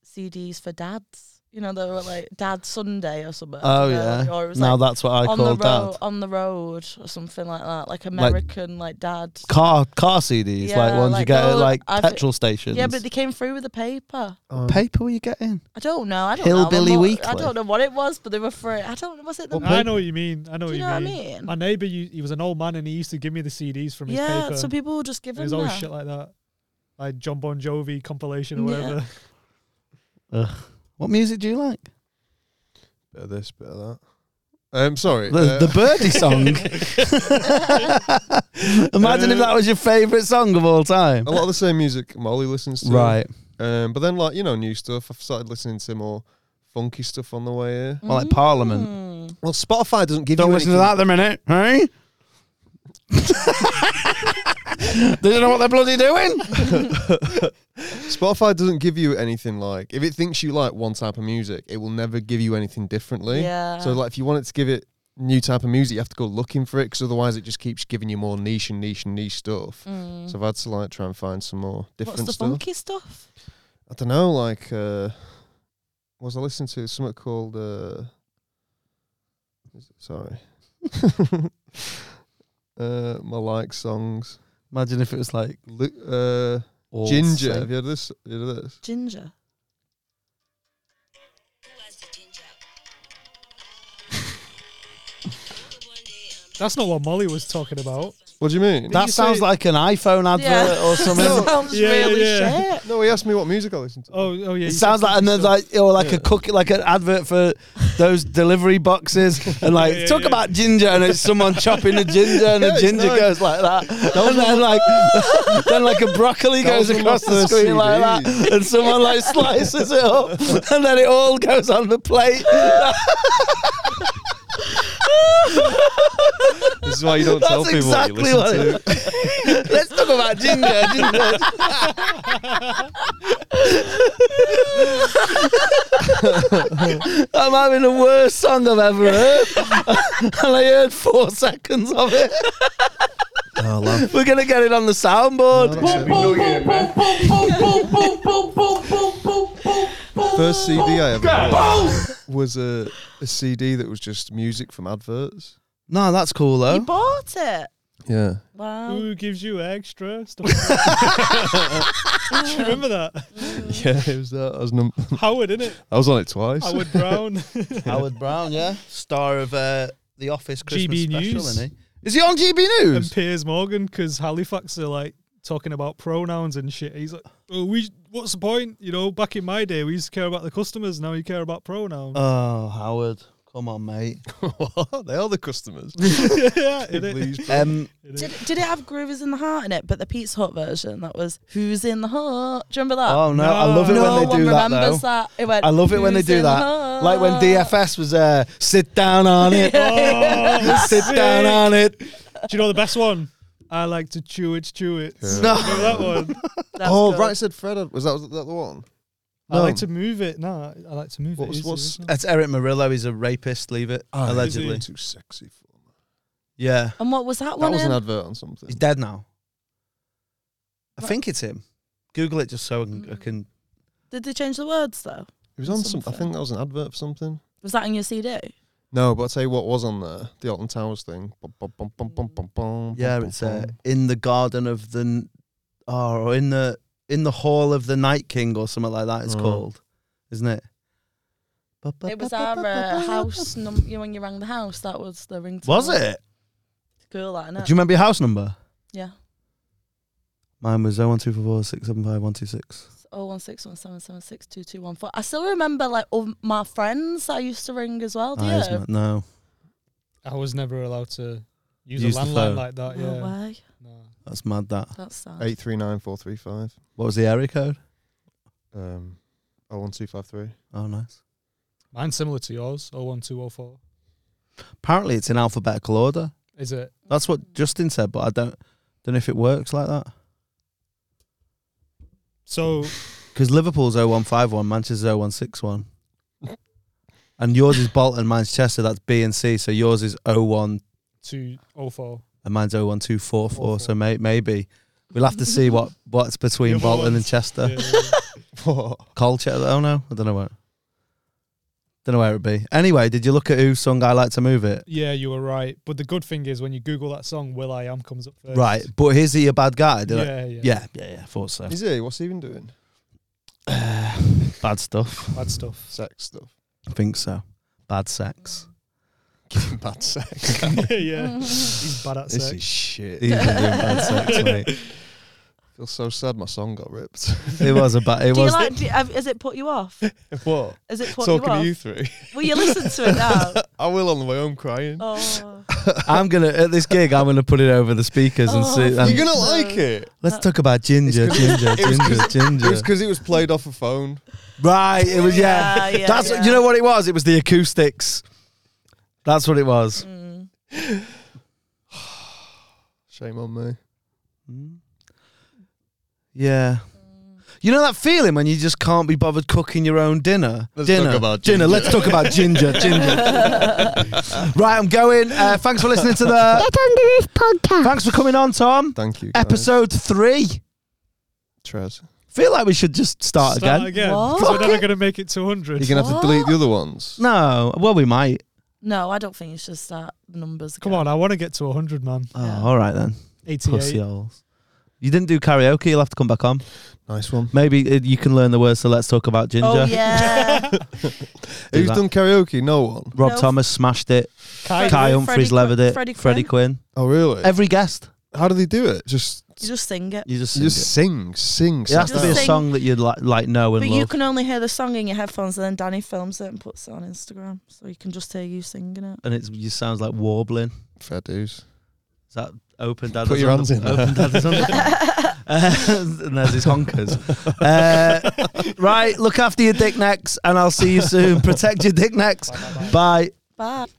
Speaker 1: CDs for dads. You know, they were like Dad Sunday or something.
Speaker 3: Oh,
Speaker 1: you know,
Speaker 3: yeah.
Speaker 1: Or it was
Speaker 3: now
Speaker 1: like
Speaker 3: that's what I
Speaker 1: on the
Speaker 3: call
Speaker 1: road
Speaker 3: dad.
Speaker 1: on the road or something like that. Like American like, dad.
Speaker 3: Car car CDs, like
Speaker 1: Yeah,
Speaker 3: ones you
Speaker 1: like
Speaker 3: get at
Speaker 1: those-
Speaker 3: like
Speaker 1: I've-
Speaker 3: petrol stations.
Speaker 1: Yeah, but they came through with the paper.
Speaker 2: Um,
Speaker 3: paper were you getting?
Speaker 1: I don't know. I don't
Speaker 3: Hillbilly
Speaker 1: know. I'm
Speaker 3: Weekly.
Speaker 1: I don't know what it was, but they were free. I don't know. Was it the
Speaker 2: What
Speaker 4: I know what you mean. I
Speaker 1: Do
Speaker 4: know what
Speaker 1: you
Speaker 4: you
Speaker 1: know what I
Speaker 4: mean.
Speaker 1: mean?
Speaker 4: My neighbour, you- he was an old man and he used to give me the CDs from his
Speaker 1: Yeah,
Speaker 4: paper.
Speaker 1: so people will just give
Speaker 4: It
Speaker 1: them
Speaker 4: was always
Speaker 1: that.
Speaker 4: shit like that. Like John Bon Jovi compilation or
Speaker 1: Yeah.
Speaker 4: whatever.
Speaker 3: What music do you like?
Speaker 2: bit of this, bit of that. Um, sorry.
Speaker 3: The,
Speaker 2: uh,
Speaker 3: the Birdie song. Imagine if that was your favourite song of all time.
Speaker 2: a lot of the same music Molly listens to.
Speaker 3: Right.
Speaker 1: Mm-hmm.
Speaker 2: Um, but then, like you know, new stuff. I've started listening to more funky stuff on the way here.
Speaker 3: Well, like Parliament.
Speaker 1: Mm.
Speaker 2: Well, Spotify doesn't give
Speaker 3: Don't listen to that the minute, hey? they don't know what they're bloody doing.
Speaker 2: Spotify doesn't give you anything like if it thinks you like one type of music, it will never give you anything differently.
Speaker 1: Yeah.
Speaker 2: So like if you want it to give it new type of music, you have to go looking for it because otherwise it just keeps giving you more niche and niche and niche stuff.
Speaker 1: Mm.
Speaker 2: So I've had to like try and find some more different
Speaker 1: What's the
Speaker 2: stuff.
Speaker 1: funky stuff?
Speaker 2: I don't know, like uh what was I listening to something called uh is it- sorry. uh my like songs.
Speaker 3: Imagine if it was like
Speaker 2: Lu- uh
Speaker 3: all
Speaker 2: Ginger.
Speaker 3: same.
Speaker 2: Have you heard of this? Have you heard of this?
Speaker 1: Ginger.
Speaker 4: That's not what Molly was talking about.
Speaker 2: What do you mean?
Speaker 3: That
Speaker 4: you
Speaker 3: sounds
Speaker 4: say-
Speaker 3: like an iPhone advert or something.
Speaker 1: That sounds
Speaker 4: Yeah, yeah,
Speaker 1: really
Speaker 4: yeah.
Speaker 1: shit.
Speaker 2: No, he asked me what music I listen to.
Speaker 4: Oh, oh yeah. you
Speaker 3: It sounds
Speaker 4: said
Speaker 3: like and then
Speaker 4: funky stuff.
Speaker 3: like or like
Speaker 2: Yeah.
Speaker 3: a cook like an advert for those delivery boxes and like
Speaker 4: Yeah, yeah,
Speaker 3: talk
Speaker 4: yeah.
Speaker 3: about ginger and it's someone chopping the ginger and
Speaker 2: Yeah,
Speaker 3: the
Speaker 2: it's
Speaker 3: ginger
Speaker 2: nice.
Speaker 3: goes like that and then like then like a broccoli
Speaker 2: That was
Speaker 3: goes
Speaker 2: one of
Speaker 3: across
Speaker 2: my
Speaker 3: the
Speaker 2: first
Speaker 3: screen like
Speaker 2: CDs.
Speaker 3: that and someone like slices it up and then it all goes on the plate.
Speaker 2: This is why you don't tell
Speaker 3: That's
Speaker 2: people
Speaker 3: exactly
Speaker 2: what
Speaker 3: what.
Speaker 2: you listen to.
Speaker 3: it- Let's talk about ginger. ginger. I'm having the worst song I've ever heard, and I heard four seconds of it.
Speaker 2: Oh,
Speaker 3: We're gonna get it on the soundboard.
Speaker 2: First CD I ever bought was a, a CD that was just music from adverts.
Speaker 3: No, that's cool
Speaker 1: You
Speaker 3: though.
Speaker 1: bought it.
Speaker 2: Yeah.
Speaker 1: Wow.
Speaker 4: Who gives you extra stuff? like that. Do you remember that?
Speaker 2: Yeah, it was that. I was, num-
Speaker 4: Howard, innit?
Speaker 2: I was on it twice.
Speaker 4: Howard Brown.
Speaker 3: Howard Brown, yeah, star of uh, The Office Christmas
Speaker 4: GB
Speaker 3: special,
Speaker 4: News.
Speaker 3: isn't he? Is he on GB
Speaker 4: and
Speaker 3: News?
Speaker 4: Piers Morgan because Halifax are like talking about pronouns and shit. He's like, oh, we. What's the point? You know, back in my day, we used to care about the customers. Now you care about pronouns.
Speaker 3: Oh, Howard, come on, mate.
Speaker 2: they are the customers.
Speaker 4: yeah, innit?
Speaker 2: Please, bro.
Speaker 3: Um,
Speaker 1: Did, did it have Groovers in the Heart in it? But the Pete's Hut version, that was Who's in the Heart? Do you remember that?
Speaker 3: oh no, I
Speaker 4: No.
Speaker 3: love it
Speaker 1: no
Speaker 3: when they
Speaker 1: one
Speaker 3: do that though.
Speaker 1: remembers that. It went,
Speaker 3: I love it when they
Speaker 1: "Who's
Speaker 3: do
Speaker 1: in the
Speaker 3: that.
Speaker 1: heart?"
Speaker 3: Like when DFS was uh, sit down on it,
Speaker 4: Oh,
Speaker 3: sit down on it.
Speaker 4: do you know the best one? I like to chew it, chew it.
Speaker 3: No,
Speaker 4: Remember that one?
Speaker 1: That's
Speaker 2: oh,
Speaker 1: good.
Speaker 2: right, said Fred. Was that, was that the one?
Speaker 4: I
Speaker 3: Um,
Speaker 4: like
Speaker 2: No.
Speaker 4: to move it. No, I like to move
Speaker 2: What
Speaker 4: it.
Speaker 2: was-
Speaker 4: Is it,
Speaker 2: what's-
Speaker 4: isn't it?
Speaker 3: that's Eric Murillo. He's a rapist. Leave it
Speaker 4: Oh, Is
Speaker 3: allegedly.
Speaker 4: he?
Speaker 2: Too sexy for me.
Speaker 3: Yeah,
Speaker 1: And what was that
Speaker 2: That
Speaker 1: one
Speaker 2: was
Speaker 1: in?
Speaker 2: an advert on something.
Speaker 3: he's dead now. I
Speaker 1: Right.
Speaker 3: think it's him. Google it just so I can, I
Speaker 1: Mm.
Speaker 3: can
Speaker 1: Did they change the words though?
Speaker 2: It was on some. I
Speaker 1: something.
Speaker 2: think that was an advert for something.
Speaker 1: Was that in your CD?
Speaker 2: No, but I'll tell you what was on there. The Alton Towers thing. Bum, bum, bum, bum, bum, bum, bum,
Speaker 3: Yeah,
Speaker 2: bum,
Speaker 3: it's
Speaker 2: bum,
Speaker 3: uh,
Speaker 2: bum.
Speaker 3: in the garden of the, n- oh, or in the in the hall of the Night King or something like that. It's
Speaker 2: Oh.
Speaker 3: called, isn't it?
Speaker 1: It was our uh, house num- you know, when you rang the house. That was the ringtone.
Speaker 3: Was it?
Speaker 1: Cool, that
Speaker 3: Do
Speaker 1: innit?
Speaker 3: you remember your house number?
Speaker 1: yeah.
Speaker 3: Mine was 01244 675 126.
Speaker 1: Oh one six one seven seven six two two one four. I still remember like all my friends that I used to ring as well. Do
Speaker 3: Ah, isn't
Speaker 1: you?
Speaker 3: it? No.
Speaker 4: I was never allowed to use,
Speaker 3: Use
Speaker 4: a
Speaker 3: the
Speaker 4: landline
Speaker 3: phone.
Speaker 4: like that.
Speaker 1: No
Speaker 4: Oh, Yeah.
Speaker 1: way.
Speaker 4: No.
Speaker 3: That's mad, that.
Speaker 1: That's sad.
Speaker 2: eight three nine four three five.
Speaker 3: What was the area code?
Speaker 2: Um, oh one two five three.
Speaker 3: Oh, nice.
Speaker 4: Mine's similar to yours. Oh one two oh four.
Speaker 3: Apparently, it's in alphabetical order.
Speaker 4: Is it?
Speaker 3: That's what Justin said, but I don't don't know if it works like that.
Speaker 4: So
Speaker 3: Because Liverpool's 0151, Manchester's 0161. And yours is Bolton, mine's Chester, that's B and C. So yours is 01
Speaker 4: two oh four.
Speaker 3: and mine's 01244. So
Speaker 4: Awful.
Speaker 3: may, maybe we'll have to see what, what's between
Speaker 4: Yeah, what
Speaker 3: Bolton and
Speaker 4: ones?
Speaker 3: Chester.
Speaker 4: Yeah, yeah, yeah.
Speaker 2: What?
Speaker 3: Colchester, oh no, I don't know where. Don't know where it'd be. Anyway, did you look at who sung I Like to Move It?
Speaker 4: Yeah, you were right. But the good thing is when you Google that song, Will I Am comes up first.
Speaker 3: Right, but is he a bad guy? Did I-
Speaker 4: yeah, yeah.
Speaker 3: yeah, yeah, yeah, I thought so.
Speaker 2: Is he? What's he been doing?
Speaker 3: Bad stuff.
Speaker 4: Bad stuff.
Speaker 2: Sex stuff.
Speaker 3: I think so. Bad sex.
Speaker 2: Giving bad sex.
Speaker 4: yeah.
Speaker 1: Mm.
Speaker 4: He's bad at
Speaker 2: this is
Speaker 4: sex.
Speaker 2: shit.
Speaker 3: He's been doing bad sex, mate.
Speaker 2: feel so sad. My song got ripped.
Speaker 3: It was a bad. It
Speaker 1: do you
Speaker 3: was.
Speaker 1: like? Do you, have, has it put you off?
Speaker 2: what?
Speaker 1: Has it put
Speaker 2: Talking
Speaker 1: you off?
Speaker 2: to you three.
Speaker 1: Will you listen to it now?
Speaker 2: I will on the way home crying.
Speaker 1: Oh,
Speaker 3: I'm gonna at this gig. I'm gonna put it over the speakers and
Speaker 1: Oh,
Speaker 3: see.
Speaker 1: um,
Speaker 3: And
Speaker 2: You're gonna
Speaker 1: No.
Speaker 2: like it.
Speaker 3: let's talk about ginger,
Speaker 2: It's
Speaker 3: ginger,
Speaker 2: it was
Speaker 3: ginger,
Speaker 2: It was
Speaker 3: ginger.
Speaker 2: because it was played off a phone.
Speaker 3: Right. It was. Yeah.
Speaker 1: Yeah, yeah,
Speaker 3: That's.
Speaker 1: yeah.
Speaker 3: You know what it was? It was the acoustics. That's what it was.
Speaker 1: mm.
Speaker 2: Shame on me.
Speaker 3: Mm. Yeah. You know that feeling when you just can't be bothered cooking your own dinner.
Speaker 2: Let's
Speaker 3: dinner.
Speaker 2: talk about
Speaker 3: dinner.
Speaker 2: ginger.
Speaker 3: Let's talk about ginger. Ginger. right, I'm going. Uh, thanks for listening to the.
Speaker 5: Get on the roof podcast.
Speaker 3: Thanks for coming on, Tom.
Speaker 2: Thank you. guys.
Speaker 3: Episode three.
Speaker 2: Trez.
Speaker 3: Feel like we should just start, again.
Speaker 1: What?
Speaker 4: 'cause we're
Speaker 3: Fuck
Speaker 4: never
Speaker 3: it.
Speaker 4: going to make it to 100.
Speaker 2: You're gonna have to delete the other ones.
Speaker 3: No, well, we might.
Speaker 1: No, I don't think you should start the numbers.
Speaker 4: Come
Speaker 1: again.
Speaker 4: on, I want to get to 100, man.
Speaker 3: Oh,
Speaker 1: Yeah.
Speaker 3: all right then.
Speaker 4: 88.
Speaker 3: Pussy
Speaker 2: eh?
Speaker 3: holes. You didn't do karaoke. You'll have to come back on.
Speaker 2: Nice one.
Speaker 3: Maybe uh, you can learn the words. So let's talk about ginger.
Speaker 1: Oh yeah,
Speaker 3: Do
Speaker 2: Who's
Speaker 3: that.
Speaker 2: done karaoke? No one.
Speaker 3: Rob
Speaker 1: No.
Speaker 3: Thomas smashed it.
Speaker 1: Fre-
Speaker 4: Kai,
Speaker 3: Kai
Speaker 1: Freddie
Speaker 3: Humphries
Speaker 1: Quinn-
Speaker 3: levered it.
Speaker 1: Freddie Quinn.
Speaker 3: Quinn.
Speaker 2: Oh really?
Speaker 3: Every guest.
Speaker 2: How do they do it? Just
Speaker 1: you just sing it.
Speaker 3: You just
Speaker 2: you
Speaker 3: sing
Speaker 2: just sing, sing.
Speaker 3: it. It has
Speaker 2: sing
Speaker 3: to be a
Speaker 2: out.
Speaker 1: sing.
Speaker 3: song that you'd like, like know and
Speaker 1: But
Speaker 3: love.
Speaker 1: you can only hear the song in your headphones, and then Danny films it and puts it on Instagram, so you can just hear you singing it.
Speaker 3: and it's, it just sounds like warbling.
Speaker 2: Fair dues.
Speaker 3: Is that open dad?
Speaker 2: Put your hands in there.
Speaker 3: Open dad's under. uh, and there's his honkers. Uh, right, look after your dick necks, and I'll see you soon. Protect your dick necks. Bye.
Speaker 1: Bye.